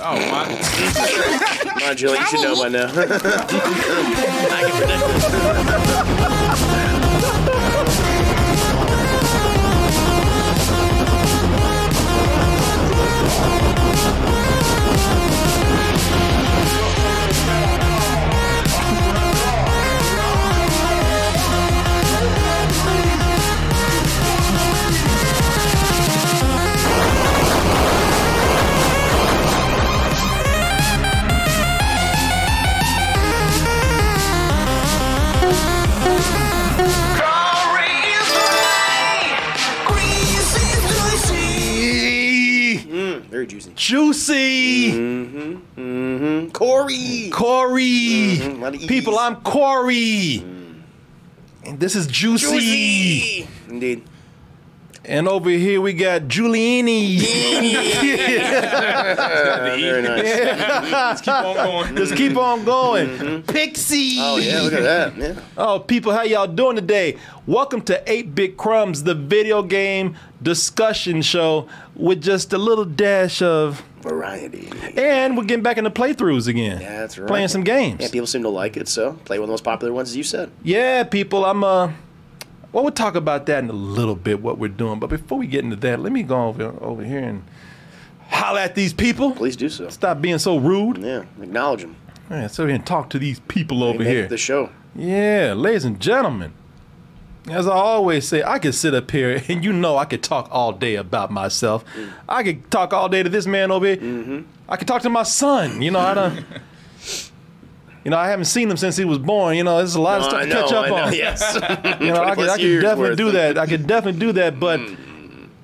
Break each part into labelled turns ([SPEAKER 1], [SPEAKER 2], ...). [SPEAKER 1] Oh, my.
[SPEAKER 2] Come on, Julie, you should know by now. I can predict this. Hmm, Very juicy. Hmm,
[SPEAKER 3] Juicy.
[SPEAKER 2] Corey!
[SPEAKER 3] Corey.
[SPEAKER 2] a lot of E's.
[SPEAKER 3] People, I'm Corey. And this is Juicy.
[SPEAKER 2] Indeed.
[SPEAKER 3] And over here we got Giuliani.
[SPEAKER 2] Uh, Very nice.
[SPEAKER 1] Let's keep on going.
[SPEAKER 3] Just keep on going. Pixie.
[SPEAKER 2] Oh, yeah, look at that. Yeah.
[SPEAKER 3] Oh, people, how y'all doing today? Welcome to 8 Bit Crumbs, the video game discussion show with just a little dash of.
[SPEAKER 2] Variety.
[SPEAKER 3] And we're getting back into playthroughs again.
[SPEAKER 2] That's right.
[SPEAKER 3] Playing some games.
[SPEAKER 2] Yeah, people seem to like it, so play one of the most popular ones, as you said.
[SPEAKER 3] Yeah, people, I'm uh well we'll talk about that in a little bit, what we're doing. But before we get into that, let me go over over here and holler at these people.
[SPEAKER 2] Please do so.
[SPEAKER 3] Stop being so rude.
[SPEAKER 2] Yeah, acknowledge them.
[SPEAKER 3] Man, sit here and talk to these people over here.
[SPEAKER 2] The show.
[SPEAKER 3] Yeah, ladies and gentlemen. As I always say, I could sit up here and you know I could talk all day about myself.
[SPEAKER 2] Mm.
[SPEAKER 3] I could talk all day to this man over here.
[SPEAKER 2] Mm-hmm.
[SPEAKER 3] I could talk to my son. You know, I don't. You know, I haven't seen him since he was born. You know, there's a lot of
[SPEAKER 2] Oh,
[SPEAKER 3] stuff
[SPEAKER 2] I
[SPEAKER 3] to
[SPEAKER 2] know,
[SPEAKER 3] catch up
[SPEAKER 2] I know,
[SPEAKER 3] on.
[SPEAKER 2] Yes.
[SPEAKER 3] You know, I could,
[SPEAKER 2] 20 plus
[SPEAKER 3] I could
[SPEAKER 2] years
[SPEAKER 3] definitely
[SPEAKER 2] worth
[SPEAKER 3] do
[SPEAKER 2] of- Mm.
[SPEAKER 3] that. I could definitely do that, but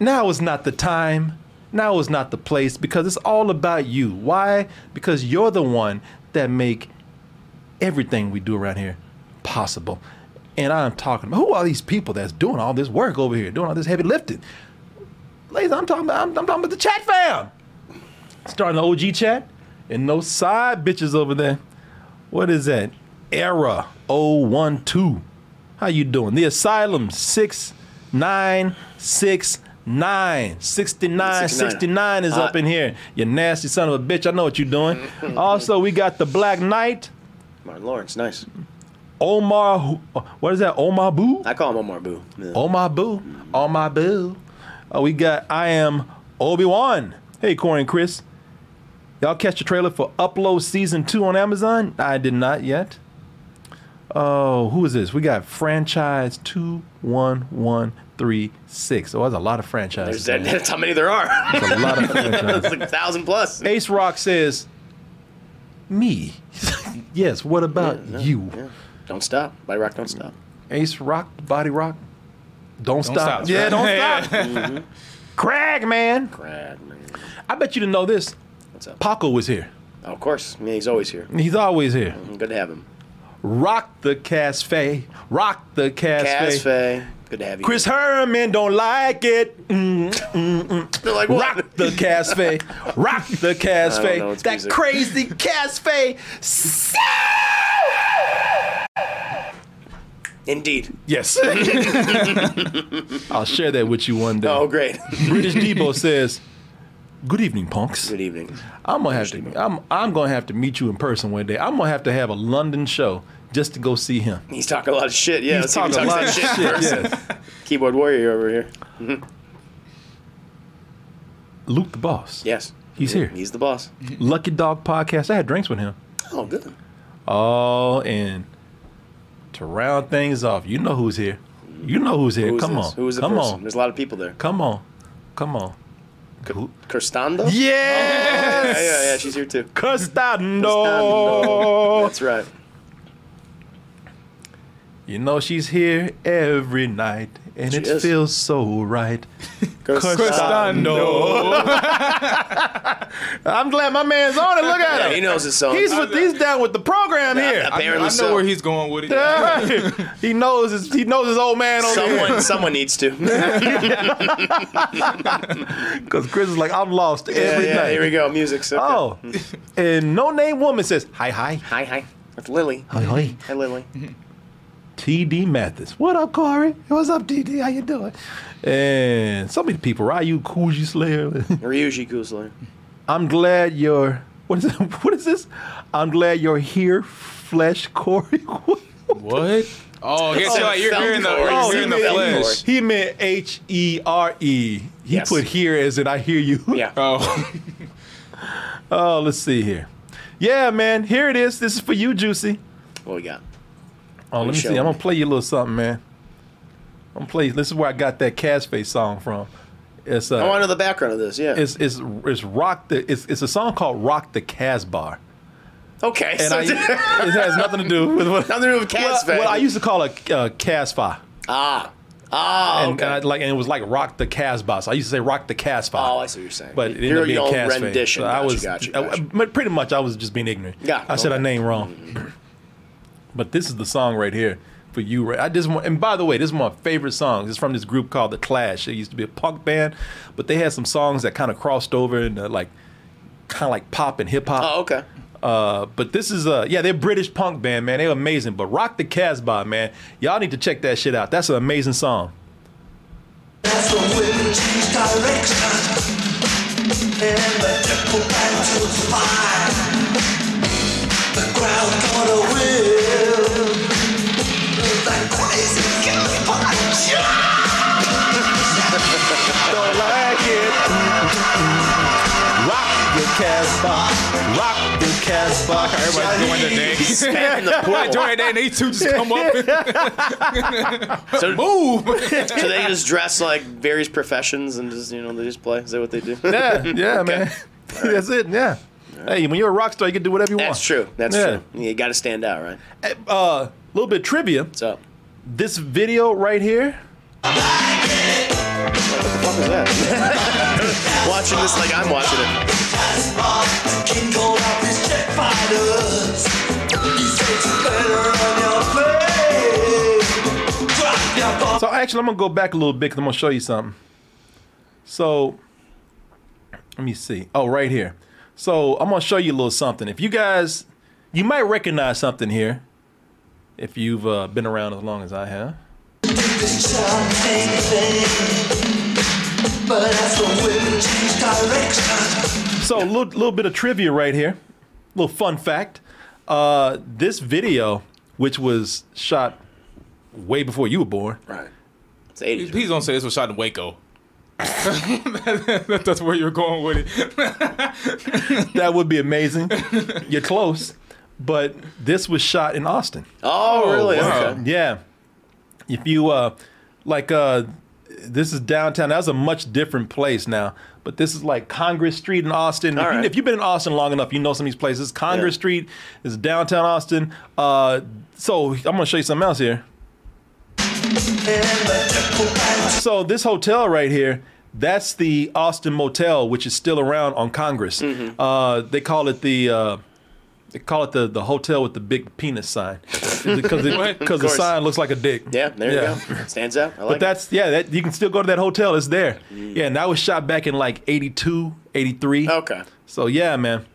[SPEAKER 3] now is not the time. Now is not the place because it's all about you. Why? Because you're the one that make everything we do around here possible. And I'm talking about who are these people that's doing all this work over here, doing all this heavy lifting? Ladies, I'm talking about I'm, I'm talking about the chat fam. Starting the OG chat and no side bitches over there. What is that? Era 012. How you doing? The Asylum 6969. 69, 69 is up
[SPEAKER 2] Hot.
[SPEAKER 3] in here. You nasty son of a bitch. I know what you're doing. also, we got the Black Knight.
[SPEAKER 2] Martin Lawrence, nice.
[SPEAKER 3] Omar, who- what is that? Omar Boo?
[SPEAKER 2] I call him Omar Boo. Yeah.
[SPEAKER 3] Omar Boo. Omar Boo. Oh, we got I Am Obi Wan. Hey, Corey and Chris. Y'all catch the trailer for Upload Season 2 on Amazon? I did not yet. Oh, who is this? We got Franchise 21136. Oh, that's a lot of
[SPEAKER 2] There's
[SPEAKER 3] franchises.
[SPEAKER 2] that, that's how many there are.
[SPEAKER 3] That's a lot of franchises.
[SPEAKER 2] it's like a thousand plus.
[SPEAKER 3] Ace Rock says, Me. yes, what about you?
[SPEAKER 2] Yeah. Don't stop. By Rock, don't stop.
[SPEAKER 3] Ace Rock, Body Rock. Don't, stop.
[SPEAKER 1] stop.
[SPEAKER 3] Yeah, don't stop. Craig, man.
[SPEAKER 2] Brad, man.
[SPEAKER 3] I bet you didn't know this.
[SPEAKER 2] What's up?
[SPEAKER 3] Paco was here.
[SPEAKER 2] Oh, of course. I mean, he's always here.
[SPEAKER 3] He's always here.
[SPEAKER 2] Good to have him.
[SPEAKER 3] Rock the Casfe. Rock the
[SPEAKER 2] Cass
[SPEAKER 3] Casfe.
[SPEAKER 2] Faye. Good to have you.
[SPEAKER 3] Chris Herman don't like it. Mm,
[SPEAKER 2] They're like, what?
[SPEAKER 3] rock the Casfe. Rock the
[SPEAKER 2] I don't know,
[SPEAKER 3] Casfe.
[SPEAKER 2] it's
[SPEAKER 3] That
[SPEAKER 2] music.
[SPEAKER 3] crazy Casfe. So-
[SPEAKER 2] Indeed.
[SPEAKER 3] Yes. I'll share that with you one day.
[SPEAKER 2] Oh, great.
[SPEAKER 3] British Debo says, "Good evening, punks."
[SPEAKER 2] Good evening.
[SPEAKER 3] I'm gonna have to. I'm I'm gonna have to meet you in person one day. I'm gonna have to have a London show just to go see him.
[SPEAKER 2] He's talking a lot of shit. Yeah, let's see if he
[SPEAKER 3] talking
[SPEAKER 2] talks that shit. first.
[SPEAKER 3] yes.
[SPEAKER 2] Keyboard warrior over here.
[SPEAKER 3] Luke the boss.
[SPEAKER 2] Yes.
[SPEAKER 3] He's here.
[SPEAKER 2] He's the boss.
[SPEAKER 3] Lucky Dog podcast. I had drinks with him.
[SPEAKER 2] Oh, good.
[SPEAKER 3] Oh, and to round things off, you know who's here. You know who's here.
[SPEAKER 2] Who is
[SPEAKER 3] Come
[SPEAKER 2] this?
[SPEAKER 3] on.
[SPEAKER 2] Who is the
[SPEAKER 3] Come
[SPEAKER 2] person?
[SPEAKER 3] on.
[SPEAKER 2] There's a lot of people there.
[SPEAKER 3] Come on. Come on. Who-
[SPEAKER 2] Kirstando?
[SPEAKER 3] Yes.
[SPEAKER 2] Yeah, yeah, yeah. She's here too.
[SPEAKER 3] Custando.
[SPEAKER 2] That's right.
[SPEAKER 3] You know she's here every night, and
[SPEAKER 2] She
[SPEAKER 3] it
[SPEAKER 2] is.
[SPEAKER 3] feels so right. I'm glad my man's on it. Look at
[SPEAKER 2] Yeah,
[SPEAKER 3] him.
[SPEAKER 2] he knows his song.
[SPEAKER 3] He's with he's down with the program here.
[SPEAKER 2] Apparently
[SPEAKER 1] I know
[SPEAKER 2] so.
[SPEAKER 1] where he's going with it.
[SPEAKER 3] Yeah. he knows his he knows his old man over here.
[SPEAKER 2] Someone, someone needs to. yeah,
[SPEAKER 3] Because Chris is like, I'm lost every
[SPEAKER 2] yeah,
[SPEAKER 3] night.
[SPEAKER 2] here we go. Music. So
[SPEAKER 3] Oh, and no name woman says hi hi
[SPEAKER 2] Hi, hi. That's Lily.
[SPEAKER 3] hi hi.
[SPEAKER 2] Hi, Lily.
[SPEAKER 3] TD Mathis, what up, Corey? What's up, TD? How you doing? And so many people, Ryu Kuji Slayer.
[SPEAKER 2] Ryuji Kusler.
[SPEAKER 3] I'm glad you're What is what is this? I'm glad you're here, flesh Corey.
[SPEAKER 1] What? Oh, I guess you're, like, you're, you're in the,
[SPEAKER 2] Oh,
[SPEAKER 1] you're in the
[SPEAKER 2] you mean-
[SPEAKER 1] flesh.
[SPEAKER 3] he meant H E R E. He
[SPEAKER 2] Yes.
[SPEAKER 3] put here as in I hear you.
[SPEAKER 2] Yeah.
[SPEAKER 1] Oh,
[SPEAKER 3] Oh, let's see here. Yeah, man. Here it is. This is for you, Juicy.
[SPEAKER 2] What we got?
[SPEAKER 3] Oh, let me see.
[SPEAKER 2] show
[SPEAKER 3] I'm gonna
[SPEAKER 2] me.
[SPEAKER 3] play you a little something, man. I'm gonna play. This is where I got that Cash Face song from. It's uh,
[SPEAKER 2] Oh, I want to know the background of this. Yeah.
[SPEAKER 3] it's it's it's rock the it's it's a song called Rock the Casbar.
[SPEAKER 2] okay.
[SPEAKER 3] And
[SPEAKER 2] so
[SPEAKER 3] I, it has nothing to do with what,
[SPEAKER 2] nothing to do with Cat's
[SPEAKER 3] what,
[SPEAKER 2] Fat.
[SPEAKER 3] I used to call a uh, Casbar.
[SPEAKER 2] ah. Ah.
[SPEAKER 3] And,
[SPEAKER 2] okay.
[SPEAKER 3] and I, like and it was like rock the Casbah. So I used to say rock the Casbah.
[SPEAKER 2] Oh, I see what you're saying.
[SPEAKER 3] But it ended
[SPEAKER 2] Your-
[SPEAKER 3] up being
[SPEAKER 2] your own
[SPEAKER 3] Casbah.
[SPEAKER 2] rendition.
[SPEAKER 3] So I
[SPEAKER 2] Gotcha,
[SPEAKER 3] was
[SPEAKER 2] gotcha,
[SPEAKER 3] I-
[SPEAKER 2] gotcha.
[SPEAKER 3] but pretty much I was just being ignorant.
[SPEAKER 2] Yeah,
[SPEAKER 3] I said I
[SPEAKER 2] okay. Mm-hmm.
[SPEAKER 3] name wrong. but this is the song right here for you. Right, I just want, and by the way, this is one of my favorite songs. It's from this group called the Clash. It used to be a punk band, but they had some songs that kind of crossed over into like kind of like pop and hip hop.
[SPEAKER 2] oh, okay.
[SPEAKER 3] Uh, but this is uh yeah, they're British punk band, man. They're amazing. But Rock the Casbah, man. Y'all need to check that shit out. That's an amazing song.
[SPEAKER 4] That's the wind's direction And the temple band to fly The crowd gonna win That crazy girl punch
[SPEAKER 3] Don't like it. Rock the Casbah. Rock the Casbah.
[SPEAKER 1] everybody's doing their thing.
[SPEAKER 2] He's spanking the
[SPEAKER 1] Everybody
[SPEAKER 2] pool.
[SPEAKER 1] doing their thing. They two just come up. Move.
[SPEAKER 2] so they just dress like various professions and just you know they just play. Is that what they do?
[SPEAKER 3] Yeah, yeah, man. That's it. Yeah. Hey, when you're a rock star, you can do whatever you
[SPEAKER 2] That's
[SPEAKER 3] want.
[SPEAKER 2] true. That's
[SPEAKER 3] Yeah.
[SPEAKER 2] true. You got to stand out, right?
[SPEAKER 3] That's true. Uh, little bit of trivia.
[SPEAKER 2] So
[SPEAKER 3] This video right here.
[SPEAKER 2] what the fuck is that? watching this like I'm watching it.
[SPEAKER 4] That's why King called out his jet fighters He said you better on your face Drop your bomb
[SPEAKER 3] So actually, I'm gonna go back a little bit because I'm gonna show you something. So let me see. Oh, right here. So I'm gonna show you a little something. If you guys, you might recognize something here, if you've uh, been around as long as I have.
[SPEAKER 4] This charming thing But as the wind changed direction
[SPEAKER 3] So a little, little bit of trivia right here. little fun fact. Uh, this video, which was shot way before you were born,
[SPEAKER 2] Right. It's 80s.
[SPEAKER 1] Please don't say this was shot in Waco. That's where you're going with it.
[SPEAKER 3] that would be amazing. You're close, but this was shot in Austin.
[SPEAKER 2] Oh, really?
[SPEAKER 1] wow.
[SPEAKER 2] Okay.
[SPEAKER 3] Yeah. If you uh like uh this is downtown. That's a much different place now. But this is like Congress Street in Austin. If,
[SPEAKER 2] All
[SPEAKER 3] you,
[SPEAKER 2] right.
[SPEAKER 3] if you've been in Austin long enough, you know some of these places. Congress
[SPEAKER 2] Yeah.
[SPEAKER 3] Street is downtown Austin. Uh, so I'm gonna show you something else here. So this hotel right here, that's the Austin Motel, which is still around on Congress.
[SPEAKER 2] Mm-hmm.
[SPEAKER 3] Uh, they call it the. Uh, they call it the, the hotel with the big penis sign because
[SPEAKER 1] What?
[SPEAKER 3] because the
[SPEAKER 2] course.
[SPEAKER 3] sign looks like a dick.
[SPEAKER 2] Yeah. There
[SPEAKER 3] Yeah.
[SPEAKER 2] you go. Stands out. I like
[SPEAKER 3] But that's yeah, that you can still go to that hotel. It's there.
[SPEAKER 2] Mm.
[SPEAKER 3] Yeah, and that was shot back in like 82, 83.
[SPEAKER 2] it. Okay.
[SPEAKER 3] So yeah, man.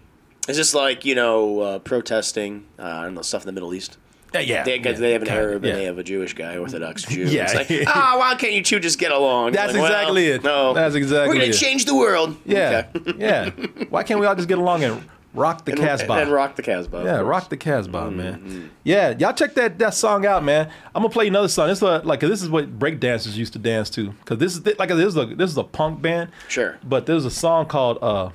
[SPEAKER 2] It's just like you know uh, protesting. Uh, I don't know stuff in the Middle East.
[SPEAKER 3] Yeah, yeah.
[SPEAKER 2] They,
[SPEAKER 3] yeah,
[SPEAKER 2] they have an
[SPEAKER 3] kinda,
[SPEAKER 2] Arab
[SPEAKER 3] yeah.
[SPEAKER 2] and they have a Jewish guy, Orthodox Jew.
[SPEAKER 3] Yeah.
[SPEAKER 2] It's like, ah, why can't you two just get along?
[SPEAKER 3] That's
[SPEAKER 2] Like, well,
[SPEAKER 3] exactly it.
[SPEAKER 2] No,
[SPEAKER 3] That's exactly
[SPEAKER 2] We're gonna
[SPEAKER 3] it.
[SPEAKER 2] change the world.
[SPEAKER 3] Yeah,
[SPEAKER 2] Okay.
[SPEAKER 3] yeah. Why can't we all just get along and rock the
[SPEAKER 2] and,
[SPEAKER 3] Casbah?
[SPEAKER 2] and rock the Casbah. of
[SPEAKER 3] yeah,
[SPEAKER 2] course. Mm-hmm.
[SPEAKER 3] rock the Casbah, man. Yeah, y'all check that that song out, man. I'm gonna play another song. This is a, like this is what breakdancers used to dance to because this is like this is a this is a punk band.
[SPEAKER 2] Sure.
[SPEAKER 3] But there's a song called uh,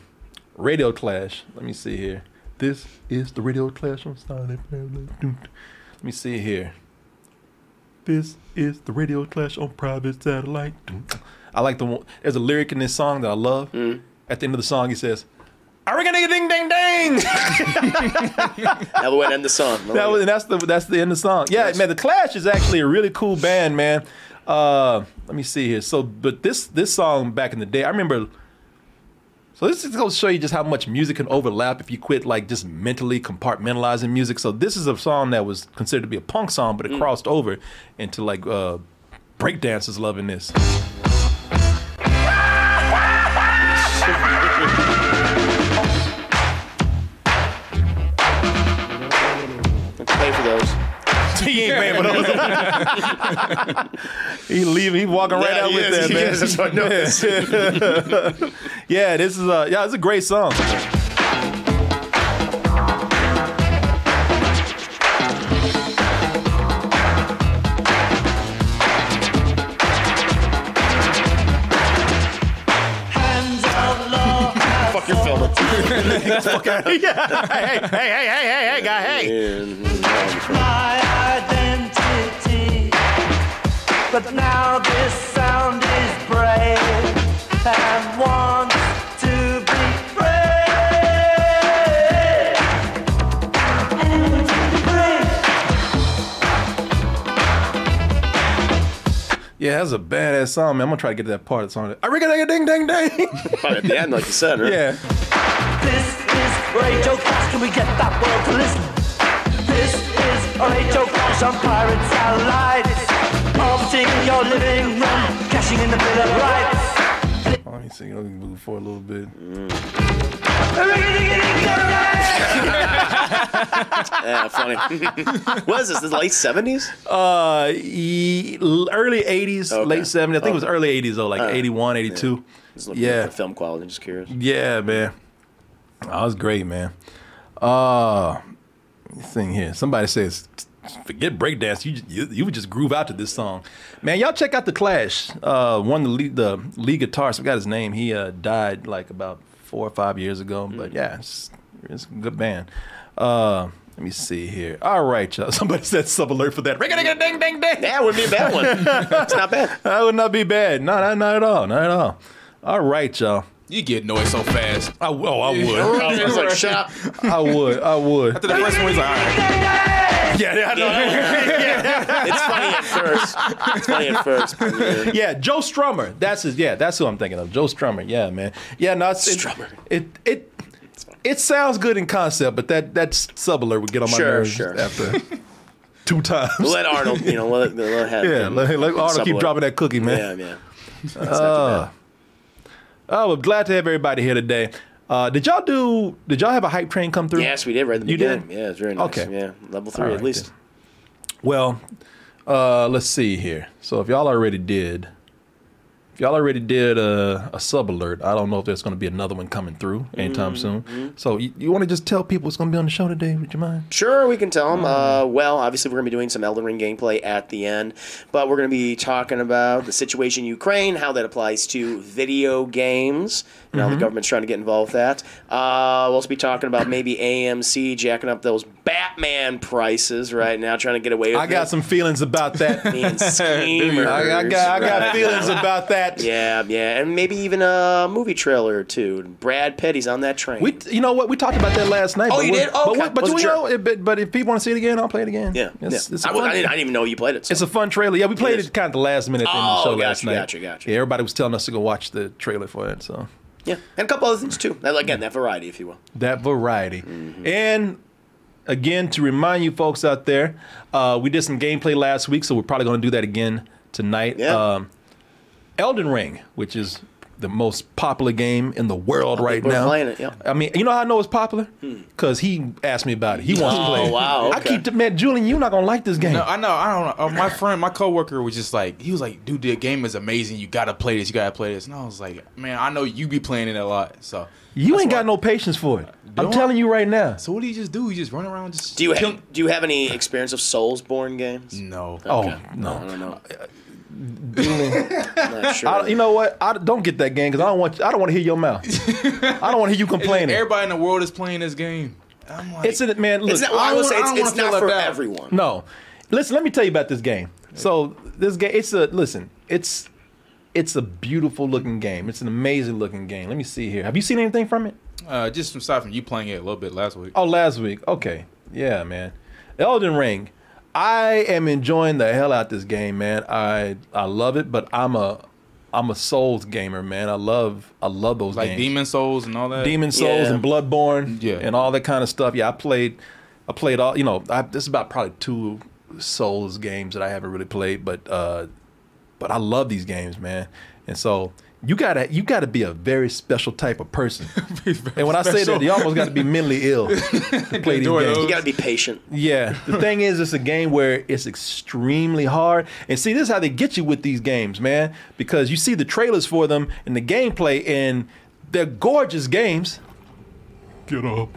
[SPEAKER 3] Radio Clash. Let me see here. This is the Radio Clash. I'm sorry. Let me see here. This is the Radio Clash on private satellite. I like the one. There's a lyric in this song that I love.
[SPEAKER 2] Mm-hmm.
[SPEAKER 3] At the end of the song, he says, "Are we gonna get ding ding ding?"
[SPEAKER 2] Now the way to end the song.
[SPEAKER 3] that was, and that's the that's the end of the song. Yeah,
[SPEAKER 2] Yes.
[SPEAKER 3] man. The Clash is actually a really cool band, man. Uh, let me see here. So, but this this song back in the day, I remember. So this is gonna show you just how much music can overlap if you quit like just mentally compartmentalizing music. So this is a song that was considered to be a punk song, but it
[SPEAKER 2] Mm.
[SPEAKER 3] crossed over into like uh, breakdancers loving this.
[SPEAKER 2] Let's pay for those.
[SPEAKER 3] he ain't paying for those. he leaving. He walking right
[SPEAKER 2] Yeah,
[SPEAKER 3] out
[SPEAKER 2] he
[SPEAKER 3] with
[SPEAKER 2] is,
[SPEAKER 3] that
[SPEAKER 2] he
[SPEAKER 3] man.
[SPEAKER 2] is, that's what I noticed.
[SPEAKER 3] uh, yeah, this is a yeah, it's a great song. Get the fuck out of here.
[SPEAKER 5] hey, hey, hey, hey, hey, guy, hey.
[SPEAKER 6] my identity. But now this sound is brave and wants to be brave.
[SPEAKER 3] Yeah, that's a badass song, man. I'm gonna try to get to that part of the song. I ring a ding ding ding.
[SPEAKER 2] But at the end, like you said, right?
[SPEAKER 3] Yeah.
[SPEAKER 6] This is Radio Clash. Can we get that world to listen? This is Radio Clash on Pirate Satellites. Prompting in your living room, cashing in the Bill of Rights.
[SPEAKER 3] Oh, Let me see. Let me move for a little bit.
[SPEAKER 2] Yeah, funny. what is this? The late seventies?
[SPEAKER 3] Uh, e- l- early 80s,
[SPEAKER 2] Okay.
[SPEAKER 3] late 70s. I think it was early 80s, though, like 81, 82. Yeah.
[SPEAKER 2] For film quality. Just curious.
[SPEAKER 3] Yeah, man. That was great, man. Uh this thing here. Somebody says, forget breakdance. You, you you would just groove out to this song, man. Y'all check out the Clash. Uh, one of the lead, the lead guitarist. I got his name. He uh died like about four or five years ago. But yeah, it's, it's a good band. Uh, let me see here. All right, y'all. Somebody said sub alert for that. Ring a ding ding ding.
[SPEAKER 2] Yeah, it wouldn't be a bad one. it's not bad.
[SPEAKER 3] That would not be bad. No, no, not at all. Not at all. All right, y'all.
[SPEAKER 1] You get annoyed so fast.
[SPEAKER 3] I, w- oh, I would.
[SPEAKER 2] I was like, shut up.
[SPEAKER 3] I would. I would.
[SPEAKER 1] After the first one, he's like, all right.
[SPEAKER 3] Yeah, yeah,
[SPEAKER 2] It's funny at first. It's funny at first. but, yeah.
[SPEAKER 3] yeah. Joe Strummer. That's his. Yeah, that's who I'm thinking of. Joe Strummer. Yeah, man. Yeah, no, it's, it-
[SPEAKER 2] Strummer.
[SPEAKER 3] It it it sounds good in concept, but that that sub alert would get on my
[SPEAKER 2] Sure,
[SPEAKER 3] nerves
[SPEAKER 2] sure.
[SPEAKER 3] after two times.
[SPEAKER 2] Let Arnold, you know, let, let, let
[SPEAKER 3] yeah, let, let Arnold keep dropping that cookie, man. Uh,
[SPEAKER 2] Yeah, yeah.
[SPEAKER 3] Oh, well, glad to have everybody here today. Uh, did y'all do? Did y'all have a hype train come through?
[SPEAKER 2] Yes, we did right in the
[SPEAKER 3] You did?
[SPEAKER 2] beginning. Yeah, it's very nice.
[SPEAKER 3] Okay.
[SPEAKER 2] Yeah, level three
[SPEAKER 3] All
[SPEAKER 2] at
[SPEAKER 3] right,
[SPEAKER 2] least.
[SPEAKER 3] Well, uh, let's see here. So if y'all already did, if y'all already did a, a sub alert, I don't know if there's going to be another one coming through anytime soon. So you, you want to just tell people what's going to be on the show today? Would you mind?
[SPEAKER 2] Sure, we can
[SPEAKER 3] Hmm.
[SPEAKER 2] tell them. Uh, well, obviously, we're going to be doing some Elden Ring gameplay at the end, but we're going to be talking about the situation in Ukraine, how that applies to video games, and
[SPEAKER 3] Mm-hmm.
[SPEAKER 2] how the government's trying to get involved with that. Uh, we'll also be talking about maybe AMC jacking up those Batman prices right now, trying to get away with
[SPEAKER 3] I got
[SPEAKER 2] it.
[SPEAKER 3] some feelings about that.
[SPEAKER 2] Being schemers,
[SPEAKER 3] I, I got I
[SPEAKER 2] right?
[SPEAKER 3] got feelings about that.
[SPEAKER 2] Yeah, yeah, and maybe even a movie trailer or two. Brad Petty's on that train.
[SPEAKER 3] We, you know what? We talked about that last night.
[SPEAKER 2] Oh,
[SPEAKER 3] but
[SPEAKER 2] you
[SPEAKER 3] we-
[SPEAKER 2] did?
[SPEAKER 3] But,
[SPEAKER 2] Okay.
[SPEAKER 3] we- but
[SPEAKER 2] Wasn't
[SPEAKER 3] you
[SPEAKER 2] sure.
[SPEAKER 3] know, it, but, but if people want to see it again, I'll play it again.
[SPEAKER 2] yeah,
[SPEAKER 3] It's,
[SPEAKER 2] yeah.
[SPEAKER 3] it's a
[SPEAKER 2] I, wa-
[SPEAKER 3] fun-
[SPEAKER 2] I didn't, I didn't even know you played it. so.
[SPEAKER 3] It's a fun trailer. Yeah, we played
[SPEAKER 2] is.
[SPEAKER 3] it kind of the last minute thing in the
[SPEAKER 2] Oh,
[SPEAKER 3] show
[SPEAKER 2] gotcha,
[SPEAKER 3] last night.
[SPEAKER 2] gotcha, gotcha.
[SPEAKER 3] Yeah, everybody was telling us to go watch the trailer for it. So
[SPEAKER 2] Yeah, and a couple other things too. Now, Again, that variety, if you will.
[SPEAKER 3] that variety. And again, to remind you folks out there, uh, we did some gameplay last week, so we're probably going to do that again tonight.
[SPEAKER 2] Yeah.
[SPEAKER 3] Um, Elden Ring, which is the most popular game in the world right
[SPEAKER 2] people are
[SPEAKER 3] now.
[SPEAKER 2] playing it, yeah. Hmm.
[SPEAKER 3] I mean, you know how I know it's popular? Because he asked me about it. He wants to
[SPEAKER 2] Oh,
[SPEAKER 3] play it.
[SPEAKER 2] wow,
[SPEAKER 3] I
[SPEAKER 2] okay.
[SPEAKER 3] keep, man, Julian, you're not going to like this game.
[SPEAKER 1] No, I know. I don't know. Uh, my friend, my coworker was just like, he was like, dude, the game is amazing. You gotta play this. You gotta play this. And I was like, man, I know you be playing it a lot. So
[SPEAKER 3] you
[SPEAKER 1] that's
[SPEAKER 3] ain't
[SPEAKER 1] why-
[SPEAKER 3] got no patience for it. I'm
[SPEAKER 1] Don't-
[SPEAKER 3] telling you right now.
[SPEAKER 1] So what do you just do? You just run around, just
[SPEAKER 2] Do you
[SPEAKER 1] kill-
[SPEAKER 2] have, do you have any experience of Soulsborne games?
[SPEAKER 1] No.
[SPEAKER 3] Oh
[SPEAKER 2] Okay.
[SPEAKER 3] no!
[SPEAKER 2] I don't know. I'm not sure.
[SPEAKER 3] I, you know what? I don't get that game because I don't want. I don't want to hear your mouth. I don't want to hear you
[SPEAKER 1] It's like
[SPEAKER 3] complaining.
[SPEAKER 1] everybody in the world is playing this game. I'm like,
[SPEAKER 3] It's a man. Look,
[SPEAKER 2] it's not, well, I,
[SPEAKER 1] I don't
[SPEAKER 2] will
[SPEAKER 1] wanna-
[SPEAKER 2] say
[SPEAKER 1] I
[SPEAKER 2] it's,
[SPEAKER 1] don't wanna
[SPEAKER 2] it's not
[SPEAKER 1] feel
[SPEAKER 2] for
[SPEAKER 1] left out.
[SPEAKER 2] everyone.
[SPEAKER 3] no, listen. Let me tell you about this game. So this game, it's a listen. It's it's a beautiful looking game. It's an amazing looking game. Let me see here. Have you seen anything from it?
[SPEAKER 1] uh, just from aside from you playing it a little bit last week.
[SPEAKER 3] Oh, last week. Okay. Yeah, man. Elden Ring. I am enjoying the hell out this game, man. I I love it, but I'm a I'm a Souls gamer, man. I love I love those
[SPEAKER 1] like
[SPEAKER 3] games.
[SPEAKER 1] Demon Souls and all that.
[SPEAKER 3] Demon Souls
[SPEAKER 2] Yeah.
[SPEAKER 3] and Bloodborne
[SPEAKER 1] Yeah.
[SPEAKER 3] and all that kind of stuff. Yeah, I played, I played all. You know, I, this is about probably two Souls games that I haven't really played, but uh, but I love these games, man. And so you gotta you gotta be a very special type of person. and when I say that, you almost got to be mentally ill to play these
[SPEAKER 1] Enjoy
[SPEAKER 3] games.
[SPEAKER 1] those.
[SPEAKER 2] You got to be patient.
[SPEAKER 3] Yeah. The thing is, it's a game where it's extremely hard. And see, this is how they get you with these games, man. Because you see the trailers for them and the gameplay, and they're gorgeous games. Get up.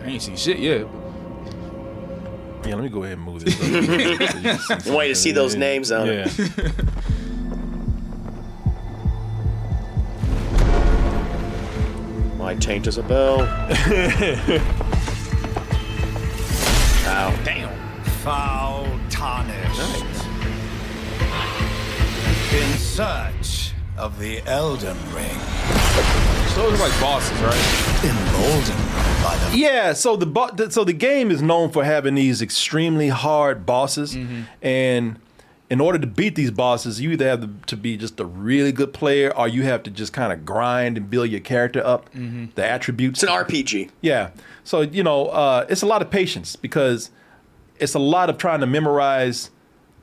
[SPEAKER 1] I ain't seen shit yet.
[SPEAKER 3] Yeah, let me go ahead and move it.
[SPEAKER 2] I want you to see those names on it.
[SPEAKER 3] Yeah.
[SPEAKER 2] My taint is a bell. Wow.
[SPEAKER 5] Damn. Foul tarnished. In search of the Elden Ring.
[SPEAKER 1] So those are like bosses, right?
[SPEAKER 5] Emboldened by the
[SPEAKER 3] Yeah, so the bo- th- so the game is known for having these extremely hard bosses,
[SPEAKER 2] Mm-hmm.
[SPEAKER 3] and in order to beat these bosses, you either have to- to be just a really good player, or you have to just kind of grind and build your character up, the attributes.
[SPEAKER 2] Mm-hmm. It's an RPG.
[SPEAKER 3] Yeah. So, you know, uh, it's a lot of patience because it's a lot of trying to memorize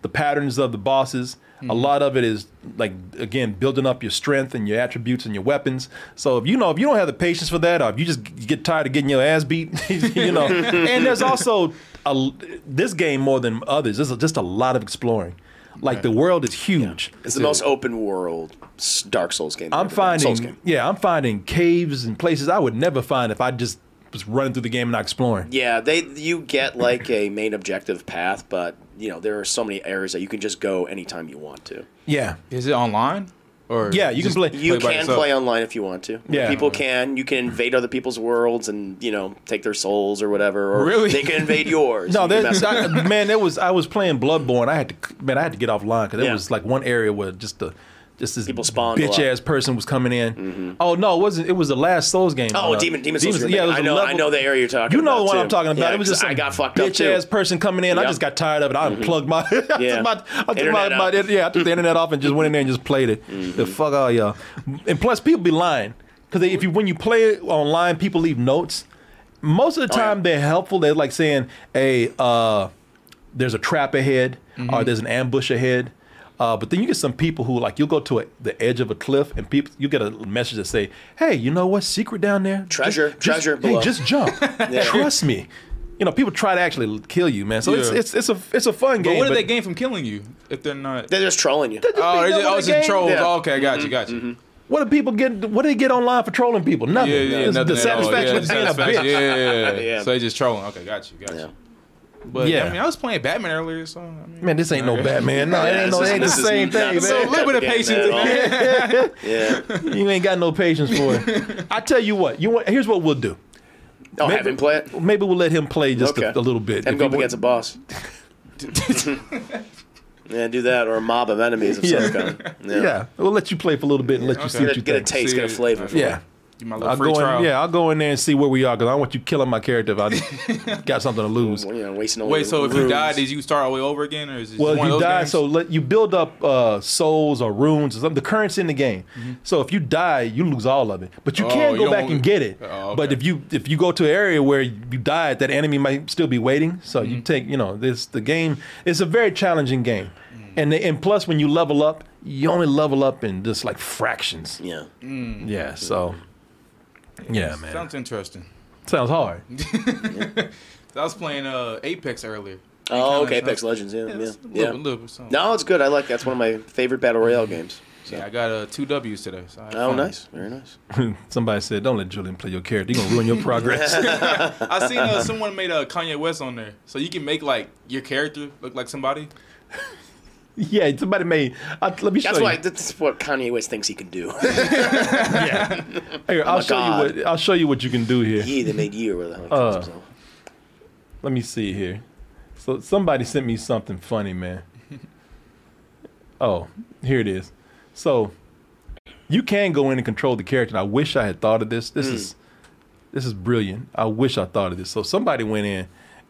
[SPEAKER 3] the patterns of the bosses. A
[SPEAKER 2] Mm-hmm.
[SPEAKER 3] lot of it is like again building up your strength and your attributes and your weapons. So if you know if you don't have the patience for that, or if you just g- get tired of getting your ass beat, you know. and there's also a l this game more than others. There's just a lot of exploring. Like the world is huge.
[SPEAKER 2] It's the most open world s- Dark Souls game.
[SPEAKER 3] I'm
[SPEAKER 2] I've ever played. Souls
[SPEAKER 3] finding,
[SPEAKER 2] game.
[SPEAKER 3] yeah, I'm finding caves and places I would never find if I just was running through the game and not exploring.
[SPEAKER 2] Yeah, they you get like a main objective path, but you know there are so many areas that you can just go anytime you want to.
[SPEAKER 3] Yeah,
[SPEAKER 1] Is it online? Or
[SPEAKER 3] yeah, you can
[SPEAKER 1] just-
[SPEAKER 3] play.
[SPEAKER 2] You
[SPEAKER 1] Play by
[SPEAKER 2] can
[SPEAKER 1] yourself.
[SPEAKER 2] play online if you want to.
[SPEAKER 3] Yeah.
[SPEAKER 2] people can. You can invade other people's worlds and you know take their souls or whatever. Or
[SPEAKER 1] Really?
[SPEAKER 2] they can invade yours.
[SPEAKER 3] no,
[SPEAKER 2] You can
[SPEAKER 3] there,
[SPEAKER 2] mess up.
[SPEAKER 3] I- man, there was I was playing Bloodborne. I had to man, I had to get offline because there
[SPEAKER 2] Yeah.
[SPEAKER 3] was like one area where just the just this
[SPEAKER 2] People spawned a lot. Mm-hmm.
[SPEAKER 3] bitch ass person was coming in. Oh no, it wasn't. It was the last Souls game.
[SPEAKER 2] Oh,
[SPEAKER 3] Uh,
[SPEAKER 2] Demon, Demon Souls. Demon,
[SPEAKER 3] yeah, it was
[SPEAKER 2] I
[SPEAKER 3] a
[SPEAKER 2] know, I
[SPEAKER 3] level-
[SPEAKER 2] know the area you're talking.
[SPEAKER 3] You know
[SPEAKER 2] about,
[SPEAKER 3] the one
[SPEAKER 2] too.
[SPEAKER 3] I'm talking about.
[SPEAKER 2] Yeah,
[SPEAKER 3] it was just some
[SPEAKER 2] I got fucked up
[SPEAKER 3] bitch
[SPEAKER 2] too.
[SPEAKER 3] ass person coming in. I
[SPEAKER 2] Yeah.
[SPEAKER 3] just got tired of it. I unplugged my, I
[SPEAKER 2] Yeah.
[SPEAKER 3] took my, I took my,
[SPEAKER 2] Internet
[SPEAKER 3] my
[SPEAKER 2] out. Mm-hmm.
[SPEAKER 3] yeah, I took the internet off and just went in there and just played it. The fuck all y'all. And plus, people be lying because if you when you play it online, people leave notes. Most of the
[SPEAKER 2] Oh, yeah.
[SPEAKER 3] time, they're helpful. They're like saying, "Hey, uh, there's a trap ahead,
[SPEAKER 2] Mm-hmm.
[SPEAKER 3] or there's an ambush ahead." Uh, but then you get some people who like you'll go to a, the edge of a cliff and people you get a message that say, "Hey, you know what? Secret down there, Just-
[SPEAKER 2] Treasure,
[SPEAKER 3] just-
[SPEAKER 2] treasure below."
[SPEAKER 3] Hey, just jump. Trust me. You know, people try to actually l- kill you, man. So it's,
[SPEAKER 1] Yeah.
[SPEAKER 3] it's it's a it's a fun
[SPEAKER 1] But
[SPEAKER 3] game.
[SPEAKER 1] what did
[SPEAKER 3] but
[SPEAKER 1] they gain from killing you if they're not?
[SPEAKER 2] They're just trolling you.
[SPEAKER 1] oh, they're
[SPEAKER 3] beating
[SPEAKER 1] just,
[SPEAKER 3] up
[SPEAKER 1] oh,
[SPEAKER 3] on
[SPEAKER 1] it's
[SPEAKER 3] the
[SPEAKER 1] just
[SPEAKER 3] game?
[SPEAKER 1] trolls.
[SPEAKER 2] Yeah. Mm-hmm.
[SPEAKER 1] Oh, okay, got you, got you.
[SPEAKER 3] What do people get? What do they get online for trolling people? Nothing.
[SPEAKER 1] Yeah, yeah,
[SPEAKER 3] It's
[SPEAKER 1] nothing
[SPEAKER 3] the
[SPEAKER 1] at all.
[SPEAKER 3] satisfaction
[SPEAKER 1] yeah,
[SPEAKER 3] of
[SPEAKER 1] the
[SPEAKER 3] being
[SPEAKER 1] satisfaction.
[SPEAKER 3] a bitch.
[SPEAKER 1] Yeah, yeah, yeah.
[SPEAKER 2] Yeah.
[SPEAKER 1] So they just trolling. Okay, got you, got
[SPEAKER 2] Yeah.
[SPEAKER 1] you. But yeah,
[SPEAKER 3] Yeah.
[SPEAKER 1] I mean, I was playing Batman earlier, so I mean,
[SPEAKER 3] Man, this ain't no Batman. No, it
[SPEAKER 2] Yeah,
[SPEAKER 3] ain't, no,
[SPEAKER 2] this
[SPEAKER 3] it
[SPEAKER 2] is-
[SPEAKER 3] ain't the
[SPEAKER 2] this is
[SPEAKER 3] same
[SPEAKER 2] not
[SPEAKER 3] thing, man.
[SPEAKER 2] the same
[SPEAKER 1] So a little bit of
[SPEAKER 2] Batman
[SPEAKER 1] patience
[SPEAKER 2] at
[SPEAKER 1] in
[SPEAKER 2] all.
[SPEAKER 1] there.
[SPEAKER 2] Yeah.
[SPEAKER 3] You ain't got no patience for it. I tell you what. You want? Here's what we'll do.
[SPEAKER 2] Oh,
[SPEAKER 3] Maybe-
[SPEAKER 2] have him play it.
[SPEAKER 3] Maybe we'll let him play just
[SPEAKER 2] Okay.
[SPEAKER 3] a, a little bit.
[SPEAKER 2] Have him
[SPEAKER 3] If
[SPEAKER 2] go
[SPEAKER 3] he
[SPEAKER 2] up
[SPEAKER 3] wa-
[SPEAKER 2] against a boss. yeah, do that or a mob of enemies of
[SPEAKER 3] Yeah.
[SPEAKER 2] some kind.
[SPEAKER 3] yeah. we'll let you play for a little bit and let you see
[SPEAKER 1] Okay.
[SPEAKER 3] what
[SPEAKER 2] Get,
[SPEAKER 3] you
[SPEAKER 2] a- get a
[SPEAKER 3] think.
[SPEAKER 2] taste, get a
[SPEAKER 1] See,
[SPEAKER 2] flavor.
[SPEAKER 1] okay.
[SPEAKER 3] yeah.
[SPEAKER 1] you my little
[SPEAKER 3] I'll
[SPEAKER 1] free
[SPEAKER 3] go
[SPEAKER 1] trial.
[SPEAKER 3] in, yeah, I'll go in there and see where we are because I don't want you killing my character if I got something to lose.
[SPEAKER 2] You know, wasting all
[SPEAKER 1] Wait,
[SPEAKER 2] your
[SPEAKER 1] so if you
[SPEAKER 2] runes.
[SPEAKER 1] die, did you start all the way over again, or is it
[SPEAKER 3] Well,
[SPEAKER 1] just
[SPEAKER 3] if
[SPEAKER 1] one
[SPEAKER 3] you
[SPEAKER 1] of those
[SPEAKER 3] die,
[SPEAKER 1] games?
[SPEAKER 3] so let, you build up uh, souls or runes or something, the currency in the game. So if you die, you lose all of it, but you
[SPEAKER 1] Mm-hmm. Oh,
[SPEAKER 3] can
[SPEAKER 1] you
[SPEAKER 3] go
[SPEAKER 1] don't
[SPEAKER 3] back
[SPEAKER 1] want-
[SPEAKER 3] and get it.
[SPEAKER 1] Oh,
[SPEAKER 3] But
[SPEAKER 1] okay.
[SPEAKER 3] if you if you go to an area where you died, that enemy might still be waiting. So
[SPEAKER 1] Mm-hmm.
[SPEAKER 3] you take you know this the game. It's a very challenging game,
[SPEAKER 1] Mm.
[SPEAKER 3] and the, and plus when you level up, you only level up in just like fractions.
[SPEAKER 2] Yeah.
[SPEAKER 3] Yeah, so yeah, man, sounds,
[SPEAKER 1] sounds interesting.
[SPEAKER 3] hard.
[SPEAKER 1] I was playing uh, Apex earlier.
[SPEAKER 2] Oh,
[SPEAKER 1] Kinda-
[SPEAKER 2] okay. Apex Legends. Yeah, yeah,
[SPEAKER 1] it's a
[SPEAKER 2] yeah.
[SPEAKER 1] little- little something.
[SPEAKER 2] No, it's good. I like. That's one of my favorite battle royale games.
[SPEAKER 1] Yeah, I got uh, two W's today. So I had
[SPEAKER 2] Oh,
[SPEAKER 1] fun.
[SPEAKER 2] nice. Very nice.
[SPEAKER 3] Somebody said, "Don't let Julian play your character. You're gonna ruin your progress."
[SPEAKER 1] I seen uh, someone made a uh, Kanye West on there, so you can make like your character look like somebody.
[SPEAKER 3] Yeah, somebody made. I, let me show
[SPEAKER 2] That's
[SPEAKER 3] you.
[SPEAKER 2] why. That's what Kanye West thinks he can do.
[SPEAKER 3] yeah. Here, I'll
[SPEAKER 2] my
[SPEAKER 3] show
[SPEAKER 2] God.
[SPEAKER 3] you what I'll show you what you can do here.
[SPEAKER 2] yeah, they made year with it.
[SPEAKER 3] Uh. Let me see here. So somebody sent me something funny, man. Oh, here it is. So you can go in and control the character. And I wish I had thought of this.
[SPEAKER 2] Hmm.
[SPEAKER 3] This is this is brilliant. I wish I thought of this. So somebody went in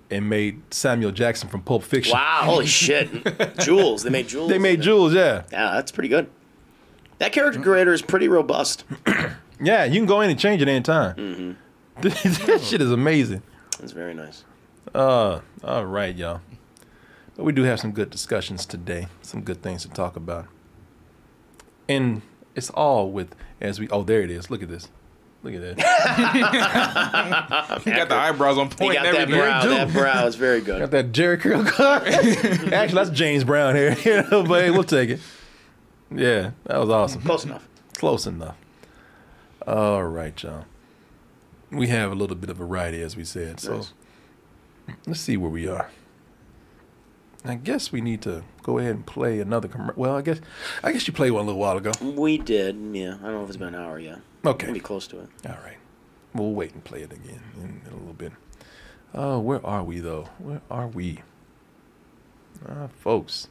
[SPEAKER 3] and made Samuel Jackson from Pulp Fiction.
[SPEAKER 2] Wow. Holy shit. Jules. They made Jules.
[SPEAKER 3] They made Jules, yeah.
[SPEAKER 2] Yeah, that's pretty good. That character creator is pretty robust.
[SPEAKER 3] Yeah, you can go in and change it anytime.
[SPEAKER 2] Mm-hmm.
[SPEAKER 3] this shit is amazing.
[SPEAKER 2] That's very nice.
[SPEAKER 3] Uh, all right, y'all. But we do have some good discussions today. Some good things to talk about. And it's all with as we. Oh, there it is. Look at this. Look at that.
[SPEAKER 1] He got the eyebrows on
[SPEAKER 2] He
[SPEAKER 1] point.
[SPEAKER 2] got
[SPEAKER 1] and
[SPEAKER 2] that
[SPEAKER 1] everything.
[SPEAKER 2] brow. That brow is very
[SPEAKER 3] Got
[SPEAKER 2] good.
[SPEAKER 3] that Jerry curl cut. Actually, that's James Brown here. You know, but hey, we'll take it. Yeah, that was awesome.
[SPEAKER 2] Close enough.
[SPEAKER 3] Close enough. All right, y'all. We have a little bit of variety, as we said. So
[SPEAKER 2] Nice.
[SPEAKER 3] let's see where we are. I guess we need to go ahead and play another. Com- well, I guess, I guess you played one a little while ago.
[SPEAKER 2] We did, yeah. I don't know if it's been an hour yet.
[SPEAKER 3] Oh, Okay.
[SPEAKER 2] Maybe close to it.
[SPEAKER 3] All right. We'll wait and play it again in, in a little bit. Oh, where are we, though? Where are we? Ah, folks.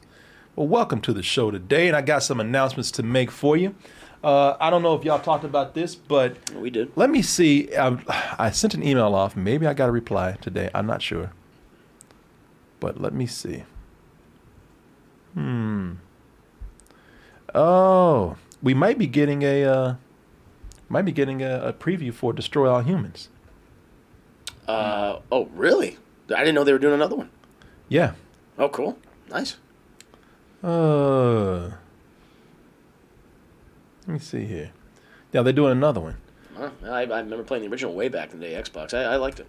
[SPEAKER 3] Well, welcome to the show today, and I got some announcements to make for you. Uh, I don't know if y'all talked about this, but
[SPEAKER 2] We did.
[SPEAKER 3] let me see. I, I sent an email off. Maybe I got a reply today. I'm not sure. But let me see. Hmm. Oh, we might be getting a uh, might be getting a, a preview for Destroy All Humans.
[SPEAKER 2] Uh, oh, really? I didn't know they were doing another one.
[SPEAKER 3] Yeah.
[SPEAKER 2] Oh, cool. Nice.
[SPEAKER 3] Uh. Let me see here. Yeah, they're doing another one.
[SPEAKER 2] Huh. I, I remember playing the original way back in the day, Xbox. I, I liked it.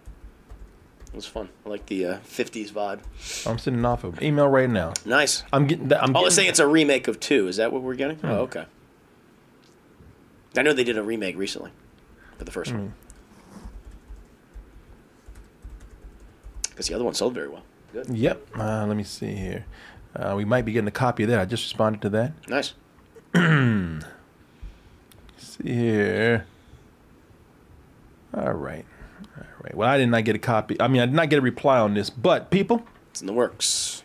[SPEAKER 2] It was fun. I liked the uh, 50s vibe.
[SPEAKER 3] I'm sending off an email right now.
[SPEAKER 2] Nice.
[SPEAKER 3] I'm getting. I'm getting,
[SPEAKER 2] Oh,
[SPEAKER 3] Hmm.
[SPEAKER 2] it's saying it's a remake of 2. Is that what we're getting? Oh, okay. I know they did a remake recently for the
[SPEAKER 3] Hmm.
[SPEAKER 2] first one. Because the other one sold very well. Good.
[SPEAKER 3] Yep. Uh, let me see here. Uh, we might be getting a copy of that. I just responded to that.
[SPEAKER 2] Nice.
[SPEAKER 3] see here. All right. All right. Well, I did not get a copy. I mean, I did not get a reply on this, but people,
[SPEAKER 2] It's in the works.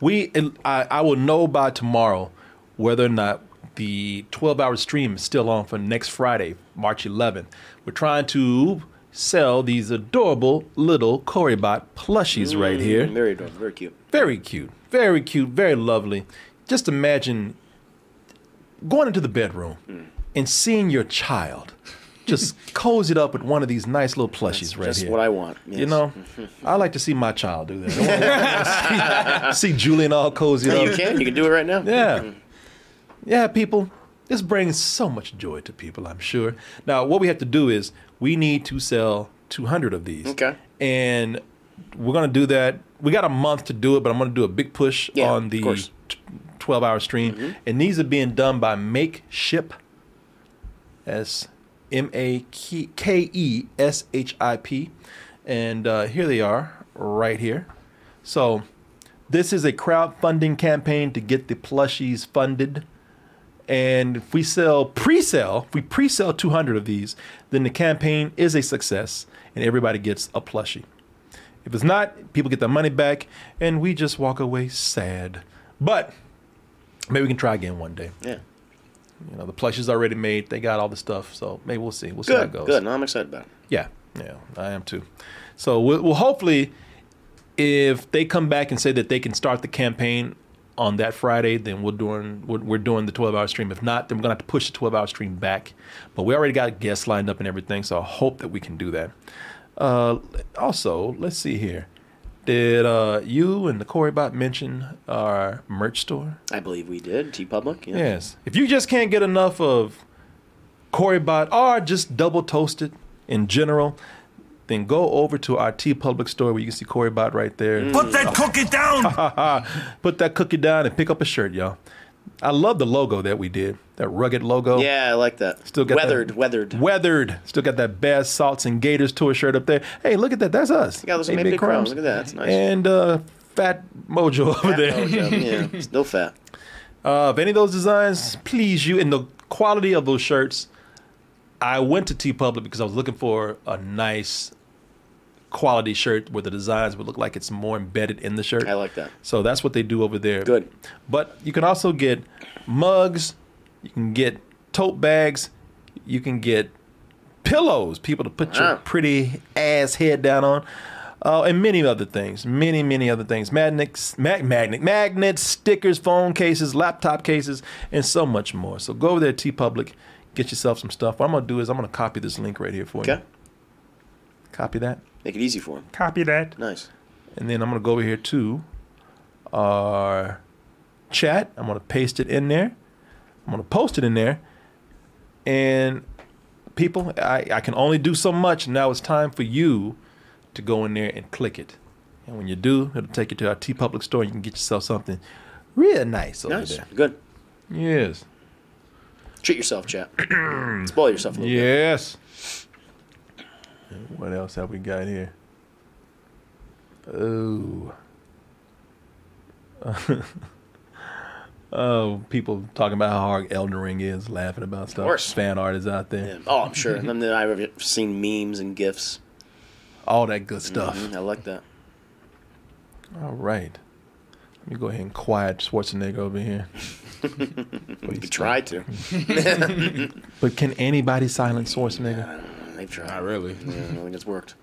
[SPEAKER 3] we I, I will know by tomorrow whether or not the 12 hour stream is still on for next Friday, March 11th. We're trying to sell these adorable little Corybot plushies right here.
[SPEAKER 2] Very adorable. Very cute.
[SPEAKER 3] Very cute. Very cute. Very lovely. Just imagine going into the bedroom
[SPEAKER 2] Mm.
[SPEAKER 3] and seeing your child just cozied up with one of these nice little plushies right
[SPEAKER 2] Just
[SPEAKER 3] here.
[SPEAKER 2] what I want.
[SPEAKER 3] You know, I like to see my child do that. I wanna see, see Julian all cozy
[SPEAKER 2] You
[SPEAKER 3] up.
[SPEAKER 2] can. You can do it right now.
[SPEAKER 3] um, Yeah. Yeah, people. This brings so much joy to people, I'm sure. Now, what we have to do is we need to sell 200 of these.
[SPEAKER 2] Okay.
[SPEAKER 3] And we're going to do that. We got a month to do it, but I'm going to do a big push
[SPEAKER 2] Yeah,
[SPEAKER 3] on
[SPEAKER 2] of
[SPEAKER 3] the
[SPEAKER 2] course. Mm-hmm.
[SPEAKER 3] t- 12 hour stream. And these are being done by Make Ship. S M A K E S H I P. And uh, here they are, right here. So, this is a crowdfunding campaign to get the plushies funded. And if we sell pre sale, if we pre sale 200 of these, then the campaign is a success and everybody gets a plushie. If it's not, people get their money back and we just walk away sad. But maybe we can try again one day.
[SPEAKER 2] Yeah.
[SPEAKER 3] You know, the plushies already made, they got all the stuff. So maybe we'll see. We'll see how it
[SPEAKER 2] Good.
[SPEAKER 3] goes.
[SPEAKER 2] Good. No, I'm excited about it.
[SPEAKER 3] Yeah, yeah, I am too. So we'll, we'll hopefully, if they come back and say that they can start the campaign on that Friday, then we're doing we're, we're doing the 12 hour stream. If not, then we're gonna have to push the 12 hour stream back. But we already got guests lined up and everything, so I hope that we can do that. Uh, also, let's see here. Did uh, you and the Corybot mention our merch store?
[SPEAKER 2] I believe we did. T Public. Yeah.
[SPEAKER 3] Yes. If you just can't get enough of Corybot or just double toasted in general, then go over to our T Public store where you can see Corybot right there.
[SPEAKER 5] Mm. Put that cookie down!
[SPEAKER 3] Put that cookie down and pick up a shirt, y'all. I love the logo that we did, that rugged logo.
[SPEAKER 2] Yeah, I like that.
[SPEAKER 3] Oh. Still got that-
[SPEAKER 2] weathered, weathered.
[SPEAKER 3] Weathered. Still got that Bass Salts and Gators tour shirt up there. Hey, look at that. That's us.
[SPEAKER 2] Yeah, those
[SPEAKER 3] Hey,
[SPEAKER 2] made big crowns. Look at that. That's nice.
[SPEAKER 3] And uh, Fat Mojo over there.
[SPEAKER 2] Oh, yeah, yeah, still fat.
[SPEAKER 3] Uh, if any of those designs please you and the quality of those shirts, I went to T Public because I was looking for a nice quality shirt where the designs would look like it's more embedded in the shirt.
[SPEAKER 2] I like that.
[SPEAKER 3] So that's what they do over there.
[SPEAKER 2] Good.
[SPEAKER 3] But you can also get mugs, you can get tote bags, you can get pillows, people to put your
[SPEAKER 2] Wow.
[SPEAKER 3] pretty ass head down on. Uh, and many other things, many many other things, magnets, mag, magnet, magnets, stickers, phone cases, laptop cases, and so much more. So go over there, to T Public, get yourself some stuff. What I'm gonna do is I'm gonna copy this link right here for
[SPEAKER 2] Okay,
[SPEAKER 3] you. Copy that.
[SPEAKER 2] make it easy for him.
[SPEAKER 3] Copy that.
[SPEAKER 2] Nice.
[SPEAKER 3] And then I'm gonna go over here to our chat. I'm gonna paste it in there. I'm gonna post it in there. And people, I, I can only do so much. Now it's time for you to go in there and click it. And when you do, it'll take you to our T Public store. You can get yourself something real nice over
[SPEAKER 2] Nice.
[SPEAKER 3] there.
[SPEAKER 2] Good.
[SPEAKER 3] Yes.
[SPEAKER 2] Treat yourself, chat. Spoil yourself a little bit.
[SPEAKER 3] Yes. What else have we got here? Oh. oh, people talking about how hard Elden Ring is, laughing about stuff.
[SPEAKER 2] course.
[SPEAKER 3] Fan art is out there.
[SPEAKER 2] Oh, I'm sure. and then I've seen memes and gifs. Mm-hmm,
[SPEAKER 3] All that good stuff.
[SPEAKER 2] I like that.
[SPEAKER 3] All right. Let me go ahead and quiet Schwarzenegger over here.
[SPEAKER 2] You could try to.
[SPEAKER 3] But can anybody silence Schwarzenegger?
[SPEAKER 2] They've tried.
[SPEAKER 1] Not really.
[SPEAKER 2] Yeah, I don't think it's worked.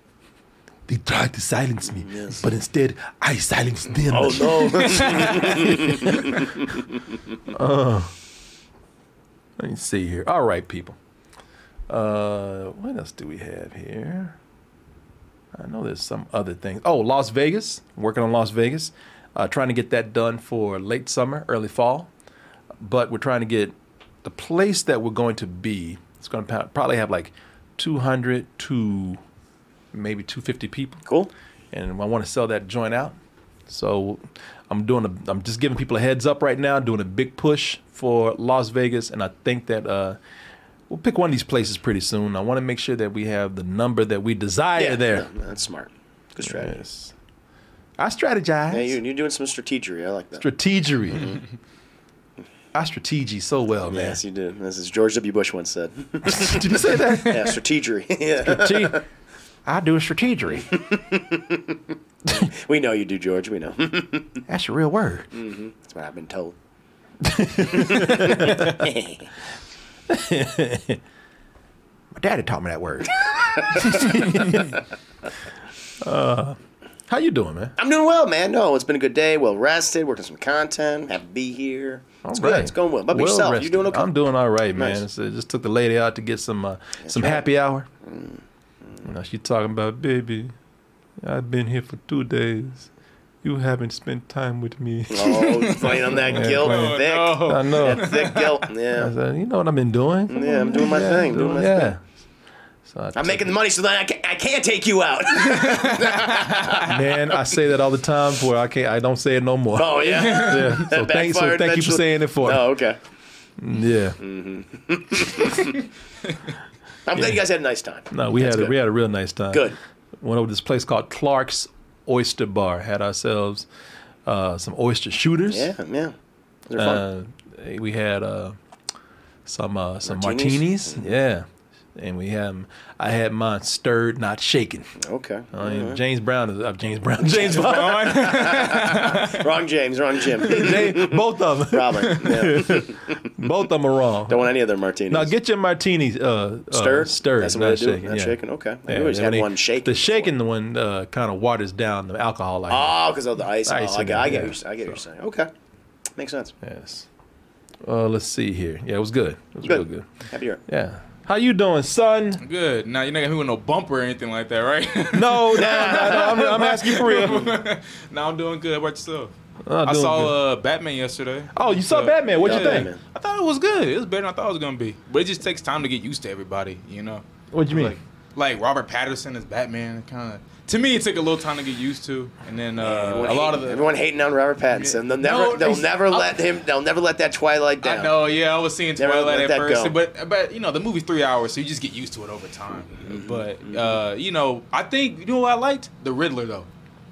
[SPEAKER 3] They tried to silence me,
[SPEAKER 2] Yes.
[SPEAKER 3] but instead I silenced them. Oh,
[SPEAKER 2] no.
[SPEAKER 3] Let me see here. All right, people. Uh, what else do we have here? I know there's some other things. Oh, Las Vegas. Working on Las Vegas. Uh, trying to get that done for late summer, early fall. But we're trying to get the place that we're going to be. It's going to probably have like 200 to maybe 250 people
[SPEAKER 2] cool.
[SPEAKER 3] and I want to sell that joint out. So I'm doing a, I'm just giving people a heads up right now, doing a big push for Las Vegas, and I think that uh, we'll pick one of these places pretty soon. I want to make sure that we have the number that we desire there.
[SPEAKER 2] no, that's smart. Good strategy.
[SPEAKER 3] Yes, I strategize.
[SPEAKER 2] Yeah, you, you're doing some strategery. I like that.
[SPEAKER 3] strategery. I strategy so well, man.
[SPEAKER 2] Mm-hmm. Yes, you did. This is George W. Bush once said.
[SPEAKER 3] Did you say that?
[SPEAKER 2] Yeah, strategery. yeah.
[SPEAKER 3] Gee, I do a strategery.
[SPEAKER 2] We know you do, George. We know. That's
[SPEAKER 3] That's a real word.
[SPEAKER 2] what I've been told.
[SPEAKER 3] My daddy taught me that word. uh, Uh, how you doing, man?
[SPEAKER 2] I'm doing well, man. No, it's been a good day. Well rested. Working some content. Happy to be here. It's
[SPEAKER 3] All
[SPEAKER 2] good.
[SPEAKER 3] right.
[SPEAKER 2] It's going well. But yourself, you
[SPEAKER 3] rested.
[SPEAKER 2] doing okay?
[SPEAKER 3] I'm doing all right,
[SPEAKER 2] Nice.
[SPEAKER 3] man. It's- I just took the lady out to get some uh, some
[SPEAKER 2] right. Mm-hmm.
[SPEAKER 3] happy hour. You know, she talking about, baby, I've been here for two days. You haven't spent time with me.
[SPEAKER 2] Oh, playing on that guilt.
[SPEAKER 3] playing.
[SPEAKER 1] Oh,
[SPEAKER 2] thick,
[SPEAKER 3] I know.
[SPEAKER 2] thick guilt.
[SPEAKER 3] I
[SPEAKER 2] Yeah.
[SPEAKER 3] said, you know what I've been doing? Come
[SPEAKER 2] Yeah, I'm doing my thing, doing my
[SPEAKER 3] yeah. So I took
[SPEAKER 2] I'm making the money so that I can I can't take you out.
[SPEAKER 3] Man, I say that all the time. Where I can't, I don't say it no more.
[SPEAKER 2] oh yeah.
[SPEAKER 3] Yeah. So
[SPEAKER 2] That
[SPEAKER 3] thanks, so
[SPEAKER 2] backfired
[SPEAKER 3] thank you for
[SPEAKER 2] eventually.
[SPEAKER 3] saying it for. me.
[SPEAKER 2] Oh okay.
[SPEAKER 3] Yeah.
[SPEAKER 2] I'm glad you guys had a nice time.
[SPEAKER 3] No, we
[SPEAKER 2] That's
[SPEAKER 3] had a,
[SPEAKER 2] good.
[SPEAKER 3] we had a real nice time.
[SPEAKER 2] Good.
[SPEAKER 3] Went over to this place called Clark's Oyster Bar. Had ourselves uh, some oyster shooters.
[SPEAKER 2] Yeah, yeah. They're fun.
[SPEAKER 3] Uh, we had uh, some uh, some martinis.
[SPEAKER 2] Martinis? Mm-hmm.
[SPEAKER 3] Yeah. And we had I had mine stirred, not shaken.
[SPEAKER 2] okay.
[SPEAKER 3] I mean, James Brown is uh, James Brown. James Brown.
[SPEAKER 2] Wrong James, wrong Jim.
[SPEAKER 3] James- both of them.
[SPEAKER 2] Probably. Yeah.
[SPEAKER 3] Both of them are wrong.
[SPEAKER 2] Don't want any other martinis.
[SPEAKER 3] Now get your martinis uh, uh,
[SPEAKER 2] stirred.
[SPEAKER 3] stirred,
[SPEAKER 2] That's the way
[SPEAKER 3] not
[SPEAKER 2] they do it.
[SPEAKER 3] shaken.
[SPEAKER 2] Not
[SPEAKER 3] yeah.
[SPEAKER 2] shaken. Okay. I
[SPEAKER 3] Yeah,
[SPEAKER 2] always
[SPEAKER 3] and
[SPEAKER 2] had
[SPEAKER 3] when they-
[SPEAKER 2] one shaken.
[SPEAKER 3] The shaken one uh, kind of waters down the alcohol. I guess.
[SPEAKER 2] Oh, because of the ice.
[SPEAKER 3] Ice
[SPEAKER 2] oh, I
[SPEAKER 3] in
[SPEAKER 2] get,
[SPEAKER 3] it,
[SPEAKER 2] I get,
[SPEAKER 3] yeah.
[SPEAKER 2] what you're- I get what you're saying. Okay, makes sense.
[SPEAKER 3] Yes. Uh, let's see here. Yeah, it was good. It was
[SPEAKER 2] Good.
[SPEAKER 3] real good.
[SPEAKER 2] Happy year.
[SPEAKER 3] Yeah. How you doing, son?
[SPEAKER 1] Good. Now you're not gonna hit me with no bumper or anything like that, right?
[SPEAKER 3] No, no, no, no. I'm, I'm asking for real.
[SPEAKER 1] now I'm doing good. How about yourself?
[SPEAKER 3] I'm
[SPEAKER 1] I
[SPEAKER 3] doing
[SPEAKER 1] saw
[SPEAKER 3] good.
[SPEAKER 1] uh, Batman yesterday.
[SPEAKER 3] Oh, you saw Batman. What'd you
[SPEAKER 2] Yeah,
[SPEAKER 3] think?
[SPEAKER 2] Batman.
[SPEAKER 1] I thought it was good. It was better than I thought it was gonna be. But it just takes time to get used to everybody, you know.
[SPEAKER 3] What'd you mean?
[SPEAKER 1] Like Robert Patterson as Batman, kind of. To me, it took a little time to get used to, and then uh,
[SPEAKER 2] Everyone
[SPEAKER 1] a lot of
[SPEAKER 2] hating-
[SPEAKER 1] the.
[SPEAKER 2] everyone hating on Robert Pattinson. They'll never,
[SPEAKER 1] No,
[SPEAKER 2] they'll
[SPEAKER 1] it's-
[SPEAKER 2] never
[SPEAKER 1] I-
[SPEAKER 2] let him. They'll never let that Twilight down.
[SPEAKER 1] I know, yeah, I was seeing
[SPEAKER 2] Never let
[SPEAKER 1] Twilight at
[SPEAKER 2] that
[SPEAKER 1] first,
[SPEAKER 2] go.
[SPEAKER 1] but but you know the movie's three hours, so you just get used to it over time.
[SPEAKER 2] Mm-hmm,
[SPEAKER 1] But uh, you know, I think you know what I liked the Riddler though.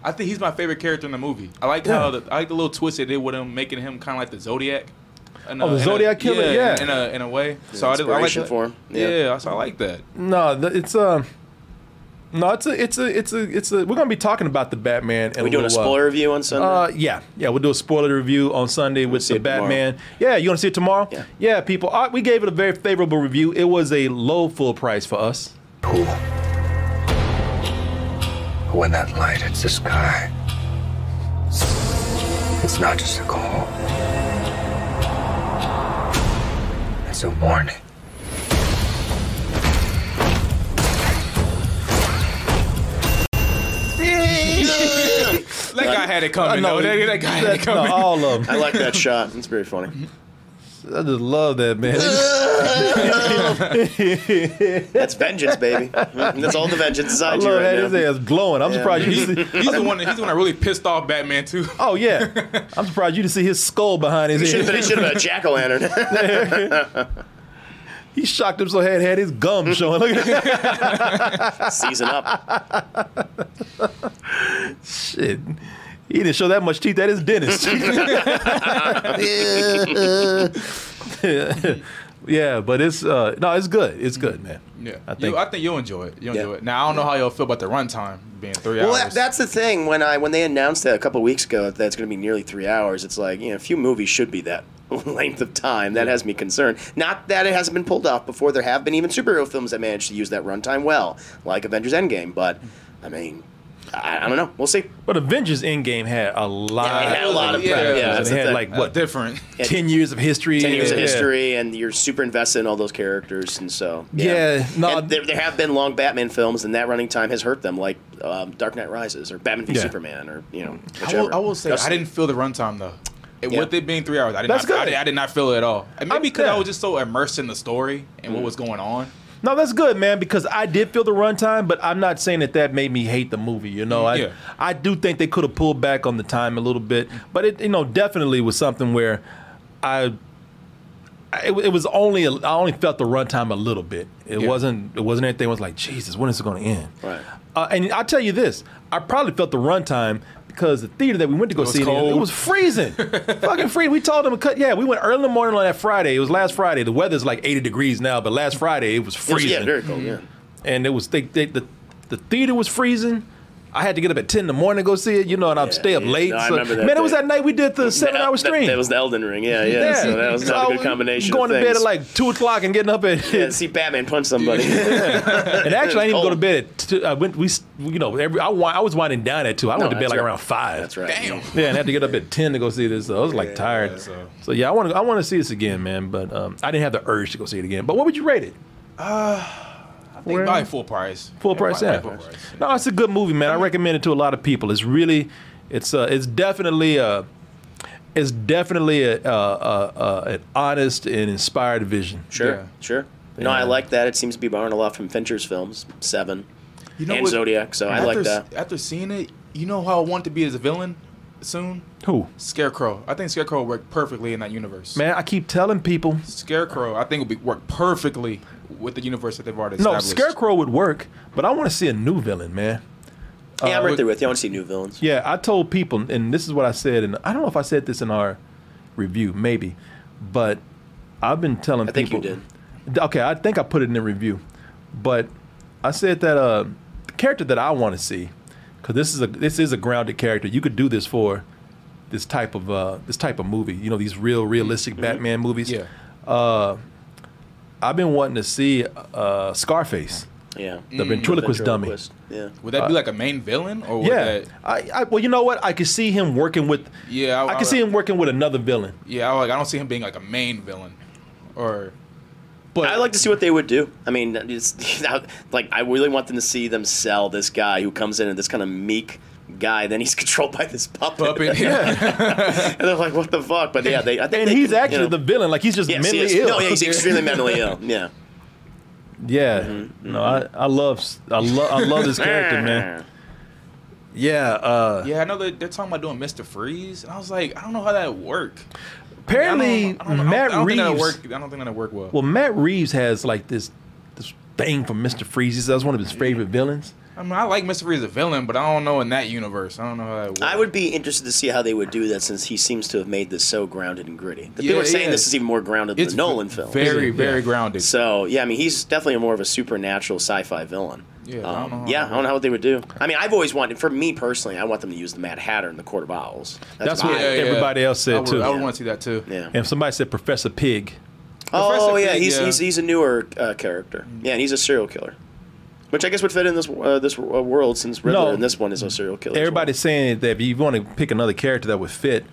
[SPEAKER 1] I think he's my favorite character in the movie. I like how the, I like the little twist they did with him, making him kind of like the Zodiac. uh, In
[SPEAKER 3] Oh, the
[SPEAKER 1] in
[SPEAKER 3] Zodiac killer, yeah.
[SPEAKER 1] in a in a way. so I, did, I like
[SPEAKER 2] inspiration
[SPEAKER 1] that.
[SPEAKER 2] for him, yeah.
[SPEAKER 1] Yeah, so I like that.
[SPEAKER 3] No, th- it's uh, no, it's a, it's a, it's a, it's a. We're gonna be talking about the Batman. In
[SPEAKER 2] We doing a
[SPEAKER 3] little while.
[SPEAKER 2] spoiler review on Sunday.
[SPEAKER 3] Uh, yeah, yeah, we'll do a spoiler review on Sunday with
[SPEAKER 2] see
[SPEAKER 3] the
[SPEAKER 2] it tomorrow.
[SPEAKER 3] Batman. Yeah, you want to see it tomorrow?
[SPEAKER 2] Yeah.
[SPEAKER 3] people. Uh, we gave it a very favorable review. It was a low full price for us.
[SPEAKER 7] When that light hits the sky, it's not just a call, it's a warning.
[SPEAKER 1] That guy had it coming.
[SPEAKER 3] no,
[SPEAKER 1] though. That, that guy had it
[SPEAKER 3] No,
[SPEAKER 1] coming.
[SPEAKER 3] all of them.
[SPEAKER 2] I like that shot. It's very funny.
[SPEAKER 3] I just love that man.
[SPEAKER 2] That's vengeance, baby. That's all the vengeance
[SPEAKER 3] I
[SPEAKER 2] inside
[SPEAKER 3] love
[SPEAKER 2] you right
[SPEAKER 3] that.
[SPEAKER 2] now.
[SPEAKER 3] His ass glowing. I'm surprised you. didn't See,
[SPEAKER 1] He's the one. That, he's the one that really pissed off Batman too.
[SPEAKER 3] oh yeah, I'm surprised you didn't see his skull behind his
[SPEAKER 2] Should have been,
[SPEAKER 3] head.
[SPEAKER 2] should have been a jack o' lantern.
[SPEAKER 3] He shocked him so hard, had his gum showing. Look at that
[SPEAKER 2] Season up.
[SPEAKER 3] shit. He didn't show that much teeth at his dentist. yeah, but it's uh, no, it's good. It's good, man.
[SPEAKER 1] Yeah,
[SPEAKER 3] I think
[SPEAKER 1] you, I think you'll enjoy it. You'll
[SPEAKER 2] Yeah.
[SPEAKER 1] enjoy it. Now I don't know how y'all feel about the runtime being three
[SPEAKER 2] Well, that,
[SPEAKER 1] hours.
[SPEAKER 2] that's the thing. When I when they announced that a couple weeks ago that it's going to be nearly three hours, it's like you know, a few movies should be that length of time. That has me concerned. Not that it hasn't been pulled off before. There have been even superhero films that managed to use that runtime well, like Avengers Endgame. But I mean, I, I don't know. We'll see.
[SPEAKER 3] But Avengers Endgame had a lot.
[SPEAKER 2] Yeah, it had a lot of
[SPEAKER 1] yeah,
[SPEAKER 2] prep.
[SPEAKER 1] yeah,
[SPEAKER 2] Yeah,
[SPEAKER 3] it
[SPEAKER 2] that's the
[SPEAKER 3] had
[SPEAKER 2] thing.
[SPEAKER 3] like
[SPEAKER 1] what
[SPEAKER 3] what
[SPEAKER 1] different?
[SPEAKER 3] ten years of history.
[SPEAKER 2] Ten years of
[SPEAKER 3] Yeah.
[SPEAKER 2] history, and you're super invested in all those characters, and so
[SPEAKER 3] Yeah, no.
[SPEAKER 2] And there, there have been long Batman films, and that running time has hurt them, like um, Dark Knight Rises or Batman v
[SPEAKER 3] Yeah.
[SPEAKER 2] Superman, or you know.
[SPEAKER 1] I
[SPEAKER 2] whichever.
[SPEAKER 1] will, I will say
[SPEAKER 2] That's-
[SPEAKER 1] I didn't feel the runtime though. It,
[SPEAKER 2] Yeah.
[SPEAKER 1] With it being three hours, I did
[SPEAKER 3] That's
[SPEAKER 1] not. I
[SPEAKER 3] good.
[SPEAKER 1] did, I did not feel it at all. And maybe because I
[SPEAKER 3] yeah.
[SPEAKER 1] was just so immersed in the story and
[SPEAKER 2] Mm.
[SPEAKER 1] what was going on.
[SPEAKER 3] No, that's good, man, because I did feel the runtime, but I'm not saying that that made me hate the movie. You know, I
[SPEAKER 1] Yeah.
[SPEAKER 3] I do think they could have pulled back on the time a little bit, but it you know definitely was something where I. I- It, it was only a, I only felt the runtime a little bit. It
[SPEAKER 1] Yeah.
[SPEAKER 3] wasn't it wasn't anything. I was like Jesus, when is it going to end?
[SPEAKER 2] Right.
[SPEAKER 3] Uh, and I tell you this, I probably felt the runtime because the theater that we went to go
[SPEAKER 1] was
[SPEAKER 3] see it, in, it
[SPEAKER 1] cold.
[SPEAKER 3] was freezing, fucking freezing. We told them to cut. Yeah, we went early in the morning on that Friday. It was last Friday. The weather's like 80 degrees now, but last Friday it was freezing
[SPEAKER 2] Yeah, very cool. Yeah.
[SPEAKER 3] and it was they, they, the the theater was freezing. I had to get up at ten in the morning to go see it, you know, and I'd stay up
[SPEAKER 2] yeah.
[SPEAKER 3] late.
[SPEAKER 2] No, I
[SPEAKER 3] so-
[SPEAKER 2] remember that
[SPEAKER 3] man, it was
[SPEAKER 2] day.
[SPEAKER 3] that night we did the seven hour
[SPEAKER 2] that-
[SPEAKER 3] stream.
[SPEAKER 2] That, was the Elden Ring. Yeah, yeah. So that was
[SPEAKER 3] So
[SPEAKER 2] not
[SPEAKER 3] I
[SPEAKER 2] a good combination.
[SPEAKER 3] Going
[SPEAKER 2] of
[SPEAKER 3] to bed
[SPEAKER 2] things.
[SPEAKER 3] at like two o'clock and getting up at.
[SPEAKER 2] yeah, see Batman punch somebody.
[SPEAKER 3] and actually, I didn't even go to
[SPEAKER 2] cold.
[SPEAKER 3] bed at. Two, I went. We, s- you know, every I, wi- I was winding down at two. I went to bed
[SPEAKER 2] that's
[SPEAKER 3] like
[SPEAKER 2] right.
[SPEAKER 3] around five.
[SPEAKER 2] That's right.
[SPEAKER 1] Damn.
[SPEAKER 3] Yeah, and I had to get up at ten to go see this. So I was like tired.
[SPEAKER 1] so-
[SPEAKER 3] so. yeah, I want to. I want to see this again, man. But um, I didn't have the urge to go see it again. But what would you rate it?
[SPEAKER 1] Uh, I think probably full price.
[SPEAKER 3] Full
[SPEAKER 1] Yeah,
[SPEAKER 3] price,
[SPEAKER 1] probably
[SPEAKER 3] yeah.
[SPEAKER 1] full price.
[SPEAKER 3] No, it's a good movie, man. I recommend it to a lot of people. It's really, it's uh, it's definitely uh it's definitely a, a, a, a an honest and inspired vision.
[SPEAKER 2] Sure,
[SPEAKER 1] Yeah.
[SPEAKER 2] sure. No, I like that. It seems to be borrowing a lot from Fincher's films, Seven,
[SPEAKER 1] You know
[SPEAKER 2] and
[SPEAKER 1] what-
[SPEAKER 2] Zodiac. So I like
[SPEAKER 1] after,
[SPEAKER 2] that.
[SPEAKER 1] After seeing it, you know how I want to be as a villain soon.
[SPEAKER 3] Who?
[SPEAKER 1] Scarecrow. I think Scarecrow worked perfectly in that universe.
[SPEAKER 3] Man, I keep telling people.
[SPEAKER 1] Scarecrow, I think would be work perfectly with the universe that they've already
[SPEAKER 3] No,
[SPEAKER 1] established.
[SPEAKER 3] Scarecrow would work, but I want to see a new villain, man. Uh,
[SPEAKER 2] yeah, I'm right
[SPEAKER 1] with-
[SPEAKER 2] there with you. I want to see new villains.
[SPEAKER 3] Yeah, I told people, and this is what I said, and I don't know if I said this in our review, maybe, but I've been telling
[SPEAKER 2] I think you
[SPEAKER 3] people. did. Okay, I think I put it in the review, but I said that uh, the character that I want to see, because this is a this is a grounded character. You could do this for this type of uh, this type of movie. You know, these real realistic Batman movies. Uh,
[SPEAKER 1] Yeah.
[SPEAKER 3] I've been wanting to see uh, Scarface,
[SPEAKER 2] Yeah,
[SPEAKER 3] the ventriloquist dummy.
[SPEAKER 2] Ventriloquist. Yeah,
[SPEAKER 1] Would that be like a main villain or would
[SPEAKER 3] Uh, Yeah,
[SPEAKER 1] that
[SPEAKER 3] I, I well, you know what? I could see him working with.
[SPEAKER 1] Yeah,
[SPEAKER 3] I,
[SPEAKER 1] I-
[SPEAKER 3] could see him working with another villain.
[SPEAKER 1] Yeah, I, like, I don't see him being like a main villain. Or
[SPEAKER 2] but I like to see what they would do. I mean, it's, like I really want them to see them sell this guy who comes in and this kind of meek guy. Then he's controlled by this puppet.
[SPEAKER 1] puppet. Yeah.
[SPEAKER 2] and they're like, "What the fuck?" But yeah, they. I think
[SPEAKER 3] And
[SPEAKER 2] they
[SPEAKER 3] he's
[SPEAKER 2] can, you
[SPEAKER 3] actually
[SPEAKER 2] know-
[SPEAKER 3] the villain. Like he's just
[SPEAKER 2] Yes, he
[SPEAKER 3] mentally
[SPEAKER 2] is.
[SPEAKER 3] ill.
[SPEAKER 2] No, yeah, he's extremely mentally ill. Yeah.
[SPEAKER 3] yeah.
[SPEAKER 2] Mm-hmm.
[SPEAKER 3] No, I, I love I love I love this character, man. Yeah. Uh,
[SPEAKER 1] yeah, I know that they're talking about doing Mr. Freeze, and I was like, I don't know how that would work. I don't-
[SPEAKER 3] apparently,
[SPEAKER 1] I don't- I don't-
[SPEAKER 3] Matt
[SPEAKER 1] I don't think
[SPEAKER 3] Reeves.
[SPEAKER 1] that'd work- I don't think that'd work well.
[SPEAKER 3] Well, Matt Reeves has like this this thing for Mister Freeze. He's- That's one of his favorite villains.
[SPEAKER 1] I mean, I like Mr. Freeze as a villain, but I don't know in that universe. I don't know how that would.
[SPEAKER 2] I would be interested to see how they would do that since he seems to have made this so grounded and gritty. The people
[SPEAKER 1] Yeah,
[SPEAKER 2] are saying
[SPEAKER 1] yeah.
[SPEAKER 2] this is even more grounded than the Nolan film.
[SPEAKER 1] Very, very
[SPEAKER 3] Yeah.
[SPEAKER 1] grounded.
[SPEAKER 2] so yeah, I mean he's definitely more of a supernatural sci-fi villain.
[SPEAKER 1] Yeah, I don't
[SPEAKER 2] um,
[SPEAKER 1] know how-
[SPEAKER 2] yeah, I don't know what they would do. I mean, I've always wanted, for me personally, I want them to use the Mad Hatter in the Court of Owls.
[SPEAKER 3] That's what-
[SPEAKER 2] I,
[SPEAKER 3] yeah. everybody else said,
[SPEAKER 1] I would,
[SPEAKER 3] too.
[SPEAKER 1] I would want to see that too.
[SPEAKER 2] yeah.
[SPEAKER 3] And somebody said Professor Pig.
[SPEAKER 2] Oh
[SPEAKER 1] Professor
[SPEAKER 2] yeah,
[SPEAKER 1] Pig,
[SPEAKER 2] he's,
[SPEAKER 1] yeah.
[SPEAKER 2] he's he's a newer uh, character. Yeah, and he's a serial killer, which I guess would fit in this uh, this uh, world since Riddler
[SPEAKER 3] No.
[SPEAKER 2] in this one is a serial killer. as well.
[SPEAKER 3] Everybody's saying that if you want to pick another character that would fit,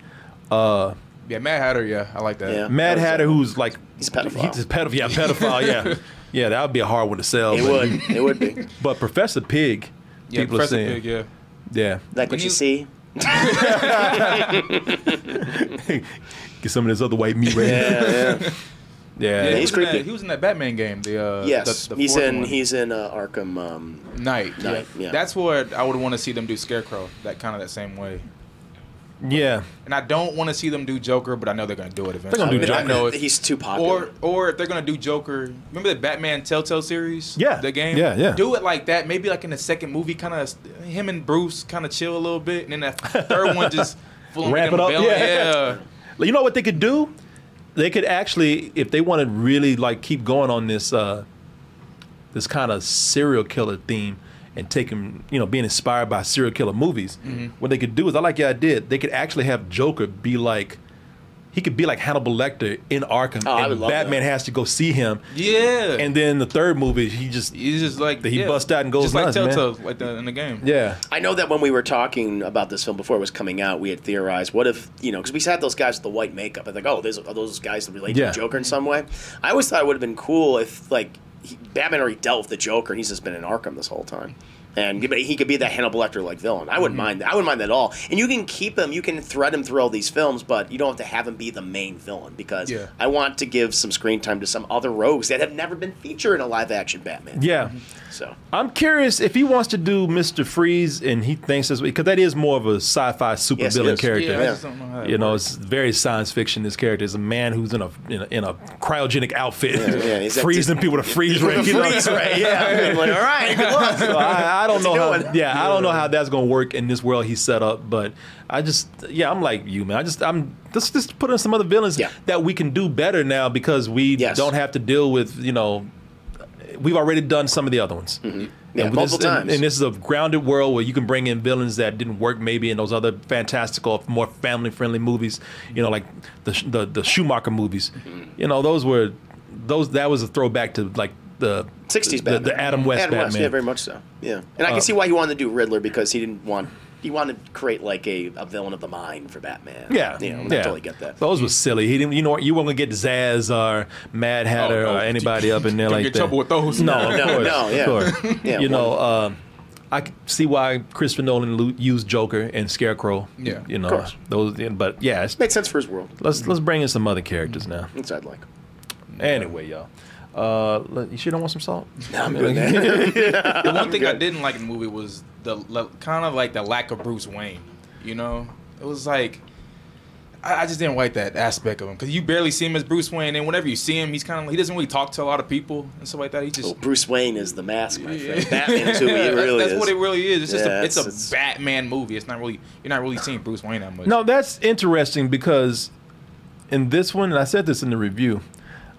[SPEAKER 1] Yeah, Mad Hatter. Yeah, I like that.
[SPEAKER 2] Yeah.
[SPEAKER 3] Mad
[SPEAKER 2] I would
[SPEAKER 3] Hatter,
[SPEAKER 2] say-
[SPEAKER 3] who's like
[SPEAKER 2] He's a pedophile.
[SPEAKER 3] He's a pedophile. Yeah, pedophile. Yeah, yeah. That would be a hard one to sell.
[SPEAKER 2] It
[SPEAKER 3] but-
[SPEAKER 2] would. It would be.
[SPEAKER 3] But Professor Pig,
[SPEAKER 1] Yeah,
[SPEAKER 3] people
[SPEAKER 1] Professor
[SPEAKER 3] are saying,
[SPEAKER 1] Pig, yeah.
[SPEAKER 3] yeah.
[SPEAKER 2] Like what
[SPEAKER 1] When you-
[SPEAKER 2] you see.
[SPEAKER 3] get some of this other white meat ready.
[SPEAKER 2] Yeah, yeah.
[SPEAKER 3] yeah.
[SPEAKER 2] he's
[SPEAKER 1] he was in that-
[SPEAKER 2] creepy.
[SPEAKER 1] he was in that Batman game. The uh,
[SPEAKER 2] yes,
[SPEAKER 1] the, the
[SPEAKER 2] he's
[SPEAKER 1] fourth
[SPEAKER 2] in.
[SPEAKER 1] one.
[SPEAKER 2] He's in uh, Arkham. Um,
[SPEAKER 1] Night.
[SPEAKER 2] Knight, yeah.
[SPEAKER 1] That's what I would want to see them do. Scarecrow. That kind of that same way.
[SPEAKER 3] Yeah.
[SPEAKER 1] And I don't want to see them do Joker, but I know they're gonna do it eventually.
[SPEAKER 3] gonna do
[SPEAKER 1] I
[SPEAKER 3] Joker.
[SPEAKER 1] know it.
[SPEAKER 2] He's too popular.
[SPEAKER 1] Or, or if they're gonna do Joker, remember the Batman Telltale series?
[SPEAKER 3] Yeah.
[SPEAKER 1] the game.
[SPEAKER 3] Yeah, yeah.
[SPEAKER 1] Do it like that. Maybe like in the second movie, kind of him and Bruce kind of chill a little bit, and then that third one just full on
[SPEAKER 3] Wrap
[SPEAKER 1] make
[SPEAKER 3] it
[SPEAKER 1] them
[SPEAKER 3] up,
[SPEAKER 1] bail-
[SPEAKER 3] yeah. You know what they could do? They could actually, if they want to really like keep going on this uh, this kind of serial killer theme and take him, you know, being inspired by serial killer movies, what they could do is I like your idea. They could actually have Joker be like. He could be like Hannibal Lecter in Arkham,
[SPEAKER 2] Oh, I
[SPEAKER 3] and
[SPEAKER 2] would love
[SPEAKER 3] Batman
[SPEAKER 2] that.
[SPEAKER 3] has to go see him.
[SPEAKER 1] yeah,
[SPEAKER 3] And then the third movie, he just
[SPEAKER 1] he's just like
[SPEAKER 3] He
[SPEAKER 1] yeah.
[SPEAKER 3] bust out and goes
[SPEAKER 1] just
[SPEAKER 3] nuts, man.
[SPEAKER 1] like Telltale, like the, in the game.
[SPEAKER 3] yeah,
[SPEAKER 2] I know that when we were talking about this film before it was coming out, we had theorized, what if, you know, because we had those guys with the white makeup. I think, oh, those, are those guys that relate
[SPEAKER 3] Yeah.
[SPEAKER 2] to the Joker in some way? I always thought it would have been cool if, like, he, Batman already dealt with the Joker and he's just been in Arkham this whole time. And he- but he could be that Hannibal Lecter like villain. I wouldn't
[SPEAKER 3] Mm-hmm.
[SPEAKER 2] mind that. I wouldn't mind that at all. And you can keep him, you can thread him through all these films, but you don't have to have him be the main villain because
[SPEAKER 1] Yeah.
[SPEAKER 2] I want to give some screen time to some other rogues that have never been featured in a live action Batman.
[SPEAKER 3] yeah.
[SPEAKER 2] So
[SPEAKER 3] I'm curious if he wants to do Mister Freeze and he thinks this because that is more of a sci-fi supervillain
[SPEAKER 2] Yes, it is.
[SPEAKER 3] character.
[SPEAKER 1] Yeah, I just don't know how that
[SPEAKER 3] You know, it's very science fiction. This character is a man who's in a in a, in a cryogenic outfit,
[SPEAKER 2] yeah, he's up
[SPEAKER 3] freezing
[SPEAKER 2] to-
[SPEAKER 3] people to freeze ray. you know?
[SPEAKER 2] freeze ray. Yeah. I mean, like, all right, good luck.
[SPEAKER 3] So I, I don't know.
[SPEAKER 2] he
[SPEAKER 3] How,
[SPEAKER 2] doing?
[SPEAKER 3] yeah, I don't know how that's gonna work in this world he set up. But I just, yeah, I'm like you, man. I just, I'm let's just put in some other villains
[SPEAKER 2] Yeah.
[SPEAKER 3] that we can do better now because we
[SPEAKER 2] Yes.
[SPEAKER 3] don't have to deal with you know. We've already done some of the other ones.
[SPEAKER 2] Mm-hmm. Yeah,
[SPEAKER 3] And
[SPEAKER 2] multiple
[SPEAKER 3] this, and-
[SPEAKER 2] times.
[SPEAKER 3] And, this is a grounded world where you can bring in villains that didn't work maybe in those other fantastical, more family-friendly movies. You know, like the Sch- the, the Schumacher movies.
[SPEAKER 2] Mm-hmm.
[SPEAKER 3] You know, those were those. That was a throwback to like the
[SPEAKER 2] 60s
[SPEAKER 3] the,
[SPEAKER 2] Batman.
[SPEAKER 3] the Adam West Batman.
[SPEAKER 2] yeah, very much so. Yeah. And I can see why he wanted to do Riddler because he didn't want he wanted to create like a, a villain of the mind for Batman.
[SPEAKER 3] Yeah,
[SPEAKER 2] You know, I
[SPEAKER 3] yeah.
[SPEAKER 2] totally get that.
[SPEAKER 3] Those were silly. He didn't, you know, what, you weren't gonna get Zaz or Mad Hatter
[SPEAKER 1] Oh, no.
[SPEAKER 3] or anybody up in there
[SPEAKER 1] Don't
[SPEAKER 3] like
[SPEAKER 1] get
[SPEAKER 3] that.
[SPEAKER 1] trouble with those.
[SPEAKER 3] No, of
[SPEAKER 2] No,
[SPEAKER 3] course,
[SPEAKER 2] no, yeah.
[SPEAKER 3] of course.
[SPEAKER 2] Yeah,
[SPEAKER 3] you know, uh, I could see why Christopher Nolan lo- used Joker and Scarecrow.
[SPEAKER 1] Yeah.
[SPEAKER 3] you know,
[SPEAKER 2] course.
[SPEAKER 3] those. yeah, But yeah, it's,
[SPEAKER 2] Made sense for his world.
[SPEAKER 3] let's let's bring in some other characters now.
[SPEAKER 2] That's what I'd like.
[SPEAKER 3] Anyway, y'all. Uh, let- you sure don't want some salt?
[SPEAKER 2] No, I'm doing that.
[SPEAKER 1] The one thing I didn't like in the movie was the kind of like the lack of Bruce Wayne. You know, it was like I, I just didn't like that aspect of him because you barely see him as Bruce Wayne, and whenever you see him, he's kind of he doesn't really talk to a lot of people and stuff like that. He just
[SPEAKER 2] Well, Bruce Wayne is the mask, my friend. Batman's who he
[SPEAKER 1] Yeah, that's-
[SPEAKER 2] really
[SPEAKER 1] that's
[SPEAKER 2] is.
[SPEAKER 1] what it really is. It's just
[SPEAKER 2] Yeah,
[SPEAKER 1] a, it's,
[SPEAKER 2] it's-
[SPEAKER 1] a
[SPEAKER 2] it's-
[SPEAKER 1] Batman movie. It's not really you're not really seeing Bruce Wayne that much.
[SPEAKER 3] No, that's interesting because in this one, and I said this in the review,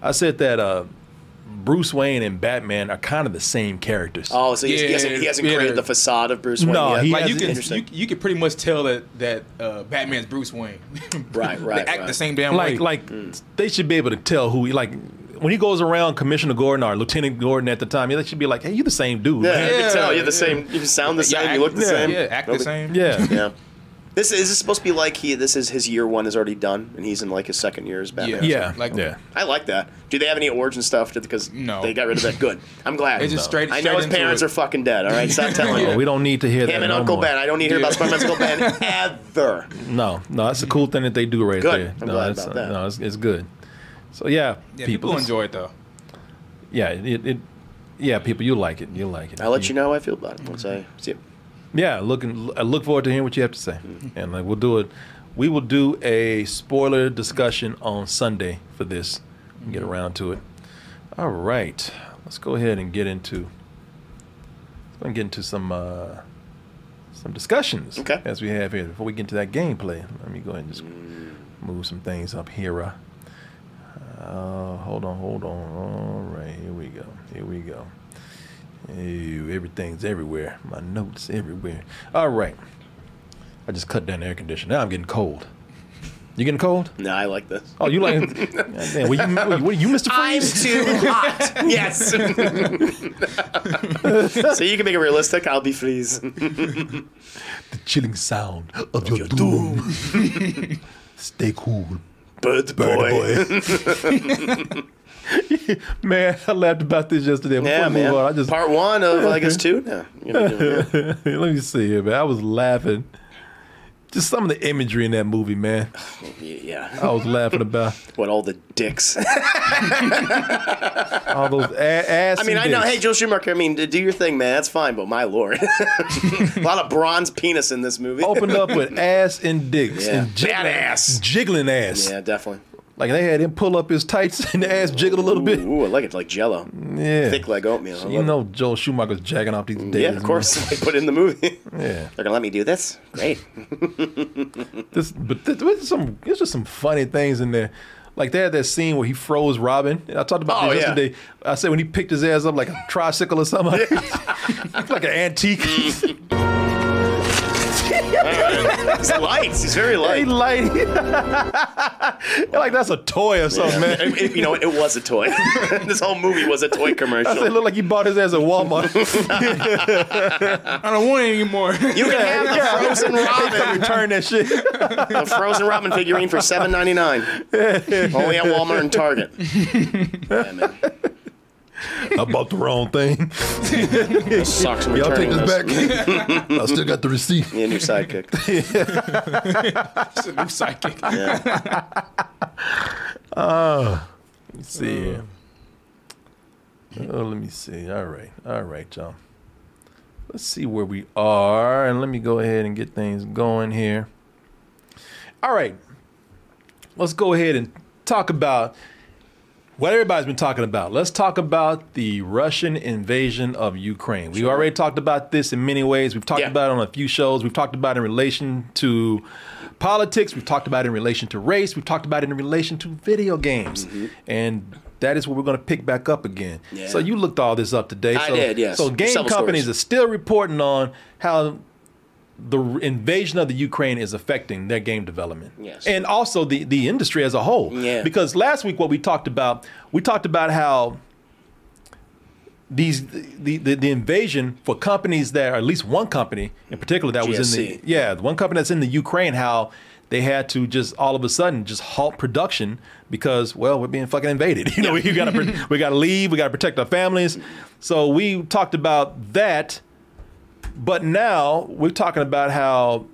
[SPEAKER 3] I said that uh, Bruce Wayne and Batman are kind of the same characters.
[SPEAKER 2] oh, so he's, he
[SPEAKER 1] Yeah,
[SPEAKER 2] hasn't, he hasn't
[SPEAKER 1] yeah.
[SPEAKER 2] created the facade of Bruce Wayne
[SPEAKER 3] No,
[SPEAKER 2] yet.
[SPEAKER 3] he
[SPEAKER 1] like
[SPEAKER 3] has-
[SPEAKER 1] you can
[SPEAKER 2] Interesting.
[SPEAKER 1] you, you can pretty much tell that that uh, Batman's Bruce Wayne.
[SPEAKER 2] Right, right,
[SPEAKER 1] They act
[SPEAKER 2] right. Hmm.
[SPEAKER 1] the same damn way.
[SPEAKER 3] like, like they should be able to tell who he like. When he goes around Commissioner Gordon or Lieutenant Gordon at the time, he should be like, "Hey, you the same dude."
[SPEAKER 2] yeah,
[SPEAKER 3] man."
[SPEAKER 2] you can
[SPEAKER 1] Yeah,
[SPEAKER 2] tell you're
[SPEAKER 1] yeah.
[SPEAKER 2] the same. You sound the
[SPEAKER 1] Yeah,
[SPEAKER 2] same.
[SPEAKER 1] act-
[SPEAKER 2] you look the
[SPEAKER 1] yeah,
[SPEAKER 2] same.
[SPEAKER 1] Yeah, act the
[SPEAKER 2] Nobody-
[SPEAKER 1] same.
[SPEAKER 3] yeah.
[SPEAKER 2] Yeah. This is this supposed to be like he? This is his year one is already done, and he's in like his second year as Batman.
[SPEAKER 1] Yeah.
[SPEAKER 3] Yeah.
[SPEAKER 1] Like-
[SPEAKER 3] yeah.
[SPEAKER 2] I like that. Do they have any origin stuff? Because
[SPEAKER 1] No.
[SPEAKER 2] they got rid of that. Good. I'm glad.
[SPEAKER 1] They just straight-
[SPEAKER 2] I know
[SPEAKER 1] straight
[SPEAKER 2] his
[SPEAKER 1] into
[SPEAKER 2] parents
[SPEAKER 1] it.
[SPEAKER 2] are fucking dead. All right, stop telling
[SPEAKER 3] Oh,
[SPEAKER 2] me.
[SPEAKER 3] we don't need to hear that.
[SPEAKER 2] Him and
[SPEAKER 3] no
[SPEAKER 2] Uncle
[SPEAKER 3] more.
[SPEAKER 2] Ben. I don't need to hear about Spider-Man's Uncle Ben ever.
[SPEAKER 3] No, no, that's a cool thing that they do right
[SPEAKER 2] Good.
[SPEAKER 3] there.
[SPEAKER 2] I'm
[SPEAKER 3] no,
[SPEAKER 2] glad
[SPEAKER 3] it's,
[SPEAKER 2] about that.
[SPEAKER 3] no, it's, it's good. So yeah,
[SPEAKER 1] Yeah, people,
[SPEAKER 3] enjoy.
[SPEAKER 1] enjoy it though.
[SPEAKER 3] yeah, it, it yeah, people, you like it, you like it.
[SPEAKER 2] I'll let you know how I feel about it once I see it.
[SPEAKER 3] Yeah, looking, I look forward to hearing what you have to say, and like we'll do it. We will do a spoiler discussion on Sunday for this. We'll get around to it. All right, let's go ahead and get into. Let's go and get into some uh, some discussions
[SPEAKER 2] Okay.
[SPEAKER 3] as we have here before we get into that gameplay. Let me go ahead and just move some things up here. Uh, Uh, hold on, hold on. All right, here we go. Here we go. Ew, everything's everywhere. My notes everywhere. All right. I just cut down the air conditioner. Now I'm getting cold. You getting cold?
[SPEAKER 2] No, I like this.
[SPEAKER 3] Oh, you like? God damn, were you, were you- were you Mr.
[SPEAKER 2] I'm
[SPEAKER 3] Freeze?
[SPEAKER 2] too hot. Yes. so you can make it realistic. I'll be freeze.
[SPEAKER 3] The chilling sound of, your, doom. Stay cool,
[SPEAKER 2] Bird boy.
[SPEAKER 3] man. I laughed about this yesterday. Before
[SPEAKER 2] Yeah,
[SPEAKER 3] we move
[SPEAKER 2] man.
[SPEAKER 3] on, I just
[SPEAKER 2] Part one of I guess two. No. You know,
[SPEAKER 3] Let me see here, man. I was laughing. Just some of the imagery in that movie, man.
[SPEAKER 2] Yeah.
[SPEAKER 3] I was laughing about
[SPEAKER 2] What all the dicks.
[SPEAKER 3] all those a- ass.
[SPEAKER 2] I mean,
[SPEAKER 3] and
[SPEAKER 2] I know.
[SPEAKER 3] dicks.
[SPEAKER 2] Hey, Joel Schumacher. I mean, d- do your thing, man. That's fine. But my lord, a lot of bronze penis in this movie.
[SPEAKER 3] opened up with ass and dicks
[SPEAKER 2] Yeah.
[SPEAKER 3] and jiggling,
[SPEAKER 2] Badass.
[SPEAKER 3] jiggling ass.
[SPEAKER 2] Yeah, definitely.
[SPEAKER 3] Like they had him pull up his tights and the ass jiggle a little bit.
[SPEAKER 2] Ooh, I like it like Jello.
[SPEAKER 3] Yeah,
[SPEAKER 2] Thick like oatmeal. I
[SPEAKER 3] You
[SPEAKER 2] love it.
[SPEAKER 3] know, Joel Schumacher's jacking off these days.
[SPEAKER 2] yeah, of course. they put it in the movie.
[SPEAKER 3] man. Yeah,
[SPEAKER 2] They're gonna let me do this. Great.
[SPEAKER 3] this but th- there's some there's just some funny things in there. Like they had that scene where he froze Robin. And I talked about
[SPEAKER 2] Oh,
[SPEAKER 3] this
[SPEAKER 2] yeah.
[SPEAKER 3] yesterday. I said when he picked his ass up like a tricycle or something, It's like an antique.
[SPEAKER 2] He's lights. He's very
[SPEAKER 3] Hey,
[SPEAKER 2] light.
[SPEAKER 3] lady. like that's a toy or something, man.
[SPEAKER 2] It- it- you know, what? it was a toy. this whole movie was a toy commercial.
[SPEAKER 3] It looked like he bought his ass at Walmart.
[SPEAKER 1] I don't want it anymore.
[SPEAKER 2] you can have the frozen Robin,
[SPEAKER 3] Return that shit.
[SPEAKER 2] the frozen Robin figurine for seven ninety nine. Only at Walmart and Target. Yeah, man.
[SPEAKER 3] I bought the wrong thing.
[SPEAKER 2] Sucks. I'm
[SPEAKER 3] Y'all take
[SPEAKER 2] returning
[SPEAKER 3] this
[SPEAKER 2] those.
[SPEAKER 3] back. I still got the receipt.
[SPEAKER 2] Me and your sidekick.
[SPEAKER 1] It's a new psychic.
[SPEAKER 3] Let me see. Oh, let me see. All right. All right, y'all. Let's see where we are. And let me go ahead and get things going here. All right. Let's go ahead and talk about what everybody's been talking about. Let's talk about the Russian invasion of Ukraine. We've already talked about this in many ways. We've talked
[SPEAKER 2] Yeah.
[SPEAKER 3] about it on a few shows. We've talked about it in relation to politics. We've talked about it in relation to race. We've talked about it in relation to video games. And that is what we're going to pick back up again.
[SPEAKER 2] Mm-hmm. Yeah.
[SPEAKER 3] So you looked all this up today.
[SPEAKER 2] I
[SPEAKER 3] so,
[SPEAKER 2] did, yes.
[SPEAKER 3] So game
[SPEAKER 2] Several
[SPEAKER 3] companies
[SPEAKER 2] stories.
[SPEAKER 3] are still reporting on how the r- invasion of the Ukraine is affecting their game development.
[SPEAKER 2] Yes.
[SPEAKER 3] And also the, the industry as a whole.
[SPEAKER 2] Yeah.
[SPEAKER 3] Because last week what we talked about, we talked about how these the, the, the invasion for companies that or at least one company in particular that was in
[SPEAKER 2] GSC.
[SPEAKER 3] the yeah, the one company that's in the Ukraine, how they had to just all of a sudden just halt production because well we're being fucking invaded. You know we gotta pro- we gotta leave. We gotta protect our families. So we talked about that, but now we're talking about how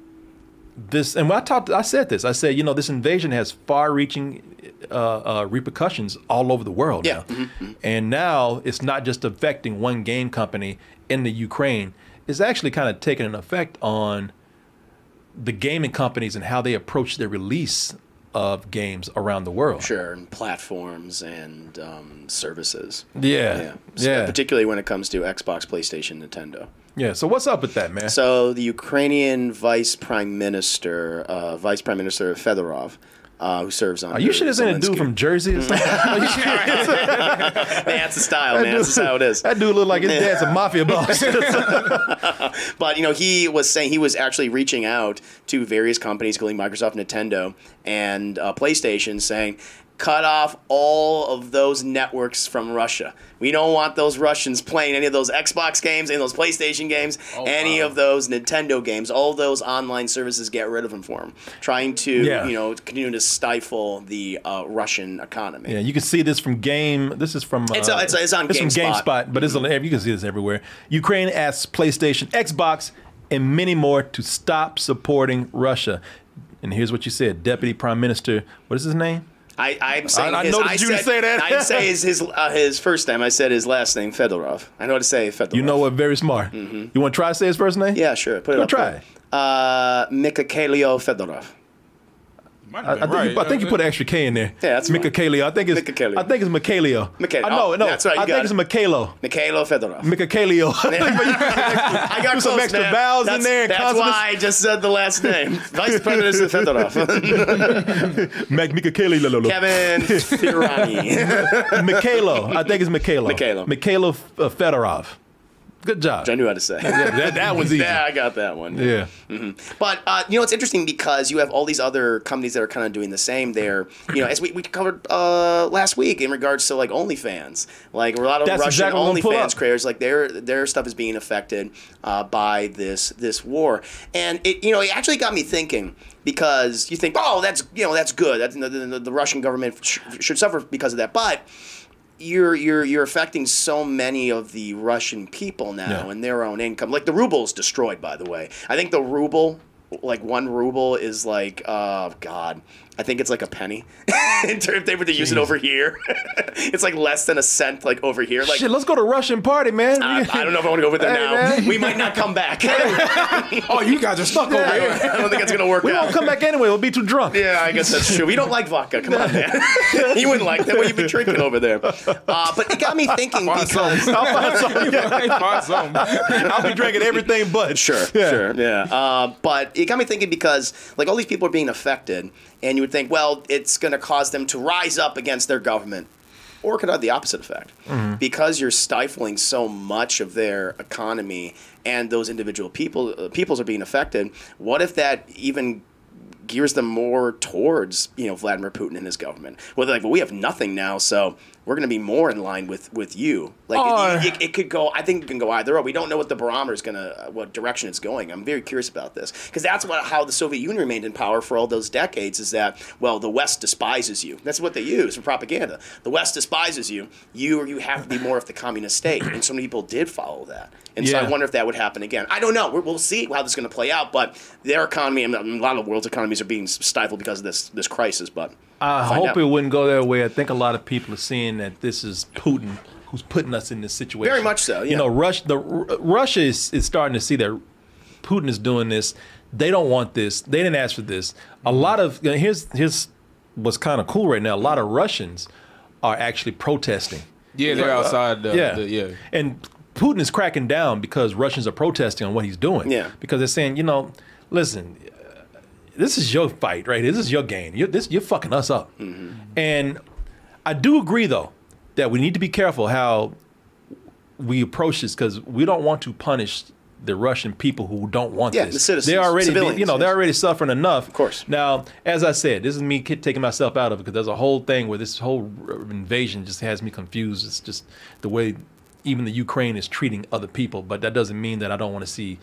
[SPEAKER 3] this and when I talked I said this I said you know this invasion has far-reaching uh, uh, repercussions all over the world
[SPEAKER 2] Yeah. Mm-hmm.
[SPEAKER 3] now, and now it's not just affecting one game company in the Ukraine. It's actually kind of taking an effect on the gaming companies and how they approach their release of games around the world.
[SPEAKER 2] Sure, and platforms and um, services.
[SPEAKER 3] Yeah.
[SPEAKER 2] So,
[SPEAKER 3] Yeah. Yeah.
[SPEAKER 2] Particularly when it comes to Xbox, PlayStation, Nintendo.
[SPEAKER 3] So what's up with that, man?
[SPEAKER 2] So the Ukrainian Vice Prime Minister, uh, Vice Prime Minister Fedorov, uh, who serves on.
[SPEAKER 3] Are you sure this ain't a dude from Jersey or something?
[SPEAKER 2] That's the style, man. That's just how it is.
[SPEAKER 3] That dude look like his dad's a mafia boss.
[SPEAKER 2] But you know, he was saying he was actually reaching out to various companies, including Microsoft, Nintendo, and uh, PlayStation, saying, "Cut off all of those networks from Russia. We don't want those Russians playing any of those Xbox games, any of those PlayStation games,
[SPEAKER 3] Oh,
[SPEAKER 2] any of those Nintendo games. All those online services. Get rid of them for them. Trying to,
[SPEAKER 3] Yeah.
[SPEAKER 2] you know, continue to stifle the uh, Russian economy."
[SPEAKER 3] Yeah, you can see this from game. This is from.
[SPEAKER 2] It's- it's- it's on
[SPEAKER 3] this
[SPEAKER 2] GameSpot. Mm-hmm.
[SPEAKER 3] from GameSpot, but it's on, you can see this everywhere. Ukraine asks PlayStation, Xbox, and many more to stop supporting Russia. And here's what you said, Deputy Prime Minister. What is his name?
[SPEAKER 2] I, I'm saying
[SPEAKER 3] I- I
[SPEAKER 2] his,
[SPEAKER 3] noticed you
[SPEAKER 2] said,
[SPEAKER 3] say that.
[SPEAKER 2] I say his his, uh, his first name. I said his last name Fedorov. I know how to say Fedorov.
[SPEAKER 3] You know what? Very smart. You want to try to say his first name?
[SPEAKER 2] Mm-hmm. Yeah, sure. Put it
[SPEAKER 3] Go
[SPEAKER 2] up
[SPEAKER 3] try.
[SPEAKER 2] there. Uh, Mikhailo Fedorov.
[SPEAKER 1] Might
[SPEAKER 3] I
[SPEAKER 1] have
[SPEAKER 3] I
[SPEAKER 1] been
[SPEAKER 3] think, you, I
[SPEAKER 1] right. uh,
[SPEAKER 3] think you put an extra K in there.
[SPEAKER 2] Yeah, that's fine.
[SPEAKER 3] Mikhailo. I think it's
[SPEAKER 2] Mikhailo.
[SPEAKER 3] I think it's Mikhailo.
[SPEAKER 2] Mikhailo.
[SPEAKER 3] I know,
[SPEAKER 2] Oh,
[SPEAKER 3] no,
[SPEAKER 2] that's right, you
[SPEAKER 3] I
[SPEAKER 2] got
[SPEAKER 3] think it's
[SPEAKER 2] it.
[SPEAKER 3] Mikhailo.
[SPEAKER 2] Mikhailo Fedorov.
[SPEAKER 3] Mikhailo.
[SPEAKER 2] I got
[SPEAKER 3] some
[SPEAKER 2] close,
[SPEAKER 3] extra
[SPEAKER 2] man.
[SPEAKER 3] vowels in
[SPEAKER 2] that's,
[SPEAKER 3] there and
[SPEAKER 2] That's
[SPEAKER 3] consonants.
[SPEAKER 2] why I just said the last name. Vice President Fedorov.
[SPEAKER 3] Mac Mikhailo.
[SPEAKER 2] Kevin Firani.
[SPEAKER 3] Mikhailo. I think it's Mikhailo.
[SPEAKER 2] Mikhailo.
[SPEAKER 3] Mikhailo F- uh, Fedorov. Good job.
[SPEAKER 2] I knew how to say.
[SPEAKER 3] that, that was easy.
[SPEAKER 2] Yeah, I got that one.
[SPEAKER 3] Yeah.
[SPEAKER 2] But uh, you know, it's interesting because you have all these other companies that are kind of doing the same. There, you know, as we, we covered uh, last week in regards to like OnlyFans, like a lot of
[SPEAKER 3] That's
[SPEAKER 2] Russian
[SPEAKER 3] exactly what I'm gonna pull
[SPEAKER 2] OnlyFans
[SPEAKER 3] up.
[SPEAKER 2] creators, like their their stuff is being affected uh, by this this war, and it you know it actually got me thinking because you think oh that's you know that's good that's the, the, the Russian government sh- should suffer because of that, but you're you're you're affecting so many of the Russian people now
[SPEAKER 3] Yeah.
[SPEAKER 2] and their own income. Like the ruble's destroyed, by the way. I think the ruble like one ruble is like uh god i think it's like a penny in ter- if they were to use it over here it's like less than a cent like over here like
[SPEAKER 3] Shit, let's go to Russian party, man.
[SPEAKER 2] I, I don't know if I want to go over there
[SPEAKER 3] Hey,
[SPEAKER 2] now.
[SPEAKER 3] man.
[SPEAKER 2] We might not come back.
[SPEAKER 1] Oh, you guys are stuck over here.
[SPEAKER 2] I don't think it's gonna work
[SPEAKER 3] We
[SPEAKER 2] out.
[SPEAKER 3] won't come back anyway. We'll be too drunk.
[SPEAKER 2] Yeah, I guess that's true. We don't like vodka. Come on, man. you wouldn't like that. What you've been drinking over there. Uh, but it got me thinking because
[SPEAKER 1] Find something.
[SPEAKER 3] I'll be drinking everything but.
[SPEAKER 2] Sure,
[SPEAKER 3] Yeah.
[SPEAKER 2] sure, yeah. Uh, but it got me thinking because like all these people are being affected, and you would think, well, it's going to cause them to rise up against their government, or it could have the opposite effect because you're stifling so much of their economy and those individual people uh, peoples are being affected. What if that even gears them more towards you know Vladimir Putin and his government. Well, they're like, well, we have nothing now, so we're going to be more in line with with you. Like,
[SPEAKER 3] Or-
[SPEAKER 2] it, it, it could go. I think it can go either. Or we don't know what the barometer is going to, what direction it's going. I'm very curious about this because that's what how the Soviet Union remained in power for all those decades. Is that well, the West despises you. That's what they use for propaganda. The West despises you. You or you have to be more of the communist state, and so many people did follow that. And so I
[SPEAKER 3] Yeah.
[SPEAKER 2] wonder if that would happen again. I don't know. We're, we'll see how this is going to play out. But their economy and a lot of the world's economies are being stifled because of this this crisis. But
[SPEAKER 3] I
[SPEAKER 2] find
[SPEAKER 3] hope
[SPEAKER 2] out.
[SPEAKER 3] it wouldn't go their way. I think a lot of people are seeing that this is Putin who's putting us in this situation.
[SPEAKER 2] Very much so, yeah.
[SPEAKER 3] You know, Russia, the R- Russia is, is starting to see that Putin is doing this. They don't want this. They didn't ask for this. A lot of you know, here's here's what's kind of cool right now. A lot of Russians are actually protesting.
[SPEAKER 1] Yeah, they're outside. The,
[SPEAKER 3] yeah.
[SPEAKER 1] the- yeah.
[SPEAKER 3] And Putin is cracking down because Russians are protesting on what he's doing.
[SPEAKER 2] Yeah.
[SPEAKER 3] Because they're saying, you know, listen, uh, this is your fight, right? This is your game. You're, this, you're fucking us up.
[SPEAKER 2] Mm-hmm.
[SPEAKER 3] And I do agree, though, that we need to be careful how we approach this because we don't want to punish the Russian people who don't want
[SPEAKER 2] Yeah,
[SPEAKER 3] this.
[SPEAKER 2] the citizens,
[SPEAKER 3] they're already,
[SPEAKER 2] civilians,
[SPEAKER 3] you know, they're
[SPEAKER 2] yes.
[SPEAKER 3] already suffering enough. Of
[SPEAKER 2] course.
[SPEAKER 3] Now, as I said, this is me ki- taking myself out of it because there's a whole thing where this whole r- invasion just has me confused. It's just the way even the Ukraine is treating other people, but that doesn't mean that I don't want to see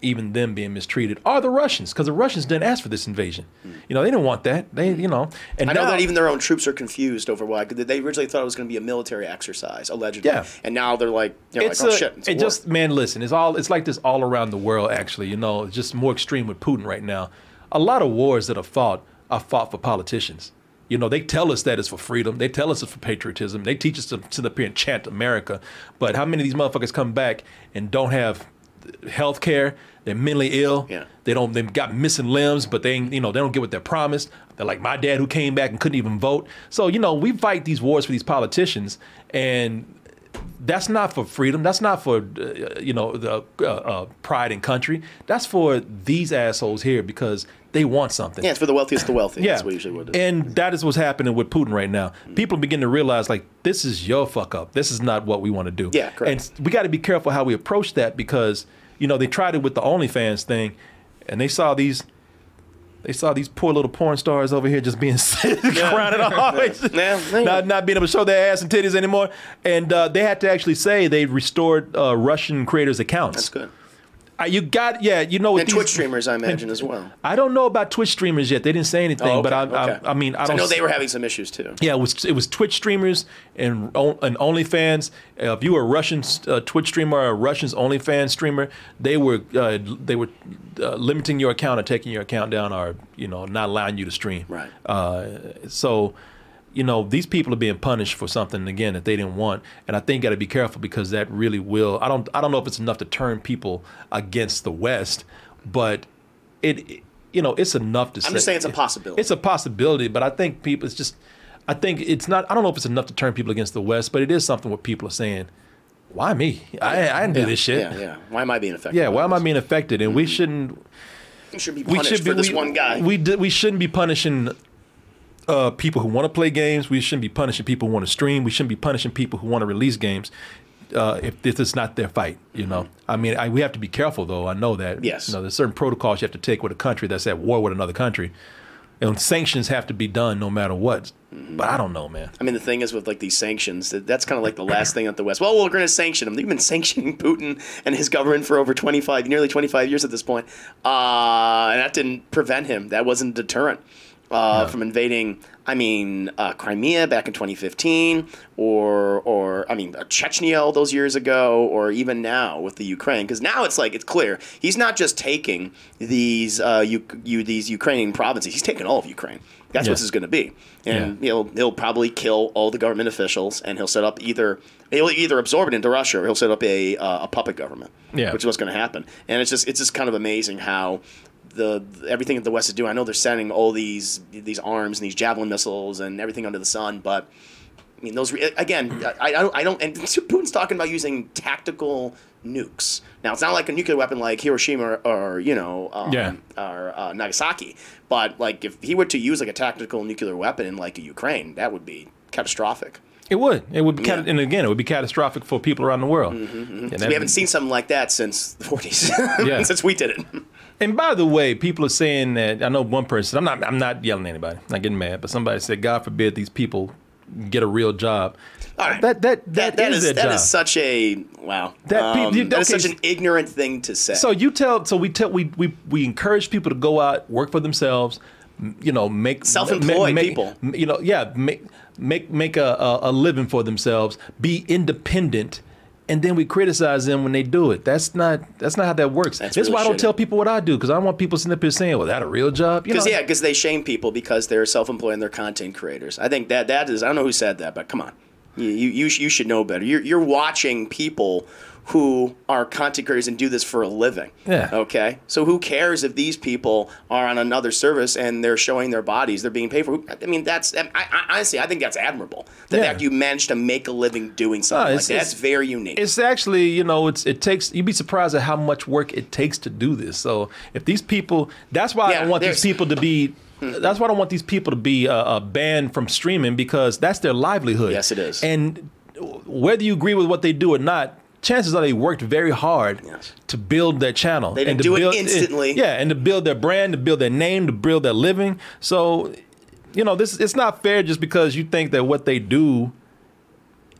[SPEAKER 3] even them being mistreated or the Russians because the Russians didn't ask for this invasion. You know, they didn't want that. They, you know, and
[SPEAKER 2] Mm. I know
[SPEAKER 3] now-
[SPEAKER 2] that even their own troops are confused over why 'cause they originally thought it was going to be a military exercise, allegedly.
[SPEAKER 3] Yeah.
[SPEAKER 2] And now they're like, you know,
[SPEAKER 3] it's
[SPEAKER 2] like, oh
[SPEAKER 3] a-
[SPEAKER 2] shit, it's a
[SPEAKER 3] it
[SPEAKER 2] war.
[SPEAKER 3] just man, listen, it's all it's like this all around the world. Actually, you know, it's just more extreme with Putin right now. A lot of wars that are fought are fought for politicians. You know, they tell us that it's for freedom. They tell us it's for patriotism. They teach us to sit up here and chant America. But how many of these motherfuckers come back and don't have health care? They're mentally ill.
[SPEAKER 2] Yeah.
[SPEAKER 3] They don't. They've got missing limbs, but they ain't. You know, they don't get what they're promised. They're like my dad, who came back and couldn't even vote. So you know, we fight these wars for these politicians, and that's not for freedom. That's not for uh, you know the uh, uh, pride in country. That's for these assholes here because they want something.
[SPEAKER 2] yeah, it's for the wealthiest, the wealthy.
[SPEAKER 3] Yeah.
[SPEAKER 2] That's what usually what it is.
[SPEAKER 3] and that is what's happening with Putin right now. People begin to realize like this is your fuck up. This is not what we want to do.
[SPEAKER 2] Yeah, correct.
[SPEAKER 3] And we got to be careful how we approach that because you know they tried it with the OnlyFans thing, and they saw these. They saw these poor little porn stars over here just being crowded off,
[SPEAKER 2] Yeah, yeah.
[SPEAKER 3] not not being able to show their ass and titties anymore, and uh, they had to actually say they restored uh, Russian creators' accounts.
[SPEAKER 2] That's good.
[SPEAKER 3] Uh, you got yeah, you know what
[SPEAKER 2] And
[SPEAKER 3] these-
[SPEAKER 2] Twitch streamers, I imagine, as well.
[SPEAKER 3] I don't know about Twitch streamers yet. They didn't say anything,
[SPEAKER 2] Oh,
[SPEAKER 3] but I,
[SPEAKER 2] okay, okay.
[SPEAKER 3] I, I mean, I
[SPEAKER 2] So
[SPEAKER 3] don't
[SPEAKER 2] know they
[SPEAKER 3] s-
[SPEAKER 2] were having some issues too.
[SPEAKER 3] yeah, it was it was Twitch streamers and on- and OnlyFans. Uh, if you were a Russian uh, Twitch streamer or a Russian's OnlyFans streamer, they were uh, they were uh, limiting your account or taking your account down or you know not allowing you to stream.
[SPEAKER 2] Right.
[SPEAKER 3] Uh, so, you know, these people are being punished for something again that they didn't want, and I think got to be careful because that really will. I don't I don't know if it's enough to turn people against the West, but it. You know, it's enough to.
[SPEAKER 2] I'm just saying it's a possibility.
[SPEAKER 3] It's a possibility, but I think people. It's just, I think it's not. I don't know if it's enough to turn people against the West, but it is something what people are saying. Why me? I, I didn't do this shit.
[SPEAKER 2] Yeah, yeah. Why am I being affected?
[SPEAKER 3] Yeah,
[SPEAKER 2] by
[SPEAKER 3] why am I
[SPEAKER 2] this?
[SPEAKER 3] being affected? And we shouldn't.
[SPEAKER 2] You should be
[SPEAKER 3] We
[SPEAKER 2] punished
[SPEAKER 3] should be
[SPEAKER 2] for this
[SPEAKER 3] we,
[SPEAKER 2] one guy.
[SPEAKER 3] We di- we shouldn't be punishing uh, people who want to play games. We shouldn't be punishing people who want to stream. We shouldn't be punishing people who want to release games. Uh, if, if it's not their fight, you know. I mean, I, we have to be careful, though. I know that.
[SPEAKER 2] Yes.
[SPEAKER 3] You know, there's certain protocols you have to take with a country that's at war with another country, and sanctions have to be done no matter what. But I don't know, man.
[SPEAKER 2] I mean, the thing is with like these sanctions, that, that's kind of like the last thing that the West. Well, we're going to sanction them. They've been sanctioning Putin and his government for over 25, nearly 25 years at this point, uh, and that didn't prevent him. That wasn't a deterrent. uh, from invading. I mean, uh, Crimea back in 2015, or or I mean uh, Chechnya all those years ago, or even now with the Ukraine, because now it's like it's clear he's not just taking these uh, you, you these Ukrainian provinces; he's taking all of Ukraine. That's what
[SPEAKER 3] Yeah.
[SPEAKER 2] this is going to be, and
[SPEAKER 3] Yeah.
[SPEAKER 2] he'll he'll probably kill all the government officials, and he'll set up either he'll either absorb it into Russia or he'll set up a uh, a puppet government,
[SPEAKER 3] Yeah.
[SPEAKER 2] which is what's going to happen. And it's just it's just kind of amazing how the everything that the West is doing. I know they're sending all these these arms and these javelin missiles and everything under the sun, but I mean those re-
[SPEAKER 3] Hmm.
[SPEAKER 2] again. I, I don't I don't. And Putin's talking about using tactical nukes. Now it's not like a nuclear weapon like Hiroshima or, or you know um,
[SPEAKER 3] Yeah.
[SPEAKER 2] or uh, Nagasaki, but like if he were to use like a tactical nuclear weapon in like Ukraine, that would be catastrophic.
[SPEAKER 3] It would. It would be,
[SPEAKER 2] Yeah. Mm-hmm,
[SPEAKER 3] cat- and again, it would be catastrophic for people around the world. And that-
[SPEAKER 2] we haven't seen something like that since the 40s,
[SPEAKER 3] Yeah.
[SPEAKER 2] since we did it.
[SPEAKER 3] And by the way, people are saying that I know one person. I'm not. I'm not yelling at anybody. not getting mad. But somebody said, God forbid these people get a real job.
[SPEAKER 2] All right.
[SPEAKER 3] That that
[SPEAKER 2] That, that is
[SPEAKER 3] their
[SPEAKER 2] that
[SPEAKER 3] job.
[SPEAKER 2] is such a wow.
[SPEAKER 3] That pe-
[SPEAKER 2] Um,
[SPEAKER 3] you-
[SPEAKER 2] that is
[SPEAKER 3] okay,
[SPEAKER 2] such an
[SPEAKER 3] s-
[SPEAKER 2] ignorant thing to say.
[SPEAKER 3] So you tell, so we tell, we we we encourage people to go out, work for themselves, m- you know, make
[SPEAKER 2] Self-employed
[SPEAKER 3] make-
[SPEAKER 2] people.
[SPEAKER 3] m- you know, yeah, make make make a, a a living for themselves, be independent, and then we criticize them when they do it. That's not that's not how that works.
[SPEAKER 2] That's
[SPEAKER 3] That's why
[SPEAKER 2] really
[SPEAKER 3] I don't
[SPEAKER 2] shitty.
[SPEAKER 3] tell people what I do because I don't want people sitting up here saying, "Well, that a real job?" You
[SPEAKER 2] because
[SPEAKER 3] know,
[SPEAKER 2] yeah, because they shame people because they're self-employed and they're content creators. I think that that is. I don't know who said that, but come on, you you you, sh- you should know better. You're you're watching people who are content creators and do this for a living.
[SPEAKER 3] Yeah.
[SPEAKER 2] Okay. So who cares if these people are on another service and they're showing their bodies? They're being paid for. I mean, that's I, I, honestly, I think that's admirable. The
[SPEAKER 3] Yeah.
[SPEAKER 2] fact you managed to make a living doing something like
[SPEAKER 3] it's-
[SPEAKER 2] that.
[SPEAKER 3] it's-
[SPEAKER 2] That's very unique.
[SPEAKER 3] It's actually, you know, it's it takes. You'd be surprised at how much work it takes to do this. So if these people, that's why I
[SPEAKER 2] Yeah,
[SPEAKER 3] don't want
[SPEAKER 2] there's- Hmm.
[SPEAKER 3] these people to be. That's why I don't want these people to be uh, uh, banned from streaming because that's their livelihood.
[SPEAKER 2] Yes, it is.
[SPEAKER 3] And whether you agree with what they do or not, chances are they worked very hard
[SPEAKER 2] Yes.
[SPEAKER 3] to build their channel.
[SPEAKER 2] They didn't
[SPEAKER 3] and to
[SPEAKER 2] do it
[SPEAKER 3] build-
[SPEAKER 2] instantly.
[SPEAKER 3] yeah, and to build their brand, to build their name, to build their living. So, you know, this it's not fair just because you think that what they do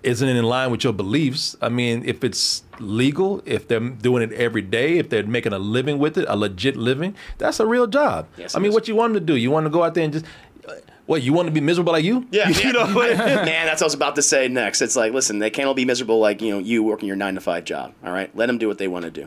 [SPEAKER 3] isn't in line with your beliefs. I mean, if it's legal, if they're doing it every day, if they're making a living with it, a legit living, that's a real job.
[SPEAKER 2] Yes,
[SPEAKER 3] I
[SPEAKER 2] it
[SPEAKER 3] mean,
[SPEAKER 2] is.
[SPEAKER 3] what you want them to do? You want them to go out there and just, what, you want to be miserable like you?
[SPEAKER 2] Yeah,
[SPEAKER 3] You
[SPEAKER 2] man.
[SPEAKER 3] know what?
[SPEAKER 2] man, that's what I was about to say next. It's like, listen, they can't all be miserable like you know you working your nine to five job. All right, let them do what they want to do.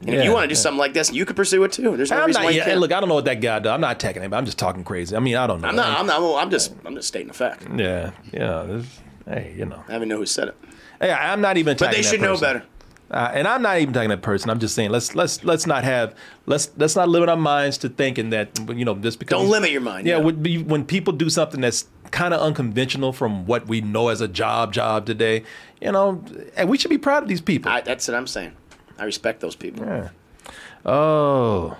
[SPEAKER 2] And if
[SPEAKER 3] Yeah,
[SPEAKER 2] you want to do
[SPEAKER 3] yeah.
[SPEAKER 2] something like this, you could pursue it too. There's no
[SPEAKER 3] I'm
[SPEAKER 2] reason why
[SPEAKER 3] not,
[SPEAKER 2] you
[SPEAKER 3] yeah,
[SPEAKER 2] can't.
[SPEAKER 3] look, I don't know what that guy does. I'm not attacking him. I'm just talking crazy. I mean, I don't know.
[SPEAKER 2] I'm not. I'm not. I'm just. I'm just stating a fact.
[SPEAKER 3] yeah, yeah. this- hey, you know.
[SPEAKER 2] I even know who said it.
[SPEAKER 3] Hey, I- I'm not even attacking
[SPEAKER 2] But they
[SPEAKER 3] that
[SPEAKER 2] should know
[SPEAKER 3] person.
[SPEAKER 2] better.
[SPEAKER 3] Uh, and I'm not even talking that person. I'm just saying let's let's let's not have let's let's not limit our minds to thinking that you know just because
[SPEAKER 2] Don't limit your mind,
[SPEAKER 3] Yeah,
[SPEAKER 2] yeah.
[SPEAKER 3] Would be, when people do something that's kind of unconventional from what we know as a job job today, you know, and we should be proud of these people.
[SPEAKER 2] I, that's what I'm saying. I respect those people.
[SPEAKER 3] Yeah. Oh,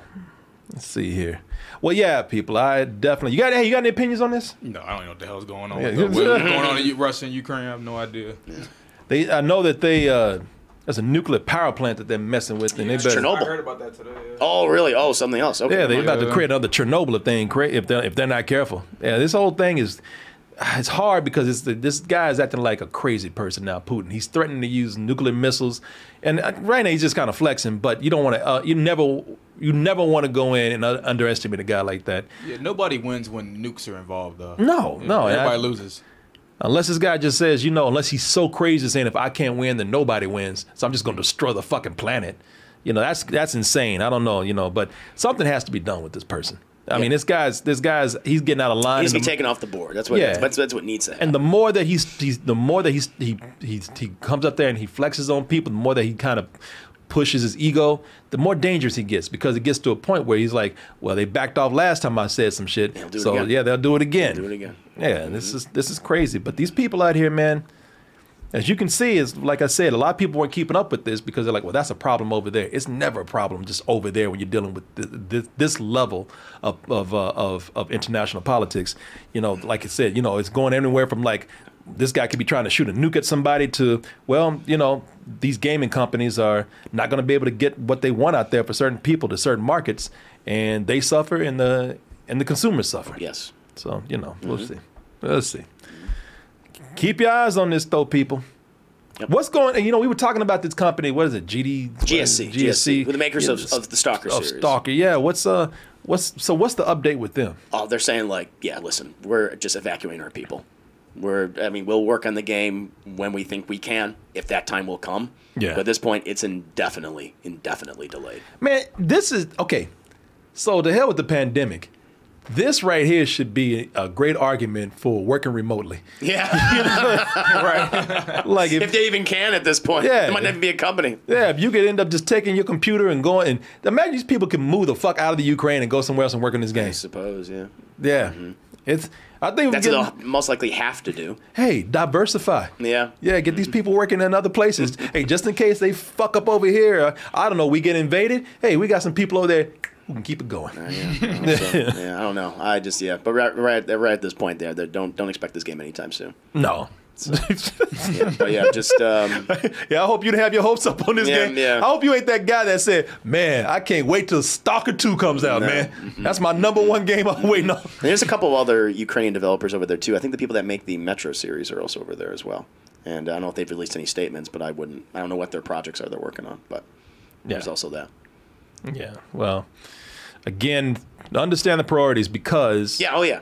[SPEAKER 3] let's see here. Well, yeah, people. I definitely you got hey you got any opinions on this?
[SPEAKER 1] No, I don't know what the hell's going on.
[SPEAKER 3] Yeah.
[SPEAKER 1] What's going on in U- Russia and Ukraine? I have no idea.
[SPEAKER 3] They I know that they uh there's a nuclear power plant that they're messing with, and they
[SPEAKER 2] it's
[SPEAKER 3] better.
[SPEAKER 2] Chernobyl.
[SPEAKER 1] I heard about that today. yeah.
[SPEAKER 2] Oh, really? Oh, something else. Okay.
[SPEAKER 3] Yeah, they're about to
[SPEAKER 1] Yeah.
[SPEAKER 3] create another Chernobyl if they ain't crea- if they're, if they're not careful. Yeah, this whole thing is ah, it's hard because it's the, this guy is acting like a crazy person now. Putin, he's threatening to use nuclear missiles, and uh, right now he's just kind of flexing. But you don't want to. Uh, you never you never want to go in and uh, underestimate a guy like that.
[SPEAKER 1] Yeah, nobody wins when nukes are involved, though.
[SPEAKER 3] No, no, and I-
[SPEAKER 1] everybody loses.
[SPEAKER 3] Unless this guy just says, you know, unless he's so crazy saying if I can't win, then nobody wins. So I'm just gonna destroy the fucking planet. You know, that's that's insane. I don't know, you know, but something has to be done with this person. I mean, this guy's this guy's he's getting out of line.
[SPEAKER 2] He needs to
[SPEAKER 3] and
[SPEAKER 2] be
[SPEAKER 3] the-
[SPEAKER 2] taken off the board. That's what.
[SPEAKER 3] Yeah.
[SPEAKER 2] That's, that's, that's what needs to happen.
[SPEAKER 3] and the more that he's, he's the more that he's he, he he comes up there and he flexes on people, the more that he kind of pushes his ego, the more dangerous he gets because it gets to a point where he's like, well, they backed off last time I said some shit,
[SPEAKER 2] do it
[SPEAKER 3] so
[SPEAKER 2] again.
[SPEAKER 3] yeah, they'll do it again.
[SPEAKER 2] Do it again.
[SPEAKER 3] Yeah, this is this is crazy. But these people out here, man, as you can see, is like I said, a lot of people weren't keeping up with this because they're like, well, that's a problem over there. It's never a problem just over there when you're dealing with th- th- this level of of, uh, of of international politics. You know, like I said, you know, it's going anywhere from like this guy could be trying to shoot a nuke at somebody to well, you know, these gaming companies are not going to be able to get what they want out there for certain people to certain markets, and they suffer, and the and the consumers suffer.
[SPEAKER 2] Yes.
[SPEAKER 3] So
[SPEAKER 2] Mm-hmm.
[SPEAKER 3] you know, we'll see. We'll see. Keep your eyes on this, though, people. What's going? And you know, we were talking about this company. What is it? GD what is
[SPEAKER 2] GSC,
[SPEAKER 3] it?
[SPEAKER 2] GSC, with the makers
[SPEAKER 3] Yeah,
[SPEAKER 2] of, of the Stalker
[SPEAKER 3] of
[SPEAKER 2] series.
[SPEAKER 3] Stalker. Yeah. What's uh? What's so? What's the update with them?
[SPEAKER 2] Oh, they're saying like, yeah, listen, we're just evacuating our people. We're, I mean, we'll work on the game when we think we can, if that time will come.
[SPEAKER 3] Yeah.
[SPEAKER 2] But at this point, it's indefinitely, indefinitely delayed.
[SPEAKER 3] Man, this is okay. So the hell with the pandemic. This right here should be a great argument for working remotely.
[SPEAKER 2] Yeah.
[SPEAKER 1] right.
[SPEAKER 3] Like if,
[SPEAKER 2] if they even can at this point,
[SPEAKER 3] Yeah.
[SPEAKER 2] it might not even be a company.
[SPEAKER 3] yeah, if you could end up just taking your computer and going and imagine these people can move the fuck out of the Ukraine and go somewhere else and work on this
[SPEAKER 2] I
[SPEAKER 3] game.
[SPEAKER 2] suppose, yeah.
[SPEAKER 3] Yeah. It's I think we
[SPEAKER 2] Mm-hmm. That's what
[SPEAKER 3] get,
[SPEAKER 2] they'll most likely have to do.
[SPEAKER 3] hey, diversify.
[SPEAKER 2] Yeah. Mm-hmm.
[SPEAKER 3] Yeah, get these people working in other places. hey, just in case they fuck up over here, uh, I don't know, we get invaded. Hey, we got some people over there who can keep it going.
[SPEAKER 2] So, yeah, I don't know. I just yeah, but right, right, right at this point, there, there don't don't expect this game anytime soon.
[SPEAKER 3] No.
[SPEAKER 2] But yeah, just um,
[SPEAKER 3] Yeah, I hope you didn't have your hopes up on this
[SPEAKER 2] Yeah,
[SPEAKER 3] game.
[SPEAKER 2] yeah.
[SPEAKER 3] I hope you ain't that guy that said, "Man, I can't wait till Stalker Two comes out, man.
[SPEAKER 2] Mm-hmm.
[SPEAKER 3] That's my number one game I'm waiting on."
[SPEAKER 2] there's a couple of other Ukrainian developers over there too. I think the people that make the Metro series are also over there as well. And I don't know if they've released any statements, but I wouldn't. I don't know what their projects are they're working on, but there's
[SPEAKER 3] Yeah.
[SPEAKER 2] also that.
[SPEAKER 3] Yeah. Well, again, understand the priorities because
[SPEAKER 2] Yeah. Oh yeah.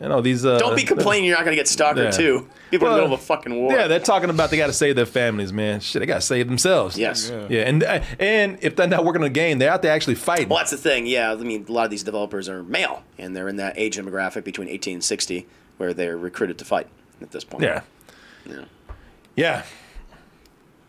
[SPEAKER 3] you know these. Uh,
[SPEAKER 2] Don't be complaining. You're not gonna get Stalker
[SPEAKER 3] Yeah.
[SPEAKER 2] too. People are in the middle of a fucking war.
[SPEAKER 3] Yeah, they're talking about they got to save their families, man. Shit, they got to save themselves.
[SPEAKER 2] Yes.
[SPEAKER 3] Yeah. and uh, and if they're not working on a game, they're out there actually fighting.
[SPEAKER 2] Well, that's the thing. Yeah, I mean, a lot of these developers are male, and they're in that age demographic between 18 and 60, where they're recruited to fight at this point.
[SPEAKER 3] Yeah. Yeah.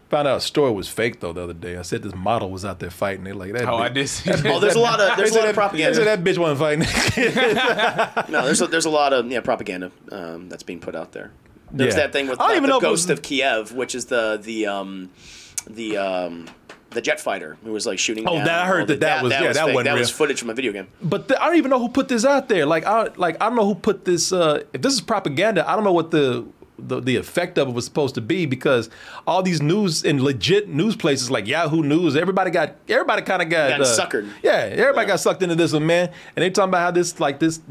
[SPEAKER 3] Found out a story was fake though the other day. I said this model was out there fighting. They're like that.
[SPEAKER 1] Oh, I
[SPEAKER 3] bitch-
[SPEAKER 1] did. See
[SPEAKER 2] Oh, there's a lot of
[SPEAKER 3] They
[SPEAKER 2] there's a
[SPEAKER 3] said
[SPEAKER 2] lot of
[SPEAKER 3] that-
[SPEAKER 2] propaganda.
[SPEAKER 3] They said that bitch wasn't fighting.
[SPEAKER 2] No, there's a, there's a lot of yeah propaganda um, that's being put out there. There's
[SPEAKER 3] Yeah.
[SPEAKER 2] that thing with
[SPEAKER 3] I don't
[SPEAKER 2] the,
[SPEAKER 3] even
[SPEAKER 2] the
[SPEAKER 3] know if it
[SPEAKER 2] ghost
[SPEAKER 3] was-
[SPEAKER 2] of Kiev, which is the the um, the um, the jet fighter who was like shooting.
[SPEAKER 3] Oh,
[SPEAKER 2] down
[SPEAKER 3] that- I heard
[SPEAKER 2] all
[SPEAKER 3] that
[SPEAKER 2] the-
[SPEAKER 3] that was- yeah, that
[SPEAKER 2] fake.
[SPEAKER 3] wasn't
[SPEAKER 2] that was
[SPEAKER 3] real.
[SPEAKER 2] footage from a video game.
[SPEAKER 3] But the, I don't even know who put this out there. Like I like I don't know who put this. Uh, if this is propaganda, I don't know what the, the the effect of it was supposed to be because all these news and legit news places like Yahoo News, everybody got everybody kind of got, uh,
[SPEAKER 2] Got suckered.
[SPEAKER 3] Yeah, everybody
[SPEAKER 2] Yeah.
[SPEAKER 3] got sucked into this one, man. And they talking about how this like this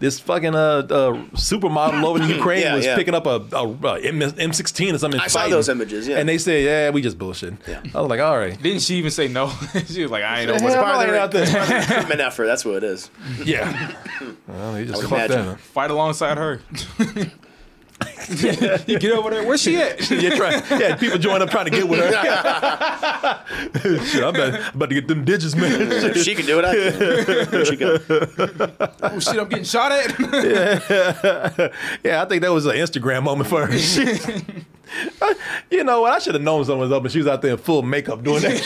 [SPEAKER 3] this fucking uh, uh supermodel over in Ukraine
[SPEAKER 2] Yeah,
[SPEAKER 3] was
[SPEAKER 2] yeah.
[SPEAKER 3] picking up a, a, a M, M16 or something. and
[SPEAKER 2] I saw
[SPEAKER 3] fighting.
[SPEAKER 2] those images, yeah.
[SPEAKER 3] and they said, yeah, we just bullshitting.
[SPEAKER 2] Yeah.
[SPEAKER 3] I was like, all right,
[SPEAKER 1] Didn't she even say no? she was like, I ain't know what's
[SPEAKER 3] Hell
[SPEAKER 2] part of
[SPEAKER 3] no,
[SPEAKER 2] their-
[SPEAKER 3] ain't out there.
[SPEAKER 2] Recruitment effort. That's what it is.
[SPEAKER 3] yeah. well, they just
[SPEAKER 2] would
[SPEAKER 3] fucked
[SPEAKER 2] imagine.
[SPEAKER 3] that up.
[SPEAKER 1] Fight alongside her. you get over there. Where's she at?
[SPEAKER 3] You're trying, yeah, people join up trying to get with her. Shit, I'm about, about to get them digits, man.
[SPEAKER 2] If she can do it, I can. Here she go.
[SPEAKER 1] oh shit! I'm getting shot at.
[SPEAKER 3] yeah, I think that was an Instagram moment for her. She- you know what? I should have known someone was up, and she was out there in full makeup doing that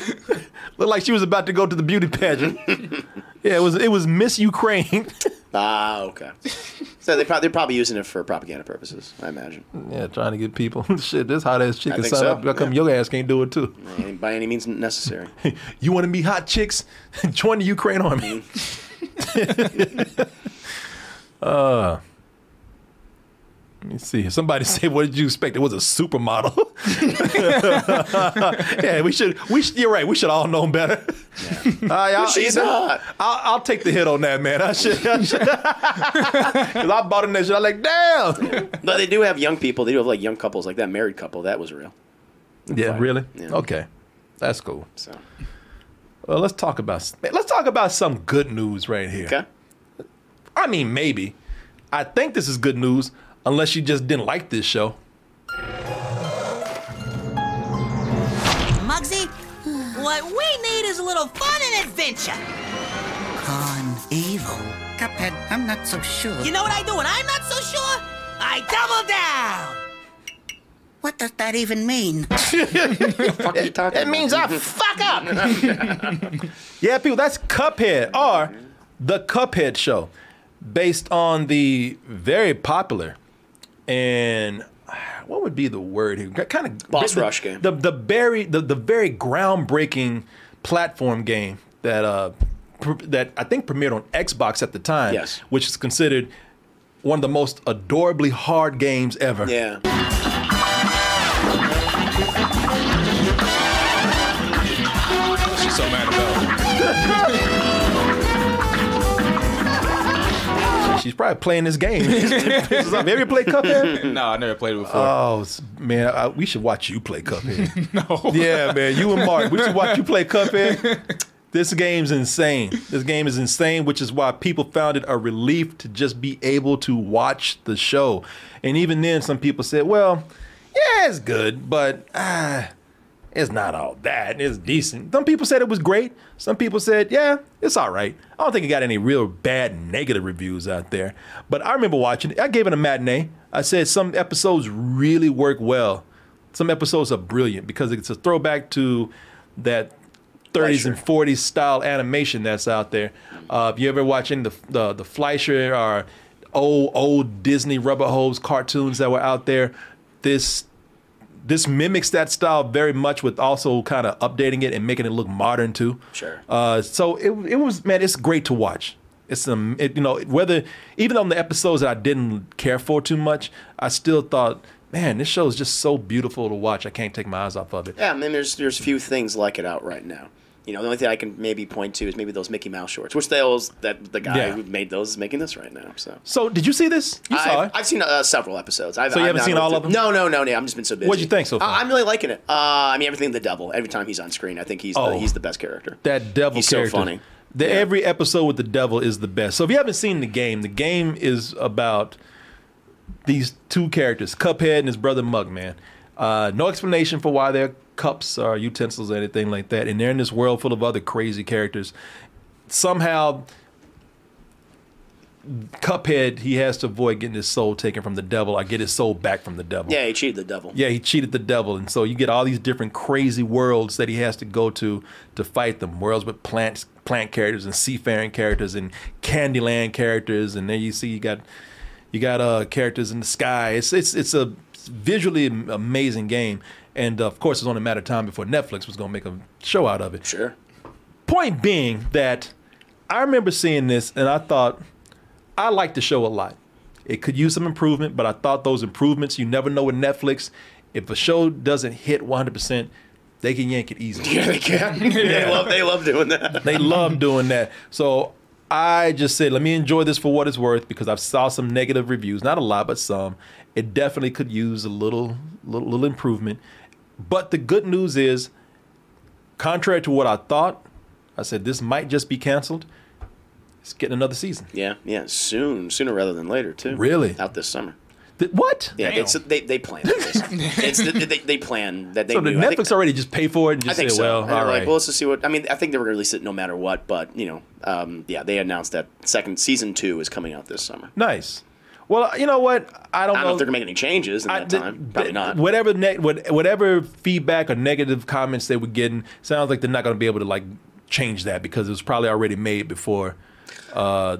[SPEAKER 3] shit. Looked like she was about to go to the beauty pageant. Yeah, it was it was Miss Ukraine.
[SPEAKER 2] Ah, okay. So they probably they're probably using it for propaganda purposes. I imagine.
[SPEAKER 3] yeah, trying to get people. Shit, this hot ass chick
[SPEAKER 2] I
[SPEAKER 3] can
[SPEAKER 2] think
[SPEAKER 3] sign
[SPEAKER 2] so,
[SPEAKER 3] up. How come
[SPEAKER 2] yeah.
[SPEAKER 3] your ass can't do it too?
[SPEAKER 2] Ain't By any means necessary.
[SPEAKER 3] You want to be hot chicks? Join the Ukraine army.
[SPEAKER 2] Mm.
[SPEAKER 3] uh, let me see.
[SPEAKER 2] Oh.
[SPEAKER 3] Somebody say, "What did you expect?" It was a supermodel. yeah, we should. We should, you're right. We should all known better. Uh, yeah, I'll,
[SPEAKER 2] She's
[SPEAKER 3] you know,
[SPEAKER 2] hot.
[SPEAKER 3] I'll, I'll take the hit on that, man. I should. I should. 'Cause I bought him that shit. I'm like, damn.
[SPEAKER 2] But they do have young people. They do have like young couples, like that married couple. That was real.
[SPEAKER 3] Yeah, really.
[SPEAKER 2] Yeah.
[SPEAKER 3] Okay, that's cool.
[SPEAKER 2] So
[SPEAKER 3] Well, let's talk about let's talk about some good news right here.
[SPEAKER 2] okay.
[SPEAKER 3] I mean, maybe. I think this is good news, unless you just didn't like this show.
[SPEAKER 8] Muggsy, what we need is a little fun and adventure.
[SPEAKER 7] Con evil. Cuphead, I'm not so sure.
[SPEAKER 8] You know what I do when I'm not so sure? I double down.
[SPEAKER 7] What does that even mean?
[SPEAKER 2] That means I fuck up.
[SPEAKER 3] Yeah, people, that's Cuphead or the Cuphead show, based on the very popular and what would be the word here? Kind of
[SPEAKER 2] Boss
[SPEAKER 3] the,
[SPEAKER 2] rush game.
[SPEAKER 3] The the very the, the very groundbreaking platform game that uh pr- that I think premiered on Xbox at the time.
[SPEAKER 2] Yes.
[SPEAKER 3] which is considered one of the most adorably hard games ever.
[SPEAKER 2] Yeah.
[SPEAKER 1] She's so mad about.
[SPEAKER 3] she's probably playing this game. Maybe you play Cuphead.
[SPEAKER 1] no, I never played it before.
[SPEAKER 3] Oh s- man, I, we should watch you play Cuphead.
[SPEAKER 1] no.
[SPEAKER 3] yeah, man, you and Mark, we should watch you play Cuphead. This game's insane. This game is insane, which is why people found it a relief to just be able to watch the show. And even then, some people said, "Well, yeah, it's good, but ah, it's not all that. It's decent." Some people said it was great. Some people said, "Yeah, it's all right." I don't think it got any real bad negative reviews out there. But I remember watching it. I gave it a matinee. I said some episodes really work well some episodes are brilliant because it's a throwback to that 30s and 40s style animation that's out there. Uh, if you ever watching the the, the Fleischer or old old Disney rubber hose cartoons that were out there, this this mimics that style very much with also kind of updating it and making it look modern too.
[SPEAKER 2] Sure.
[SPEAKER 3] Uh, so it, it was man, it's great to watch. It's um, it, you know whether even on the episodes that I didn't care for too much, I still thought, man, this show is just so beautiful to watch. I can't take my eyes off of it.
[SPEAKER 2] Yeah, I mean, there's there's few things like it out right now. You know, the only thing I can maybe point to is maybe those Mickey Mouse shorts, which they always that the guy
[SPEAKER 3] Yeah.
[SPEAKER 2] who made those is making this right now. So
[SPEAKER 3] So did you see this? You saw
[SPEAKER 2] I've,
[SPEAKER 3] it.
[SPEAKER 2] I've seen uh, several episodes. I've,
[SPEAKER 3] So you
[SPEAKER 2] I've
[SPEAKER 3] haven't
[SPEAKER 2] not
[SPEAKER 3] seen
[SPEAKER 2] looked
[SPEAKER 3] all of
[SPEAKER 2] at-
[SPEAKER 3] them?
[SPEAKER 2] No, no, no, no. I'm just been so busy.
[SPEAKER 3] What'd you think so far?
[SPEAKER 2] I- I'm really liking it. Uh, I mean, everything the devil. Every time he's on screen, I think he's the,
[SPEAKER 3] Oh.
[SPEAKER 2] he's the best character.
[SPEAKER 3] that devil
[SPEAKER 2] He's so
[SPEAKER 3] character.
[SPEAKER 2] funny.
[SPEAKER 3] The,
[SPEAKER 2] Yeah.
[SPEAKER 3] Every episode with the devil is the best. So if you haven't seen the game, the game is about these two characters, Cuphead and his brother Mugman. Uh, no explanation for why they're cups or utensils or anything like that. And they're in this world full of other crazy characters. Somehow, Cuphead, he has to avoid getting his soul taken from the devil. I get his soul back from the devil.
[SPEAKER 2] yeah, he cheated the devil.
[SPEAKER 3] Yeah, he cheated the devil, and so you get all these different crazy worlds that he has to go to to fight them. Worlds with plants, plant characters, and seafaring characters, and Candyland characters, and then you see you got you got uh characters in the sky. It's it's it's a visually am- amazing game, and uh, of course it's only a matter of time before Netflix was gonna make a show out of it.
[SPEAKER 2] Sure.
[SPEAKER 3] Point being that I remember seeing this and I thought, I like the show a lot. It could use some improvement, but I thought those improvements, you never know with Netflix. If a show doesn't hit 100%, they can yank it easily.
[SPEAKER 2] Yeah, they can. they love they love doing that.
[SPEAKER 3] They love doing that. So I just said, let me enjoy this for what it's worth because I've saw some negative reviews, not a lot, but some. It definitely could use a little, little, little improvement. But the good news is, contrary to what I thought, I said this might just be canceled. It's getting another season.
[SPEAKER 2] Yeah, yeah. Soon, sooner rather than later, too.
[SPEAKER 3] Really?
[SPEAKER 2] Out this summer.
[SPEAKER 3] Th- what?
[SPEAKER 2] Yeah,
[SPEAKER 1] Damn.
[SPEAKER 2] it's, they they plan. for this. it's they, they, they plan that they.
[SPEAKER 3] So
[SPEAKER 2] knew.
[SPEAKER 3] did
[SPEAKER 2] I think-
[SPEAKER 3] Netflix already just pay for it and
[SPEAKER 2] I
[SPEAKER 3] just say,
[SPEAKER 2] think so.
[SPEAKER 3] well,
[SPEAKER 2] And
[SPEAKER 3] all
[SPEAKER 2] they're
[SPEAKER 3] right.
[SPEAKER 2] Like, well, let's just see what. I mean, I think they were going to release it no matter what, but you know, um, yeah, they announced that second season two is coming out this summer.
[SPEAKER 3] nice. Well, you know what? I don't,
[SPEAKER 2] I don't know if they're going to make any changes in
[SPEAKER 3] I-
[SPEAKER 2] that
[SPEAKER 3] th-
[SPEAKER 2] time.
[SPEAKER 3] th-
[SPEAKER 2] Probably not.
[SPEAKER 3] Whatever, ne- what, whatever feedback or negative comments they were getting sounds like they're not going to be able to like change that because it was probably already made before. Uh,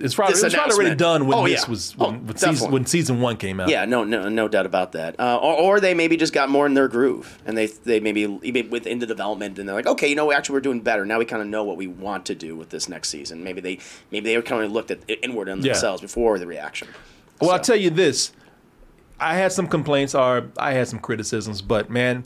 [SPEAKER 3] it's probably
[SPEAKER 2] This
[SPEAKER 3] it was probably already
[SPEAKER 2] announcement.
[SPEAKER 3] done when
[SPEAKER 2] Oh,
[SPEAKER 3] this
[SPEAKER 2] yeah.
[SPEAKER 3] was
[SPEAKER 2] Oh,
[SPEAKER 3] when, when, season,
[SPEAKER 2] definitely.
[SPEAKER 3] when season one came out.
[SPEAKER 2] yeah, no, no, no doubt about that. Uh, or, or they maybe just got more in their groove, and they they maybe maybe within the development, and they're like, okay, you know, actually, we're doing better now. We kind of know what we want to do with this next season. Maybe they maybe they kind of looked at inward on
[SPEAKER 3] Yeah.
[SPEAKER 2] themselves before the reaction.
[SPEAKER 3] Well, I'll
[SPEAKER 2] So-
[SPEAKER 3] tell you this. I had some complaints or I had some criticisms, but man,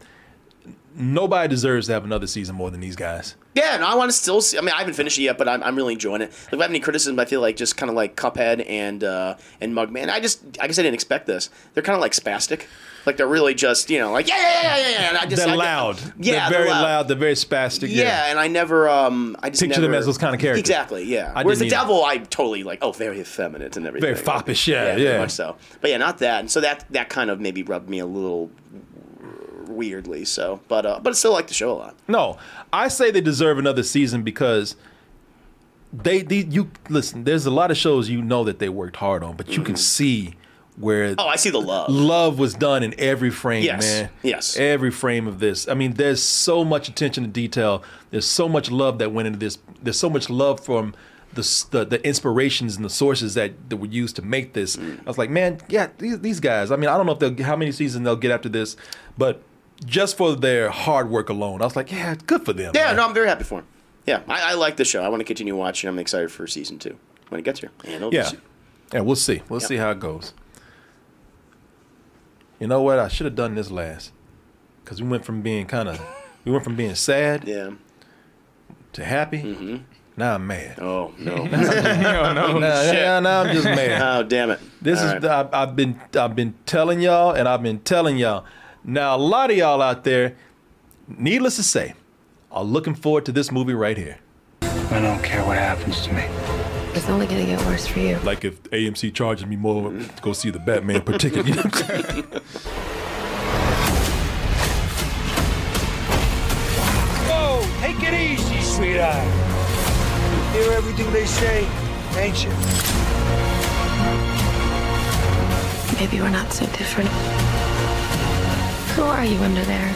[SPEAKER 3] nobody deserves to have another season more than these guys.
[SPEAKER 2] Yeah, no, I want to still see. I mean, I haven't finished it yet, but I'm, I'm really enjoying it. Like, if I have any criticism, I feel like just kind of like Cuphead and uh, and Mugman. I just, I guess I didn't expect this. They're kind of like spastic. Like they're really just, you know, like yeah, yeah, yeah, yeah, yeah. And I just, I
[SPEAKER 3] They're
[SPEAKER 2] get-
[SPEAKER 3] loud.
[SPEAKER 2] Yeah,
[SPEAKER 3] they're very loud. They're very spastic.
[SPEAKER 2] Yeah, and I never, um, I just
[SPEAKER 3] Picture them
[SPEAKER 2] never-
[SPEAKER 3] as those kind of characters.
[SPEAKER 2] Exactly. Yeah.
[SPEAKER 3] I
[SPEAKER 2] Whereas the
[SPEAKER 3] didn't either.
[SPEAKER 2] devil, I'm totally like, oh, very effeminate and everything.
[SPEAKER 3] Very foppish, yeah,
[SPEAKER 2] very
[SPEAKER 3] yeah.
[SPEAKER 2] much so. But yeah, not that. And so that that kind of maybe rubbed me a little weirdly. So, but uh, but I still like the show a lot.
[SPEAKER 3] No, I say they deserve another season because they, they you listen. There's a lot of shows you know that they worked hard on, but you can see where
[SPEAKER 2] Oh, I see the love.
[SPEAKER 3] love was done in every frame,
[SPEAKER 2] Yes,
[SPEAKER 3] man.
[SPEAKER 2] yes.
[SPEAKER 3] every frame of this. I mean, there's so much attention to detail. There's so much love that went into this. There's so much love from. The, s- the, the inspirations and the sources that, that were used to make this.
[SPEAKER 2] Mm.
[SPEAKER 3] I was like, man, yeah, these, these guys. I mean, I don't know if they'll how many seasons they'll get after this, but just for their hard work alone, I was like, yeah, good for them.
[SPEAKER 2] Yeah,
[SPEAKER 3] man.
[SPEAKER 2] no, I'm very happy for him. Yeah, I, I like the show. I want to continue watching. I'm excited for season two when it gets here. And it'll be
[SPEAKER 3] Yeah.
[SPEAKER 2] soon.
[SPEAKER 3] Yeah, we'll see. We'll see how it goes. You know what? I should have done this last. Because we went from being kind of, we went from being sad
[SPEAKER 2] yeah.
[SPEAKER 3] to happy Now I'm mad.
[SPEAKER 2] Oh no!
[SPEAKER 1] no, no.
[SPEAKER 3] Now,
[SPEAKER 2] shit.
[SPEAKER 3] now- now I'm just mad.
[SPEAKER 2] oh damn it!
[SPEAKER 3] This
[SPEAKER 2] All
[SPEAKER 3] is
[SPEAKER 2] right.
[SPEAKER 3] the, I, I've been I've been telling y'all, and I've been telling y'all. Now a lot of y'all out there, needless to say, are looking forward to this movie right here.
[SPEAKER 9] I don't care what happens to me.
[SPEAKER 10] It's only gonna get worse for you.
[SPEAKER 3] Like if AMC charges me more to go see the Batman, particularly.
[SPEAKER 9] Whoa, take it easy, sweetheart. Hear everything they say, ain't you?
[SPEAKER 10] Maybe we're not so different. Who are you under there?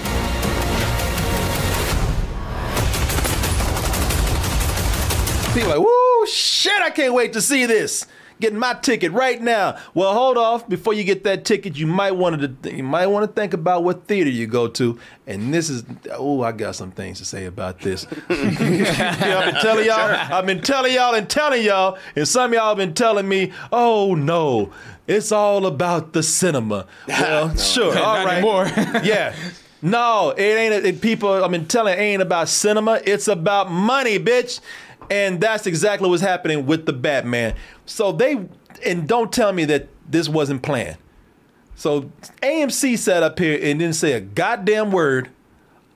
[SPEAKER 3] People like, woo, shit, I can't wait to see this. Getting my ticket right now. Well, hold off. Before you get that ticket, you might want to you might want to think about what theater you go to. And this is oh, I got some things to say about this. Yeah, I've been telling y'all, I've been telling y'all and telling y'all, and some of y'all have been telling me, oh no, it's all about the cinema. Well, sure, all right.
[SPEAKER 1] anymore.
[SPEAKER 3] yeah. No, it ain't. It, people, I've been telling, it ain't about cinema. It's about money, bitch. And that's exactly what's happening with the Batman. So they, and don't tell me that this wasn't planned. So AMC sat up here and didn't say a goddamn word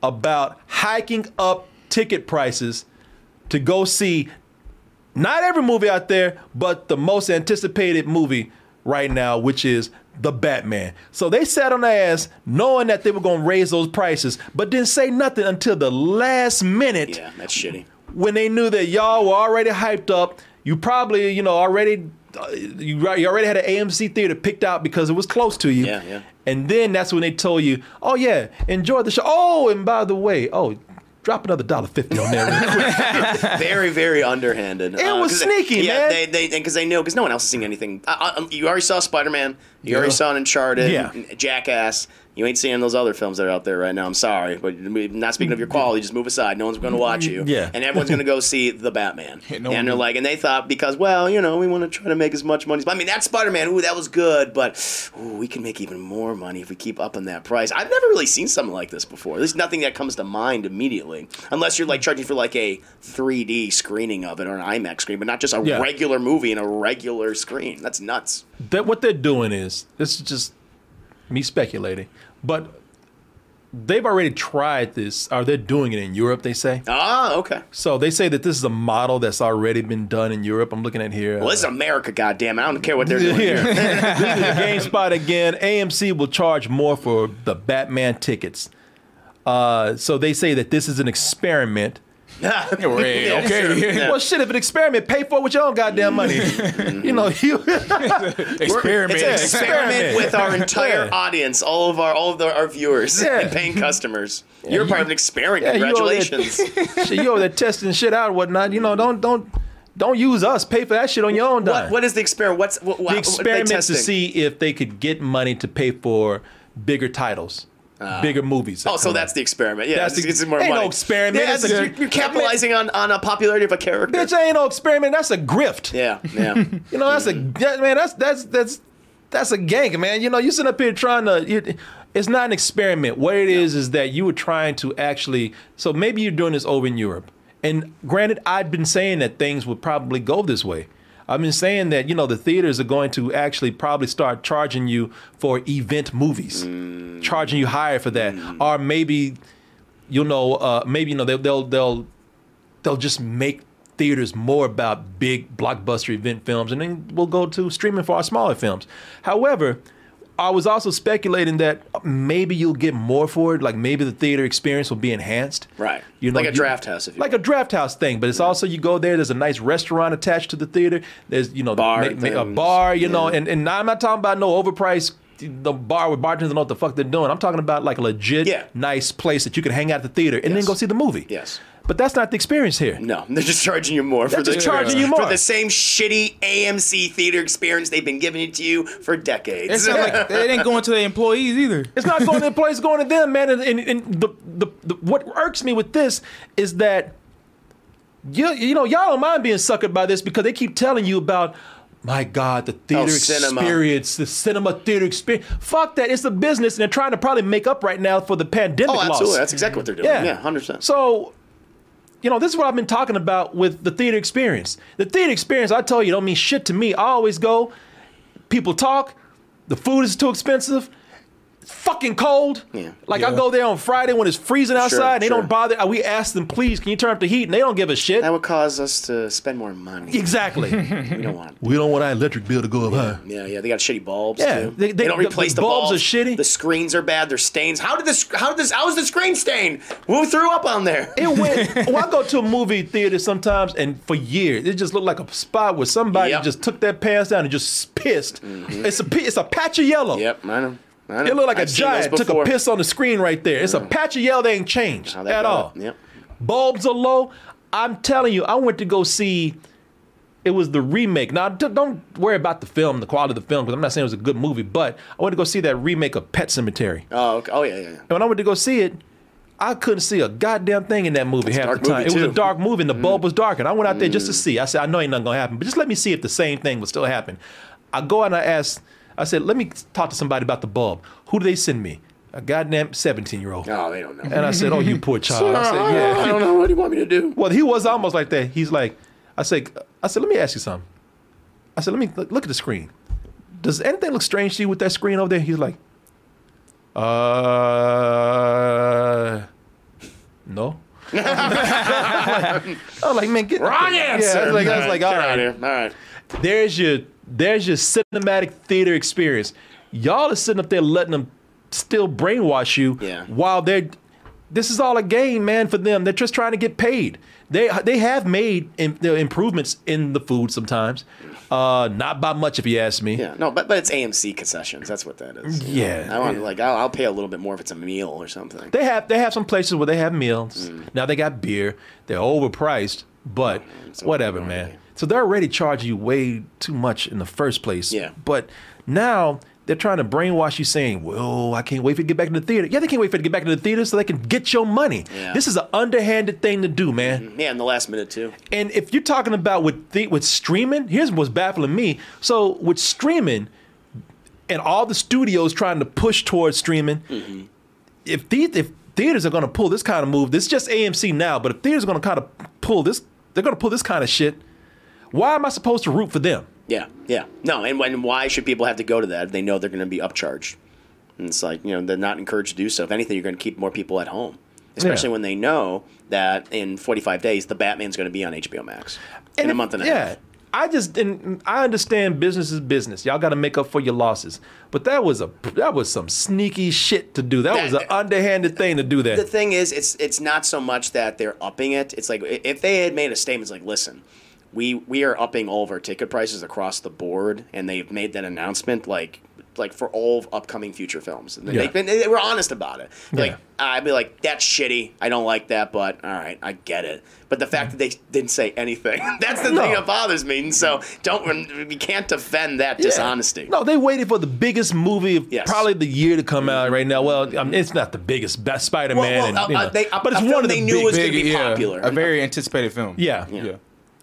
[SPEAKER 3] about hiking up ticket prices to go see not every movie out there, but the most anticipated movie right now, which is The Batman. So they sat on their ass knowing that they were going to raise those prices, but didn't say nothing until the last minute
[SPEAKER 2] yeah, that's shitty.
[SPEAKER 3] when they knew that y'all were already hyped up. You probably, you know, already uh, you, ri- you already had an AMC theater picked out because it was close to you.
[SPEAKER 2] Yeah, yeah.
[SPEAKER 3] And then that's when they told you, "Oh yeah, enjoy the show." Oh, and by the way, oh, drop another dollar fifty on there. real quick.
[SPEAKER 2] very, very underhanded. It
[SPEAKER 3] was sneaky,
[SPEAKER 2] yeah,
[SPEAKER 3] man.
[SPEAKER 2] they they because they know because no one else has seen anything. Uh, uh, you already saw Spider Man. You already saw Uncharted.
[SPEAKER 3] Yeah.
[SPEAKER 2] Jackass. You ain't seeing those other films that are out there right now. I'm sorry, but we- not speaking of your quality, just move aside. No one's going to watch you.
[SPEAKER 3] Yeah.
[SPEAKER 2] and everyone's going to go see the Batman.
[SPEAKER 1] no one
[SPEAKER 2] and they're
[SPEAKER 1] will.
[SPEAKER 2] like, and they thought because well, you know, we want to try to make as much money. as I mean, that Spider Man, ooh, that was good, but ooh, we can make even more money if we keep upping that price. I've never really seen something like this before. There's nothing that comes to mind immediately, unless you're like charging for like a 3D screening of it or an IMAX screen, but not just a
[SPEAKER 3] Yeah.
[SPEAKER 2] regular movie in a regular screen. That's nuts.
[SPEAKER 3] that what they're doing is this is just me speculating, but they've already tried this. Are they doing it in Europe? They say.
[SPEAKER 2] Ah, okay.
[SPEAKER 3] So they say that this is a model that's already been done in Europe. I'm looking at here.
[SPEAKER 2] Well, this is America, goddamn! it. I don't care what they're doing.
[SPEAKER 3] here. this is GameSpot again. AMC will charge more for the Batman tickets. Uh, so they say that this is an experiment.
[SPEAKER 1] Ray, okay.
[SPEAKER 3] Well, shit, if an experiment, pay for it with your own goddamn money. you know, you.
[SPEAKER 1] Experiment.
[SPEAKER 2] It's an Mm-hmm. experiment
[SPEAKER 3] Experiment.
[SPEAKER 2] with our entire
[SPEAKER 3] Yeah.
[SPEAKER 2] audience, all of our all of the, our viewers
[SPEAKER 3] Yeah.
[SPEAKER 2] and paying customers. You're part of an experiment.
[SPEAKER 3] Yeah, you owe that-
[SPEAKER 2] Congratulations.
[SPEAKER 3] shit, you over there testing shit out and whatnot. You know, don't don't don't use us. Pay for that shit on your own dime.
[SPEAKER 2] what, what is the experiment? What's what, what,
[SPEAKER 3] the
[SPEAKER 2] what
[SPEAKER 3] experiment
[SPEAKER 2] are they
[SPEAKER 3] to
[SPEAKER 2] testing?
[SPEAKER 3] see if they could get money to pay for bigger titles, bigger movies. that
[SPEAKER 2] Oh, so
[SPEAKER 3] come out.
[SPEAKER 2] that's the experiment. Yeah,
[SPEAKER 3] That's
[SPEAKER 2] it's,
[SPEAKER 3] the-
[SPEAKER 2] it's more
[SPEAKER 3] ain't
[SPEAKER 2] money.
[SPEAKER 3] no experiment,
[SPEAKER 2] Yeah,
[SPEAKER 3] it's
[SPEAKER 2] it's-
[SPEAKER 3] a-
[SPEAKER 2] you're, you're capitalizing on on a popularity of a character.
[SPEAKER 3] Bitch, ain't no experiment. That's a grift.
[SPEAKER 2] yeah, yeah.
[SPEAKER 3] You know, that's a that, man. That's that's that's that's a gank, man. You know, you sit up here trying to. You, it's not an experiment. What it is is that you were trying to actually. So maybe you're doing this over in Europe. And granted, I'd been saying that things would probably go this way. I've been saying that you know the theaters are going to actually probably start charging you for event movies, charging you higher for that, or maybe you know uh, maybe you know they'll they'll they'll they'll just make theaters more about big blockbuster event films and then we'll go to streaming for our smaller films. However, I was also speculating that maybe you'll get more for it, like maybe the theater experience will be enhanced.
[SPEAKER 2] Right. Like a draft house, if you
[SPEAKER 3] like a draft house thing, but it's also you go there. There's a nice restaurant attached to the theater. There's you know the-
[SPEAKER 2] Bar
[SPEAKER 3] ma- ma- a
[SPEAKER 2] things.
[SPEAKER 3] bar, you know,
[SPEAKER 2] Yeah.
[SPEAKER 3] and and I'm not talking about no overpriced the bar with bartenders don't know what the fuck they're doing. I'm talking about like a legit
[SPEAKER 2] Yeah.
[SPEAKER 3] nice place that you can hang out at the theater and then
[SPEAKER 2] Yes.
[SPEAKER 3] go see the movie.
[SPEAKER 2] Yes.
[SPEAKER 3] But that's not the experience here.
[SPEAKER 2] No, they're just charging you more for
[SPEAKER 3] They're
[SPEAKER 2] the
[SPEAKER 3] just charging you
[SPEAKER 2] for
[SPEAKER 3] more.
[SPEAKER 2] the same shitty AMC theater experience they've been giving it to you for decades.
[SPEAKER 1] It's not like they didn't go into their employees either.
[SPEAKER 3] It's not going to the place, going to them, man. And, and, and the, the, the what irks me with this is that you you know y'all don't mind being suckered by this because they keep telling you about. My God, the theater
[SPEAKER 2] Oh, cinema.
[SPEAKER 3] experience, the cinema theater experience. Fuck that! It's a business, and they're trying to probably make up right now for the pandemic
[SPEAKER 2] oh, absolutely.
[SPEAKER 3] loss.
[SPEAKER 2] That's exactly what they're doing.
[SPEAKER 3] Yeah.
[SPEAKER 2] Yeah, hundred percent.
[SPEAKER 3] So you know, this is what I've been talking about with the theater experience. The theater experience, I tell you, don't mean shit to me. I always go, people talk, the food is too expensive, it's fucking cold.
[SPEAKER 2] Yeah.
[SPEAKER 3] Like I
[SPEAKER 2] Yeah.
[SPEAKER 3] go there on Friday when it's freezing outside, and they
[SPEAKER 2] sure.
[SPEAKER 3] don't bother. We ask them, please, can you turn up the heat? And they don't give a shit.
[SPEAKER 2] That would cause us to spend more money.
[SPEAKER 3] Exactly.
[SPEAKER 2] we don't want.
[SPEAKER 3] We don't want our electric bill to go up high.
[SPEAKER 2] Yeah, yeah, they got shitty bulbs.
[SPEAKER 3] Yeah,
[SPEAKER 2] too.
[SPEAKER 3] they-
[SPEAKER 2] They,
[SPEAKER 3] they-
[SPEAKER 2] don't
[SPEAKER 3] the-
[SPEAKER 2] replace
[SPEAKER 3] the
[SPEAKER 2] the,
[SPEAKER 3] bulbs
[SPEAKER 2] bulbs.
[SPEAKER 3] are shitty.
[SPEAKER 2] The screens are bad. They're stains. How did this? How did this? How is the screen stained? Who threw up on there?
[SPEAKER 3] It went. well, I go to a movie theater sometimes, and for years, it just looked like a spot where somebody
[SPEAKER 2] Yep. Mm-hmm.
[SPEAKER 3] just took their pants down and just pissed. It's a pi- it's a patch of yellow.
[SPEAKER 2] Yep, I know. I know.
[SPEAKER 3] It looked like
[SPEAKER 2] I've
[SPEAKER 3] a
[SPEAKER 2] seen those
[SPEAKER 3] giant took a
[SPEAKER 2] before.
[SPEAKER 3] piss on the screen right there. It's a patch of yellow that ain't changed
[SPEAKER 2] How they
[SPEAKER 3] at
[SPEAKER 2] got
[SPEAKER 3] all.
[SPEAKER 2] it. Yep.
[SPEAKER 3] Bulbs are low. I'm telling you, I went to go see. It was the remake. Now, d- don't worry about the film, the quality of the film, because I'm not saying it was a good movie, but I went to go see that remake of Pet Cemetery.
[SPEAKER 2] Oh, okay. oh yeah, yeah. yeah.
[SPEAKER 3] And when I went to go see it, I couldn't see a goddamn thing in that movie half
[SPEAKER 2] dark
[SPEAKER 3] the time.
[SPEAKER 2] movie,
[SPEAKER 3] it was a
[SPEAKER 2] too. Mm-hmm. Mm.
[SPEAKER 3] dark movie, and the bulb was dark. And I went out there just to see. I said, I know ain't nothing gonna happen, but just let me see if the same thing would still happen. I go out and I ask. I said, let me talk to somebody about the bulb. Who do they send me? A goddamn seventeen year old.
[SPEAKER 2] No, they don't know.
[SPEAKER 3] And I said, oh, you poor child. I said, yeah.
[SPEAKER 2] I don't know. What do you want me to do?
[SPEAKER 3] Well, he was almost like that. He's like, I said, I said, let me ask you something. I said, let me look, look at the screen. Does anything look strange to you with that screen over there? He's like, uh, no. I was like, man, get
[SPEAKER 2] Wrong answer.
[SPEAKER 3] Yeah, I was like, I was like, all
[SPEAKER 2] Get
[SPEAKER 3] right,
[SPEAKER 2] out of here. All right.
[SPEAKER 3] there's your there's your cinematic theater experience. Y'all are sitting up there letting them still brainwash you
[SPEAKER 2] Yeah.
[SPEAKER 3] while they're this is all a game, man, for them. They're just trying to get paid. They they have made im- the improvements in the food sometimes. Uh, not by much if you ask me.
[SPEAKER 2] Yeah, no, but but it's AMC concessions. That's what that is. you
[SPEAKER 3] Yeah,
[SPEAKER 2] know? I want like I'll, I'll pay a little bit more if it's a meal or something.
[SPEAKER 3] They have they have some places where they have meals.
[SPEAKER 2] Mm.
[SPEAKER 3] Now they got beer. They're overpriced, but whatever, man. So they're already charging you way too much in the first place.
[SPEAKER 2] Yeah.
[SPEAKER 3] But now they're trying to brainwash you saying, "Whoa, I can't wait for you to get back to the theater." Yeah, they can't wait for you to get back to the theater so they can get your money.
[SPEAKER 2] Yeah.
[SPEAKER 3] This is an underhanded thing to do, man.
[SPEAKER 2] Yeah, in the last minute too.
[SPEAKER 3] And if you're talking about with the, with streaming, here's what's baffling me. So with streaming, and all the studios trying to push towards streaming,
[SPEAKER 2] Mm-hmm.
[SPEAKER 3] if the, if theaters are going to pull this kind of move, this is just AMC now. But if theaters are going to kind of pull this, they're going to pull this kind of shit. Why am I supposed to root for them?
[SPEAKER 2] Yeah, yeah. No, and when why should people have to go to that if they know they're going to be upcharged? And it's like you know they're not encouraged to do so. If anything, you're going to keep more people at home, especially
[SPEAKER 3] Yeah.
[SPEAKER 2] when they know that in 45 days the Batman's going to be on HBO Max in a
[SPEAKER 3] if-
[SPEAKER 2] month and a
[SPEAKER 3] yeah,
[SPEAKER 2] half.
[SPEAKER 3] I just and I understand business is business. Y'all got to make up for your losses. But that was a that was some sneaky shit to do. That,
[SPEAKER 2] That-
[SPEAKER 3] was an underhanded thing to do. That
[SPEAKER 2] The thing is, it's it's not so much that they're upping it. It's like i- if they had made a statement it's like, listen, we we are upping all of our ticket prices across the board, and they've made that announcement like like for all of upcoming future films. And
[SPEAKER 3] Yeah.
[SPEAKER 2] They, they, they were honest about it. Like
[SPEAKER 3] Yeah.
[SPEAKER 2] I'd be like, that's shitty. I don't like that, but all right, I get it. But the fact that they didn't say anything, that's the thing
[SPEAKER 3] No.
[SPEAKER 2] that bothers me. And so don't we can't defend that
[SPEAKER 3] Yeah.
[SPEAKER 2] dishonesty.
[SPEAKER 3] No, they waited for the biggest movie of
[SPEAKER 2] Yes.
[SPEAKER 3] probably the year to come out right now. Well, I mean, it's not the biggest, best Spider Man,
[SPEAKER 2] Well, well,
[SPEAKER 3] and, you
[SPEAKER 2] uh,
[SPEAKER 3] know,
[SPEAKER 2] they- a-
[SPEAKER 3] but it's
[SPEAKER 2] a
[SPEAKER 3] one
[SPEAKER 2] film
[SPEAKER 3] of the
[SPEAKER 2] they knew
[SPEAKER 3] big-
[SPEAKER 2] was- It's gonna
[SPEAKER 1] Big,
[SPEAKER 2] be
[SPEAKER 1] yeah,
[SPEAKER 2] popular.
[SPEAKER 1] a very anticipated film.
[SPEAKER 3] yeah.
[SPEAKER 1] yeah. Oh,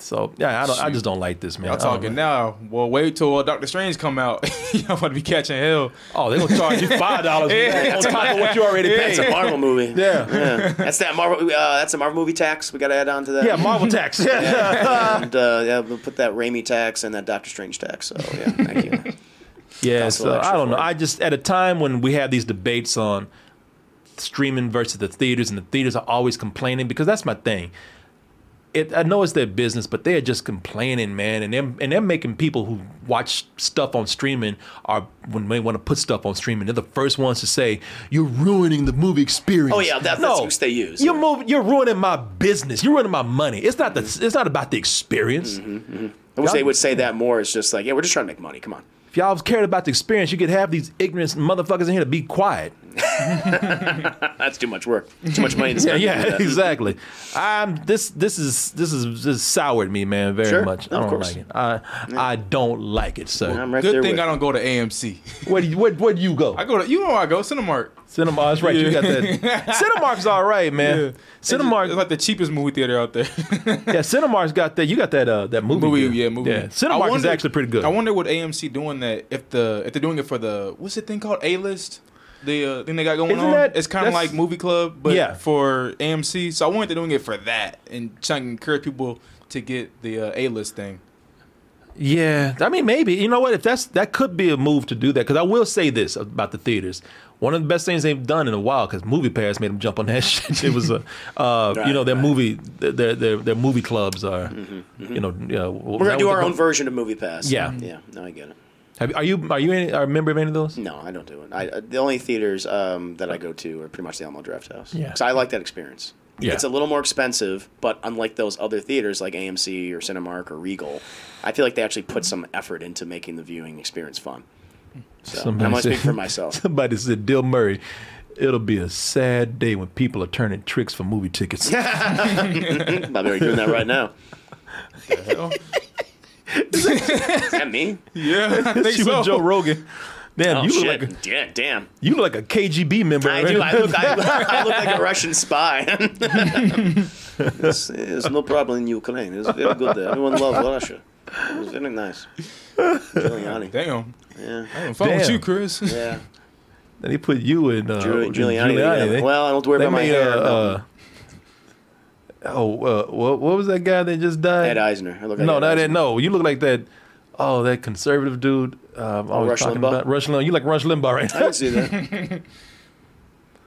[SPEAKER 3] So yeah, I don't. I just don't like this man.
[SPEAKER 1] Y'all
[SPEAKER 3] I don't
[SPEAKER 1] talking
[SPEAKER 3] know.
[SPEAKER 1] now? Well, wait till uh, Doctor Strange come out. Y'all about to be catching hell.
[SPEAKER 3] Oh, they're gonna charge you five dollars
[SPEAKER 1] Yeah.
[SPEAKER 3] on top of what you already
[SPEAKER 2] It's
[SPEAKER 3] paid.
[SPEAKER 2] a Marvel movie.
[SPEAKER 3] Yeah.
[SPEAKER 2] That's that Marvel. Uh, that's a Marvel movie tax. We got to add on to that.
[SPEAKER 3] Yeah, Marvel tax. Yeah.
[SPEAKER 2] and uh, yeah, we'll put that Raimi tax and that Doctor Strange tax. So yeah, thank you.
[SPEAKER 3] yeah
[SPEAKER 2] Costs a
[SPEAKER 3] so
[SPEAKER 2] little
[SPEAKER 3] I don't know.
[SPEAKER 2] extra for
[SPEAKER 3] I
[SPEAKER 2] it.
[SPEAKER 3] just at a time when we have these debates on streaming versus the theaters, and the theaters are always complaining because that's my thing. It, I know it's their business, but they're just complaining, man, and they're and they're making people who watch stuff on streaming are when they want to put stuff on streaming, they're the first ones to say you're ruining the movie experience.
[SPEAKER 2] Oh, yeah, that- that's the excuse they use.
[SPEAKER 3] You're
[SPEAKER 2] Yeah.
[SPEAKER 3] mov- you're ruining my business. You're ruining my money. It's not the,
[SPEAKER 2] Mm-hmm.
[SPEAKER 3] it's not about the experience.
[SPEAKER 2] I wish they would say that more. It's just like, yeah, we're just trying to make money. Come on.
[SPEAKER 3] If y'all cared about the experience, you could have these ignorant motherfuckers in here to be quiet.
[SPEAKER 2] That's too much work. Too much money to spend. to do
[SPEAKER 3] yeah,
[SPEAKER 2] that.
[SPEAKER 3] exactly. I'm this this is this is this soured me, man, very
[SPEAKER 2] Sure.
[SPEAKER 3] much.
[SPEAKER 2] Of
[SPEAKER 3] I don't
[SPEAKER 2] course.
[SPEAKER 3] like it. I I don't like it, sir.
[SPEAKER 2] I'm right
[SPEAKER 1] Good
[SPEAKER 2] there
[SPEAKER 1] thing
[SPEAKER 2] with
[SPEAKER 1] I
[SPEAKER 2] you.
[SPEAKER 1] don't go to AMC.
[SPEAKER 3] Where do you, where, where do you go?
[SPEAKER 1] I go to you know where I go Cinemark.
[SPEAKER 3] Cinemark, that's right. You got that. Cinemark's all right, man. Cinemark,
[SPEAKER 1] It's like the cheapest movie theater out there.
[SPEAKER 3] yeah, Cinemark's got that. You got that uh, that movie.
[SPEAKER 1] movie,
[SPEAKER 3] deal.
[SPEAKER 1] yeah, movie.
[SPEAKER 3] Yeah,
[SPEAKER 1] I
[SPEAKER 3] Cinemark is
[SPEAKER 1] wonder-
[SPEAKER 3] actually pretty good.
[SPEAKER 1] I wonder what AMC doing that if the if they're doing it for the what's the thing called A list. the uh, thing they got going
[SPEAKER 3] Isn't
[SPEAKER 1] on.
[SPEAKER 3] that-
[SPEAKER 1] it's kind of
[SPEAKER 3] that's-
[SPEAKER 1] like Movie Club, but
[SPEAKER 3] Yeah.
[SPEAKER 1] for AMC. So I wanted to doing it for that and trying to encourage people to get the uh, A list thing.
[SPEAKER 3] Yeah, I mean, maybe you know what? If that's that could be a move to do that, because I will say this about the theaters: one of the best things they've done in a while, because Movie Pass made them jump on that shit. It was a, uh, you know, their movie, their their their movie clubs are, you know, yeah.
[SPEAKER 2] Mm-hmm, We're gonna do our own version of Movie Pass.
[SPEAKER 3] Yeah.
[SPEAKER 2] yeah. No, I get it.
[SPEAKER 3] Have, are you are you any, are a member of any of those?
[SPEAKER 2] No, I don't do it. I, uh, the only theaters um, that I go to are pretty much the Alamo Draft House.
[SPEAKER 3] Yeah.
[SPEAKER 2] 'Cause I like that experience.
[SPEAKER 3] Yeah.
[SPEAKER 2] It's a little more expensive, but unlike those other theaters like AMC or Cinemark or Regal, I feel like they actually put some effort into making the viewing experience fun. So,
[SPEAKER 3] Somebody
[SPEAKER 2] I'm only
[SPEAKER 3] said-
[SPEAKER 2] speaking for myself.
[SPEAKER 3] Somebody said, "Dill Murray, it'll be a sad day when people are turning tricks for movie tickets."
[SPEAKER 2] I'm not doing that right now. Is that me?
[SPEAKER 1] Yeah, I think
[SPEAKER 3] she
[SPEAKER 1] so.
[SPEAKER 3] was Joe Rogan. Damn,
[SPEAKER 2] Oh,
[SPEAKER 3] you look
[SPEAKER 2] shit.
[SPEAKER 3] like a,
[SPEAKER 2] yeah, damn.
[SPEAKER 3] you look like a KGB member.
[SPEAKER 2] I
[SPEAKER 3] right?
[SPEAKER 2] do. I look, I, I look like a Russian spy. There's there's no problem in Ukraine. It's very good there. Everyone loves Russia. It was very nice. Giuliani.
[SPEAKER 1] Damn,
[SPEAKER 2] Yeah.
[SPEAKER 1] I am fucking with
[SPEAKER 3] Damn.
[SPEAKER 1] you, Chris.
[SPEAKER 2] Yeah.
[SPEAKER 3] Then they put you in uh,
[SPEAKER 2] Giul-
[SPEAKER 3] with
[SPEAKER 2] Oh, Giuliani.
[SPEAKER 3] They-
[SPEAKER 2] well, I don't worry
[SPEAKER 3] they
[SPEAKER 2] about my
[SPEAKER 3] made,
[SPEAKER 2] hair.
[SPEAKER 3] uh,
[SPEAKER 2] no.
[SPEAKER 3] uh, oh, uh, what, what was that guy that just died?
[SPEAKER 2] Ed Eisner. I look like
[SPEAKER 3] no,
[SPEAKER 2] Ed
[SPEAKER 3] not
[SPEAKER 2] Eisner.
[SPEAKER 3] Ed. No, you look like that. Oh, that conservative dude. Um, always
[SPEAKER 2] Oh, Rush
[SPEAKER 3] talking
[SPEAKER 2] Limbaugh?
[SPEAKER 3] About Rush Limbaugh. You like Rush Limbaugh right
[SPEAKER 2] I
[SPEAKER 3] now?
[SPEAKER 2] didn't see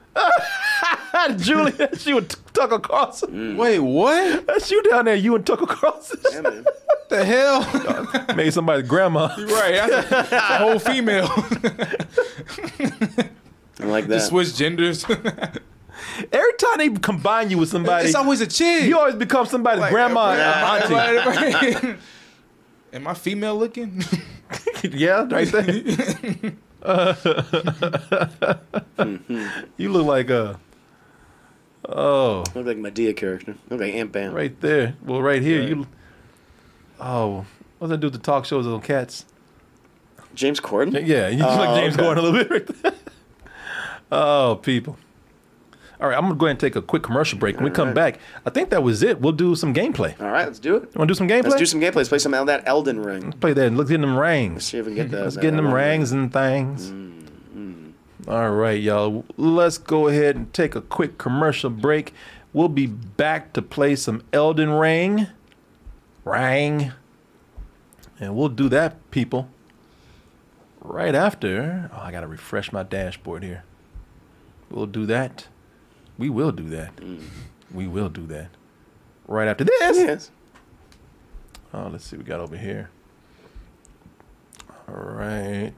[SPEAKER 2] that.
[SPEAKER 3] Julie, that's you and Tucker
[SPEAKER 2] Mm.
[SPEAKER 3] Carlson.
[SPEAKER 1] Wait, what
[SPEAKER 3] That's you down there. You and Tucker Carlson
[SPEAKER 2] Yeah, man.
[SPEAKER 1] the hell?
[SPEAKER 3] made somebody's grandma.
[SPEAKER 1] right, that's a, that's a whole female.
[SPEAKER 2] I like that.
[SPEAKER 1] Switch genders.
[SPEAKER 3] Every time they combine you with somebody,
[SPEAKER 1] it's always a chick.
[SPEAKER 3] you always become somebody's
[SPEAKER 1] Like,
[SPEAKER 3] grandma, and
[SPEAKER 1] right,
[SPEAKER 3] auntie.
[SPEAKER 1] right, right. Am I female looking?
[SPEAKER 3] yeah, right there.
[SPEAKER 2] Mm-hmm.
[SPEAKER 3] you look like a. Oh,
[SPEAKER 2] I look like my Dia character. I look like Aunt Bam.
[SPEAKER 3] right there. Well, right here. You. Oh, what's that do with the talk shows on cats?
[SPEAKER 2] James Corden?
[SPEAKER 3] Yeah, you look like James
[SPEAKER 2] okay.
[SPEAKER 3] Gordon a little bit. Right there. oh, people. All right, I'm gonna go ahead and take a quick commercial break. When we come back, I think that was it. We'll do some gameplay.
[SPEAKER 2] All right, let's do it.
[SPEAKER 3] You wanna do some gameplay?
[SPEAKER 2] Let's do some gameplay. Let's play some of that Elden Ring.
[SPEAKER 3] play that. Look in them rings.
[SPEAKER 2] See if we can get that.
[SPEAKER 3] Let's get in them rings and things. All right, y'all. Let's go ahead and take a quick commercial break. We'll be back to play some Elden Ring. Rang. And we'll do that, people. Right after. Oh, I got to refresh my dashboard here. We'll do that. We will do that. We will do that. Right after this.
[SPEAKER 2] Yes.
[SPEAKER 3] Oh, let's see what we got over here. All right.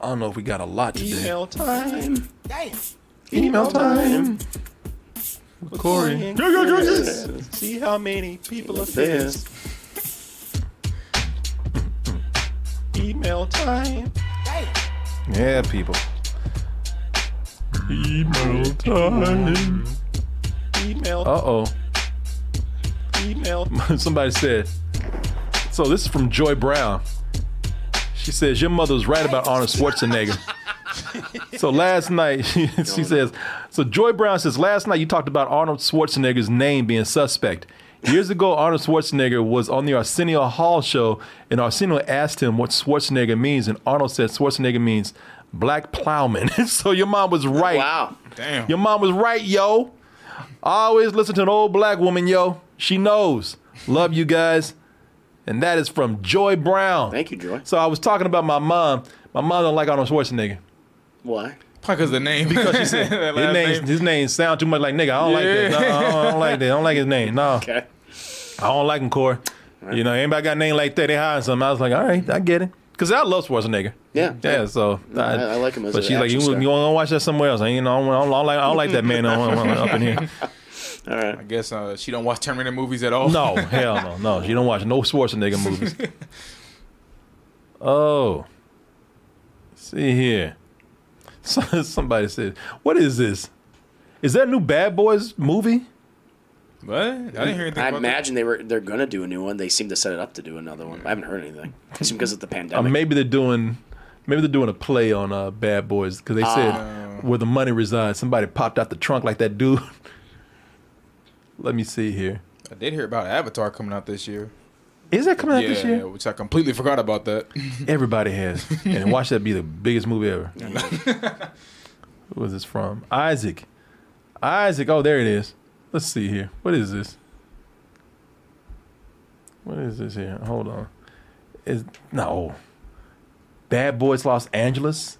[SPEAKER 3] I don't know if we got a lot today. Email time.
[SPEAKER 8] Damn.
[SPEAKER 3] Email time. With Corey. See how many people are
[SPEAKER 2] Yes.
[SPEAKER 3] Email time.
[SPEAKER 8] Damn.
[SPEAKER 3] Yeah, people. Email time. Email. Uh oh. Email. Somebody said. So this is from Joy Brown. She says your mother was right about Arnold Schwarzenegger. so last night she, she says. So Joy Brown says last night you talked about Arnold Schwarzenegger's name being suspect. Years ago, Arnold Schwarzenegger was on the Arsenio Hall show, and Arsenio asked him what Schwarzenegger means, and Arnold said Schwarzenegger means black plowman. so your mom was right.
[SPEAKER 2] Wow.
[SPEAKER 1] Damn.
[SPEAKER 3] Your mom was right, yo. Always listen to an old black woman, yo. She knows. Love you guys. And that is from Joy Brown.
[SPEAKER 2] Thank you, Joy.
[SPEAKER 3] So I was talking about my mom. My mom don't like Arnold Schwarzenegger.
[SPEAKER 2] Why?
[SPEAKER 1] Probably because the name.
[SPEAKER 3] Because she said
[SPEAKER 1] That
[SPEAKER 3] his
[SPEAKER 1] last
[SPEAKER 3] name,
[SPEAKER 1] name.
[SPEAKER 3] his name sound too much like nigga. I don't like that. No, I don't, I don't like that. I don't like his name. No,
[SPEAKER 2] Okay.
[SPEAKER 3] I don't like him, Corey. You know, anybody got a name like that? They hiring something. I was like, all right, I get it. Cause I love Schwarzenegger.
[SPEAKER 2] Yeah.
[SPEAKER 3] Yeah, so
[SPEAKER 2] I- I like him as
[SPEAKER 3] But
[SPEAKER 2] an
[SPEAKER 3] she's like,
[SPEAKER 2] action
[SPEAKER 3] you,
[SPEAKER 2] star."
[SPEAKER 3] you want to watch that somewhere else? I, you know, I don't, I don't like, I don't like that man on- on- up in here.
[SPEAKER 2] All right.
[SPEAKER 1] I guess uh, she don't watch Terminator movies at all.
[SPEAKER 3] No, hell no, no. She don't watch no Schwarzenegger movies. Oh, see here. So, somebody said, "What is this? Is that a new Bad Boys movie?"
[SPEAKER 1] What? I didn't hear anything.
[SPEAKER 2] I
[SPEAKER 1] about
[SPEAKER 2] imagine they were they're gonna do a new one. They seem to set it up to do another one. I haven't heard anything. It's because of the
[SPEAKER 3] Or
[SPEAKER 2] pandemic.
[SPEAKER 3] maybe they're doing, maybe they're doing a play on uh, Bad Boys because they said where the money resides. Somebody popped out the trunk like that dude. Let me see here.
[SPEAKER 1] That. I did hear about Avatar coming out this year.
[SPEAKER 3] Is that coming out this year?
[SPEAKER 1] which I completely forgot about that.
[SPEAKER 3] Everybody has. and watch that be the biggest movie ever. Who is this from? Isaac. Isaac. Oh, there it is. Let's see here. What is this? What is this here? Hold on. Is no. Bad Boys Los Angeles.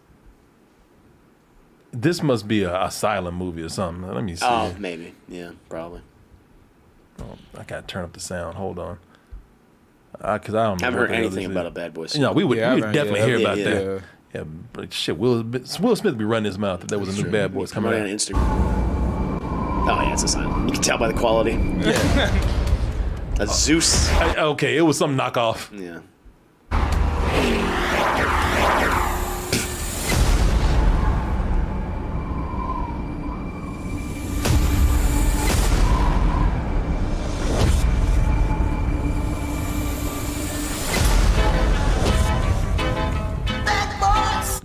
[SPEAKER 3] This must be a, a silent movie or something. Let me see.
[SPEAKER 2] Oh, maybe. Yeah, probably.
[SPEAKER 3] Oh, I gotta turn up the sound. Hold on, because I don't.
[SPEAKER 2] Haven't
[SPEAKER 3] know
[SPEAKER 2] heard
[SPEAKER 3] what the hell
[SPEAKER 2] anything
[SPEAKER 3] this
[SPEAKER 2] about
[SPEAKER 3] is.
[SPEAKER 2] a Bad Boys.
[SPEAKER 3] No, we would,
[SPEAKER 1] Yeah, I
[SPEAKER 3] we would
[SPEAKER 1] haven't-
[SPEAKER 3] definitely
[SPEAKER 1] yeah.
[SPEAKER 3] hear
[SPEAKER 1] Yeah,
[SPEAKER 3] about
[SPEAKER 1] yeah.
[SPEAKER 3] that. Yeah, but shit, Will Smith- Will Smith be running his mouth if there was a new Bad Boys
[SPEAKER 2] I'm
[SPEAKER 3] coming
[SPEAKER 2] right
[SPEAKER 3] out.
[SPEAKER 2] on Instagram. Oh yeah, it's a sign. You can tell by the quality. a Zeus.
[SPEAKER 3] I- okay, it was some knockoff.
[SPEAKER 2] Yeah.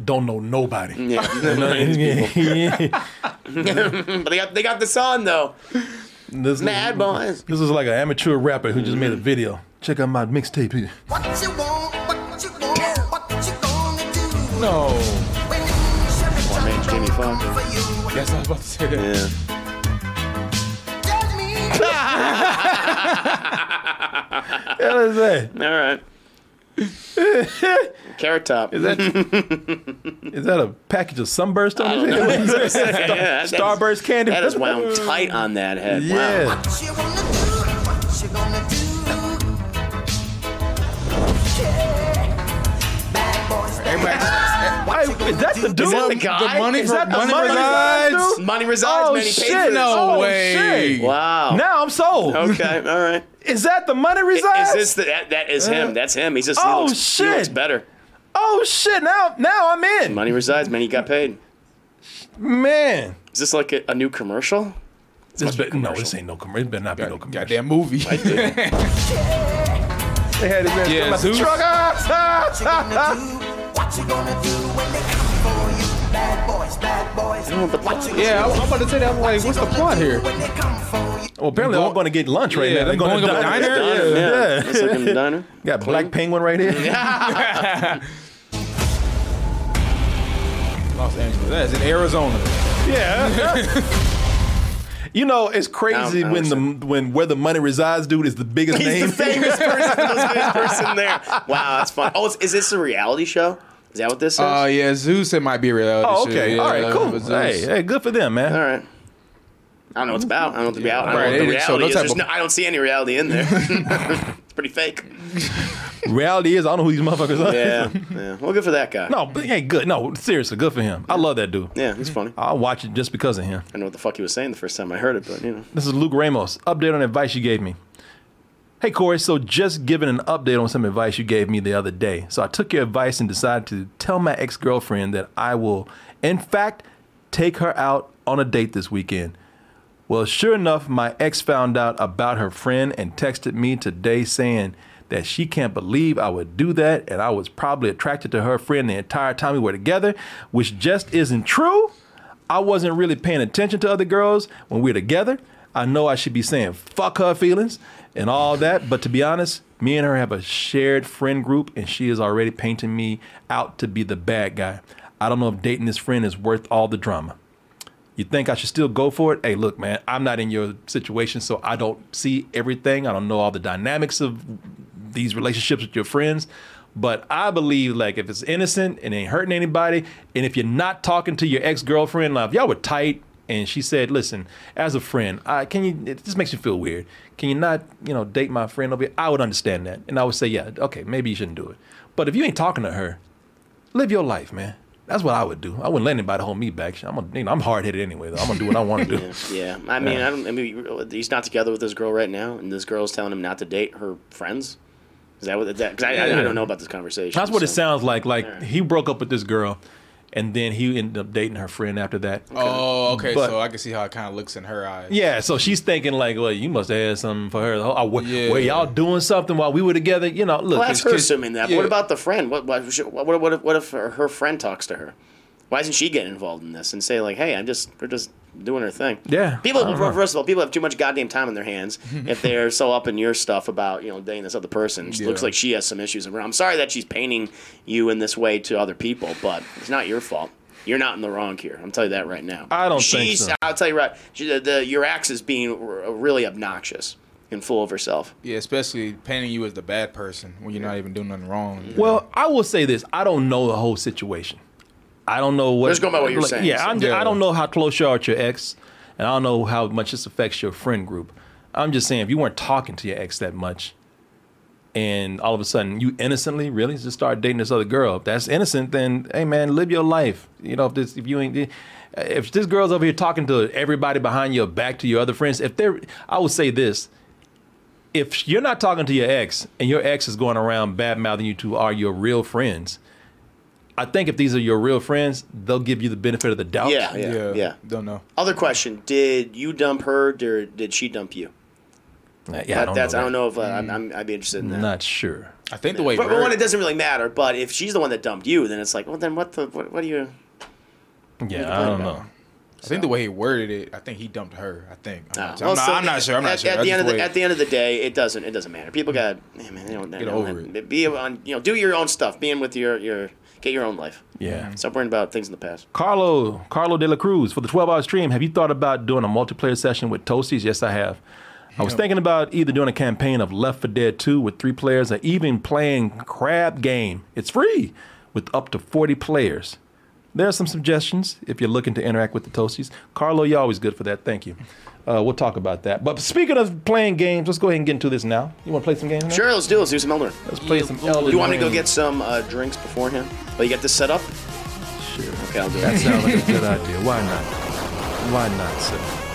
[SPEAKER 3] Don't know nobody.
[SPEAKER 2] Yeah. but they got they got the song though.
[SPEAKER 3] this
[SPEAKER 2] Mad
[SPEAKER 3] was,
[SPEAKER 2] Boys.
[SPEAKER 3] This was like an amateur rapper who just made a video. Check out my mixtape here.
[SPEAKER 4] What you want, what you want, what you gonna do
[SPEAKER 1] No.
[SPEAKER 4] when the sheriff's
[SPEAKER 2] One man,
[SPEAKER 4] out
[SPEAKER 2] Jamie Foxx.
[SPEAKER 4] for you?
[SPEAKER 1] Yes, I was about to say that.
[SPEAKER 4] Judge me.
[SPEAKER 2] Yeah.
[SPEAKER 3] What is that?
[SPEAKER 2] All right. Carrot top.
[SPEAKER 3] Is that is that a package of sunburst on his head?
[SPEAKER 2] yeah, that- that
[SPEAKER 3] Starburst candy.
[SPEAKER 2] is- that is wound tight on that head. Wow.
[SPEAKER 3] Yeah.
[SPEAKER 4] What you wanna do? What you gonna do? Yeah. Bad boys, bad boys.
[SPEAKER 3] I, is that the dude?
[SPEAKER 2] Is that the guy?
[SPEAKER 1] The money
[SPEAKER 2] Is
[SPEAKER 1] for
[SPEAKER 2] that the
[SPEAKER 1] money,
[SPEAKER 2] money
[SPEAKER 1] resides.
[SPEAKER 3] resides?
[SPEAKER 2] Money resides.
[SPEAKER 3] Oh,
[SPEAKER 2] man. He paid
[SPEAKER 3] shit,
[SPEAKER 2] for this.
[SPEAKER 1] No
[SPEAKER 3] Oh,
[SPEAKER 1] way.
[SPEAKER 3] shit.
[SPEAKER 2] Wow.
[SPEAKER 3] Now I'm sold.
[SPEAKER 2] Okay. All right.
[SPEAKER 3] Is that the money resides?
[SPEAKER 2] Is this the, that, that is him? That's him. He's just.
[SPEAKER 3] Oh,
[SPEAKER 2] he looks, He looks
[SPEAKER 3] shit.
[SPEAKER 2] better.
[SPEAKER 3] oh shit! Now now I'm in.
[SPEAKER 2] Money resides. Man, he got paid.
[SPEAKER 3] Man.
[SPEAKER 2] Is this like a, a new commercial?
[SPEAKER 3] This be, no, this ain't no commercial. It better not be no commercial.
[SPEAKER 1] Goddamn movie.
[SPEAKER 3] They had his ass
[SPEAKER 1] Yeah,
[SPEAKER 3] talking about
[SPEAKER 1] Zeus.
[SPEAKER 3] the truck. Ah,
[SPEAKER 4] What you
[SPEAKER 3] ah,
[SPEAKER 4] gonna
[SPEAKER 3] ah,
[SPEAKER 4] do? What you gonna do when they come for you? Bad boys, bad boys.
[SPEAKER 2] know, but-
[SPEAKER 4] What you gonna
[SPEAKER 1] yeah, I,
[SPEAKER 4] do?
[SPEAKER 1] am about to say that. I'm like,
[SPEAKER 4] What you
[SPEAKER 1] what's the
[SPEAKER 4] gonna
[SPEAKER 1] plot
[SPEAKER 4] do
[SPEAKER 1] here?
[SPEAKER 4] When they come for you.
[SPEAKER 3] ah. Well, apparently I'm going to get lunch right
[SPEAKER 1] Yeah,
[SPEAKER 3] now. They're going,
[SPEAKER 1] going
[SPEAKER 3] to
[SPEAKER 1] to
[SPEAKER 3] diner.
[SPEAKER 1] diner?
[SPEAKER 2] Diner,
[SPEAKER 3] Yeah,
[SPEAKER 2] yeah.
[SPEAKER 3] yeah.
[SPEAKER 2] Looks like in the diner.
[SPEAKER 3] Got Black Penguin right here.
[SPEAKER 1] Los Angeles. That is in Arizona.
[SPEAKER 3] Yeah. You know, it's crazy
[SPEAKER 2] I
[SPEAKER 3] when the when where the money resides, dude, is the biggest
[SPEAKER 2] He's
[SPEAKER 3] name.
[SPEAKER 2] the famous person, the most famous person there. Wow, that's fun. Oh, is, is this a reality show? Is that what this is?
[SPEAKER 1] Uh, yeah, Zeus. It might be a reality.
[SPEAKER 3] Oh,
[SPEAKER 1] show.
[SPEAKER 3] okay.
[SPEAKER 1] Yeah,
[SPEAKER 3] All right, cool.
[SPEAKER 1] but Zeus-
[SPEAKER 3] Hey, hey, good for them, man.
[SPEAKER 2] All right. I don't know what it's about. I don't know what the, real- I don't know
[SPEAKER 1] Right,
[SPEAKER 2] what
[SPEAKER 1] they
[SPEAKER 2] the
[SPEAKER 1] didn't show
[SPEAKER 2] reality
[SPEAKER 1] no
[SPEAKER 2] is.
[SPEAKER 1] type
[SPEAKER 2] There's
[SPEAKER 1] of-
[SPEAKER 2] no- I don't see any reality in there. it's pretty fake.
[SPEAKER 3] Reality is, I don't know who these motherfuckers are.
[SPEAKER 2] Yeah, yeah. Well, good for that guy.
[SPEAKER 3] No, but hey, good. No, seriously, good for him. I love that dude.
[SPEAKER 2] Yeah, it's funny. I
[SPEAKER 3] I'll watch it just because of him.
[SPEAKER 2] don't know what the fuck he was saying the first time I heard it, but you know.
[SPEAKER 3] This is Luke Ramos. Update on advice you gave me. Hey Corey, so just giving an update on some advice you gave me the other day. So I took your advice and decided to tell my ex girlfriend that I will, in fact, take her out on a date this weekend. Well, sure enough, my ex found out about her friend and texted me today saying that she can't believe I would do that and I was probably attracted to her friend the entire time we were together, which just isn't true. I wasn't really paying attention to other girls when we were together. I know I should be saying fuck her feelings and all that, but to be honest, me and her have a shared friend group and she is already painting me out to be the bad guy. I don't know if dating this friend is worth all the drama. You think I should still go for it? Hey, look, man, I'm not in your situation, so I don't see everything. I don't know all the dynamics of these relationships with your friends. But I believe, like, if it's innocent and ain't hurting anybody, and if you're not talking to your ex girlfriend, like, if y'all were tight, and she said, "Listen, as a friend, I, can you? It just makes you feel weird. Can you not, you know, date my friend over here?" I would understand that, and I would say, "Yeah, okay, maybe you shouldn't do it." But if you ain't talking to her, live your life, man. That's what I would do. I wouldn't let anybody hold me back. I'm gonna, you know, I'm hard headed anyway. Though. I'm gonna do what I want to do.
[SPEAKER 2] Yeah, I mean, I don't. I mean, you- he's not together with this girl right now, and this girl's telling him not to date her friends. Is that what? That, cause I, I, I don't know about this conversation.
[SPEAKER 3] That's what it
[SPEAKER 2] so-
[SPEAKER 3] sounds like. Like he broke up with this girl, and then he ended up dating her friend after that.
[SPEAKER 1] Oh, okay.
[SPEAKER 3] But-
[SPEAKER 1] so I can see how it kind of looks in her eyes.
[SPEAKER 3] Yeah, so she's thinking like, well, you must have had something for her. Oh, were,
[SPEAKER 1] Yeah.
[SPEAKER 3] were y'all doing something while we were together? You know, look,
[SPEAKER 2] Well, that's
[SPEAKER 3] it's-
[SPEAKER 2] her
[SPEAKER 1] kid-
[SPEAKER 2] assuming that. but
[SPEAKER 1] yeah.
[SPEAKER 2] What about the friend? What what, should- what what if, what if her, her friend talks to her? Why isn't she getting involved in this and say like, "Hey, I'm just we're just doing her thing.
[SPEAKER 3] Yeah.
[SPEAKER 2] People,
[SPEAKER 3] I don't know.
[SPEAKER 2] first of all, people have too much goddamn time on their hands if they're so up in your stuff about you know dating this other person. She looks
[SPEAKER 3] Yeah.
[SPEAKER 2] like she has some issues. of her own. I'm sorry that she's painting you in this way to other people, but it's not your fault. You're not in the wrong here. I'm telling you that right now.
[SPEAKER 3] I don't think
[SPEAKER 2] She's.
[SPEAKER 3] so.
[SPEAKER 2] I'll tell you right. She, the, the, your ex is being r- really obnoxious and full of herself.
[SPEAKER 1] Yeah, especially painting you as the bad person when you're not even doing nothing wrong.
[SPEAKER 3] Well, I will say this: I don't know the whole situation. I don't know what.
[SPEAKER 1] Let's go by what you're
[SPEAKER 3] like,
[SPEAKER 1] saying.
[SPEAKER 3] Yeah, I'm,
[SPEAKER 1] Yeah.
[SPEAKER 3] I don't know how close you are to your ex, and I don't know how much this affects your friend group. I'm just saying, if you weren't talking to your ex that much, and all of a sudden you innocently really just start dating this other girl, if that's innocent, then hey man, live your life. You know, if this if you ain't if this girl's over here talking to everybody behind your back to your other friends, if they're, I would say this if you're not talking to your ex and your ex is going around bad mouthing you two are your real friends, I think if these are your real friends, they'll give you the benefit of the doubt.
[SPEAKER 2] Yeah, yeah, Yeah. yeah.
[SPEAKER 1] Don't know.
[SPEAKER 2] Other question: Did you dump her, or did she dump you?
[SPEAKER 3] Yeah,
[SPEAKER 2] That-
[SPEAKER 3] I don't
[SPEAKER 2] that's.
[SPEAKER 3] know.
[SPEAKER 2] I don't know if uh, I'm, I'm, I'd be interested in that.
[SPEAKER 3] Not sure.
[SPEAKER 1] I think the
[SPEAKER 2] But one, it doesn't really matter. But if she's the one that dumped you, then it's like, well, then what the what, what do you?
[SPEAKER 3] Yeah, I don't know.
[SPEAKER 1] I think the way he worded it, I think he dumped her. I think. I'm, not,
[SPEAKER 2] Well,
[SPEAKER 1] I'm, not,
[SPEAKER 2] so
[SPEAKER 1] I'm not sure. I'm not
[SPEAKER 2] at,
[SPEAKER 1] sure.
[SPEAKER 2] At
[SPEAKER 1] That's
[SPEAKER 2] the, end of
[SPEAKER 1] just
[SPEAKER 2] the,
[SPEAKER 1] way-
[SPEAKER 2] at the end of the day, it doesn't it doesn't matter. People got man, they don't they
[SPEAKER 1] Get
[SPEAKER 2] don't
[SPEAKER 1] over
[SPEAKER 2] have- Be on you know do your own stuff. Be in with your your get your own life.
[SPEAKER 3] Yeah.
[SPEAKER 2] Stop worrying about things in the past.
[SPEAKER 1] Oh.
[SPEAKER 3] Carlo, Carlo de la Cruz, for the 12 hour stream, have you thought about doing a multiplayer session with Toasties? Yes, I have. I was thinking about either doing a campaign of Left 4 Dead 2 with three players or even playing Crab Game. It's free with up to 40 players. There are some suggestions if you're looking to interact with the Toasties. Carlo, you're always good for that. Thank you. Uh, we'll talk about that. But speaking of playing games, let's go ahead and get into this now. You want to play some games? Now?
[SPEAKER 2] Sure, let's do let's do some Elden Ring.
[SPEAKER 3] Let's play some Elden Ring.
[SPEAKER 2] You want me to go get some uh, drinks beforehand? But you get this set up.
[SPEAKER 3] Sure.
[SPEAKER 2] Okay, I'll do
[SPEAKER 3] That
[SPEAKER 2] that.
[SPEAKER 3] sounds like a good idea. Why not? Why not, sir?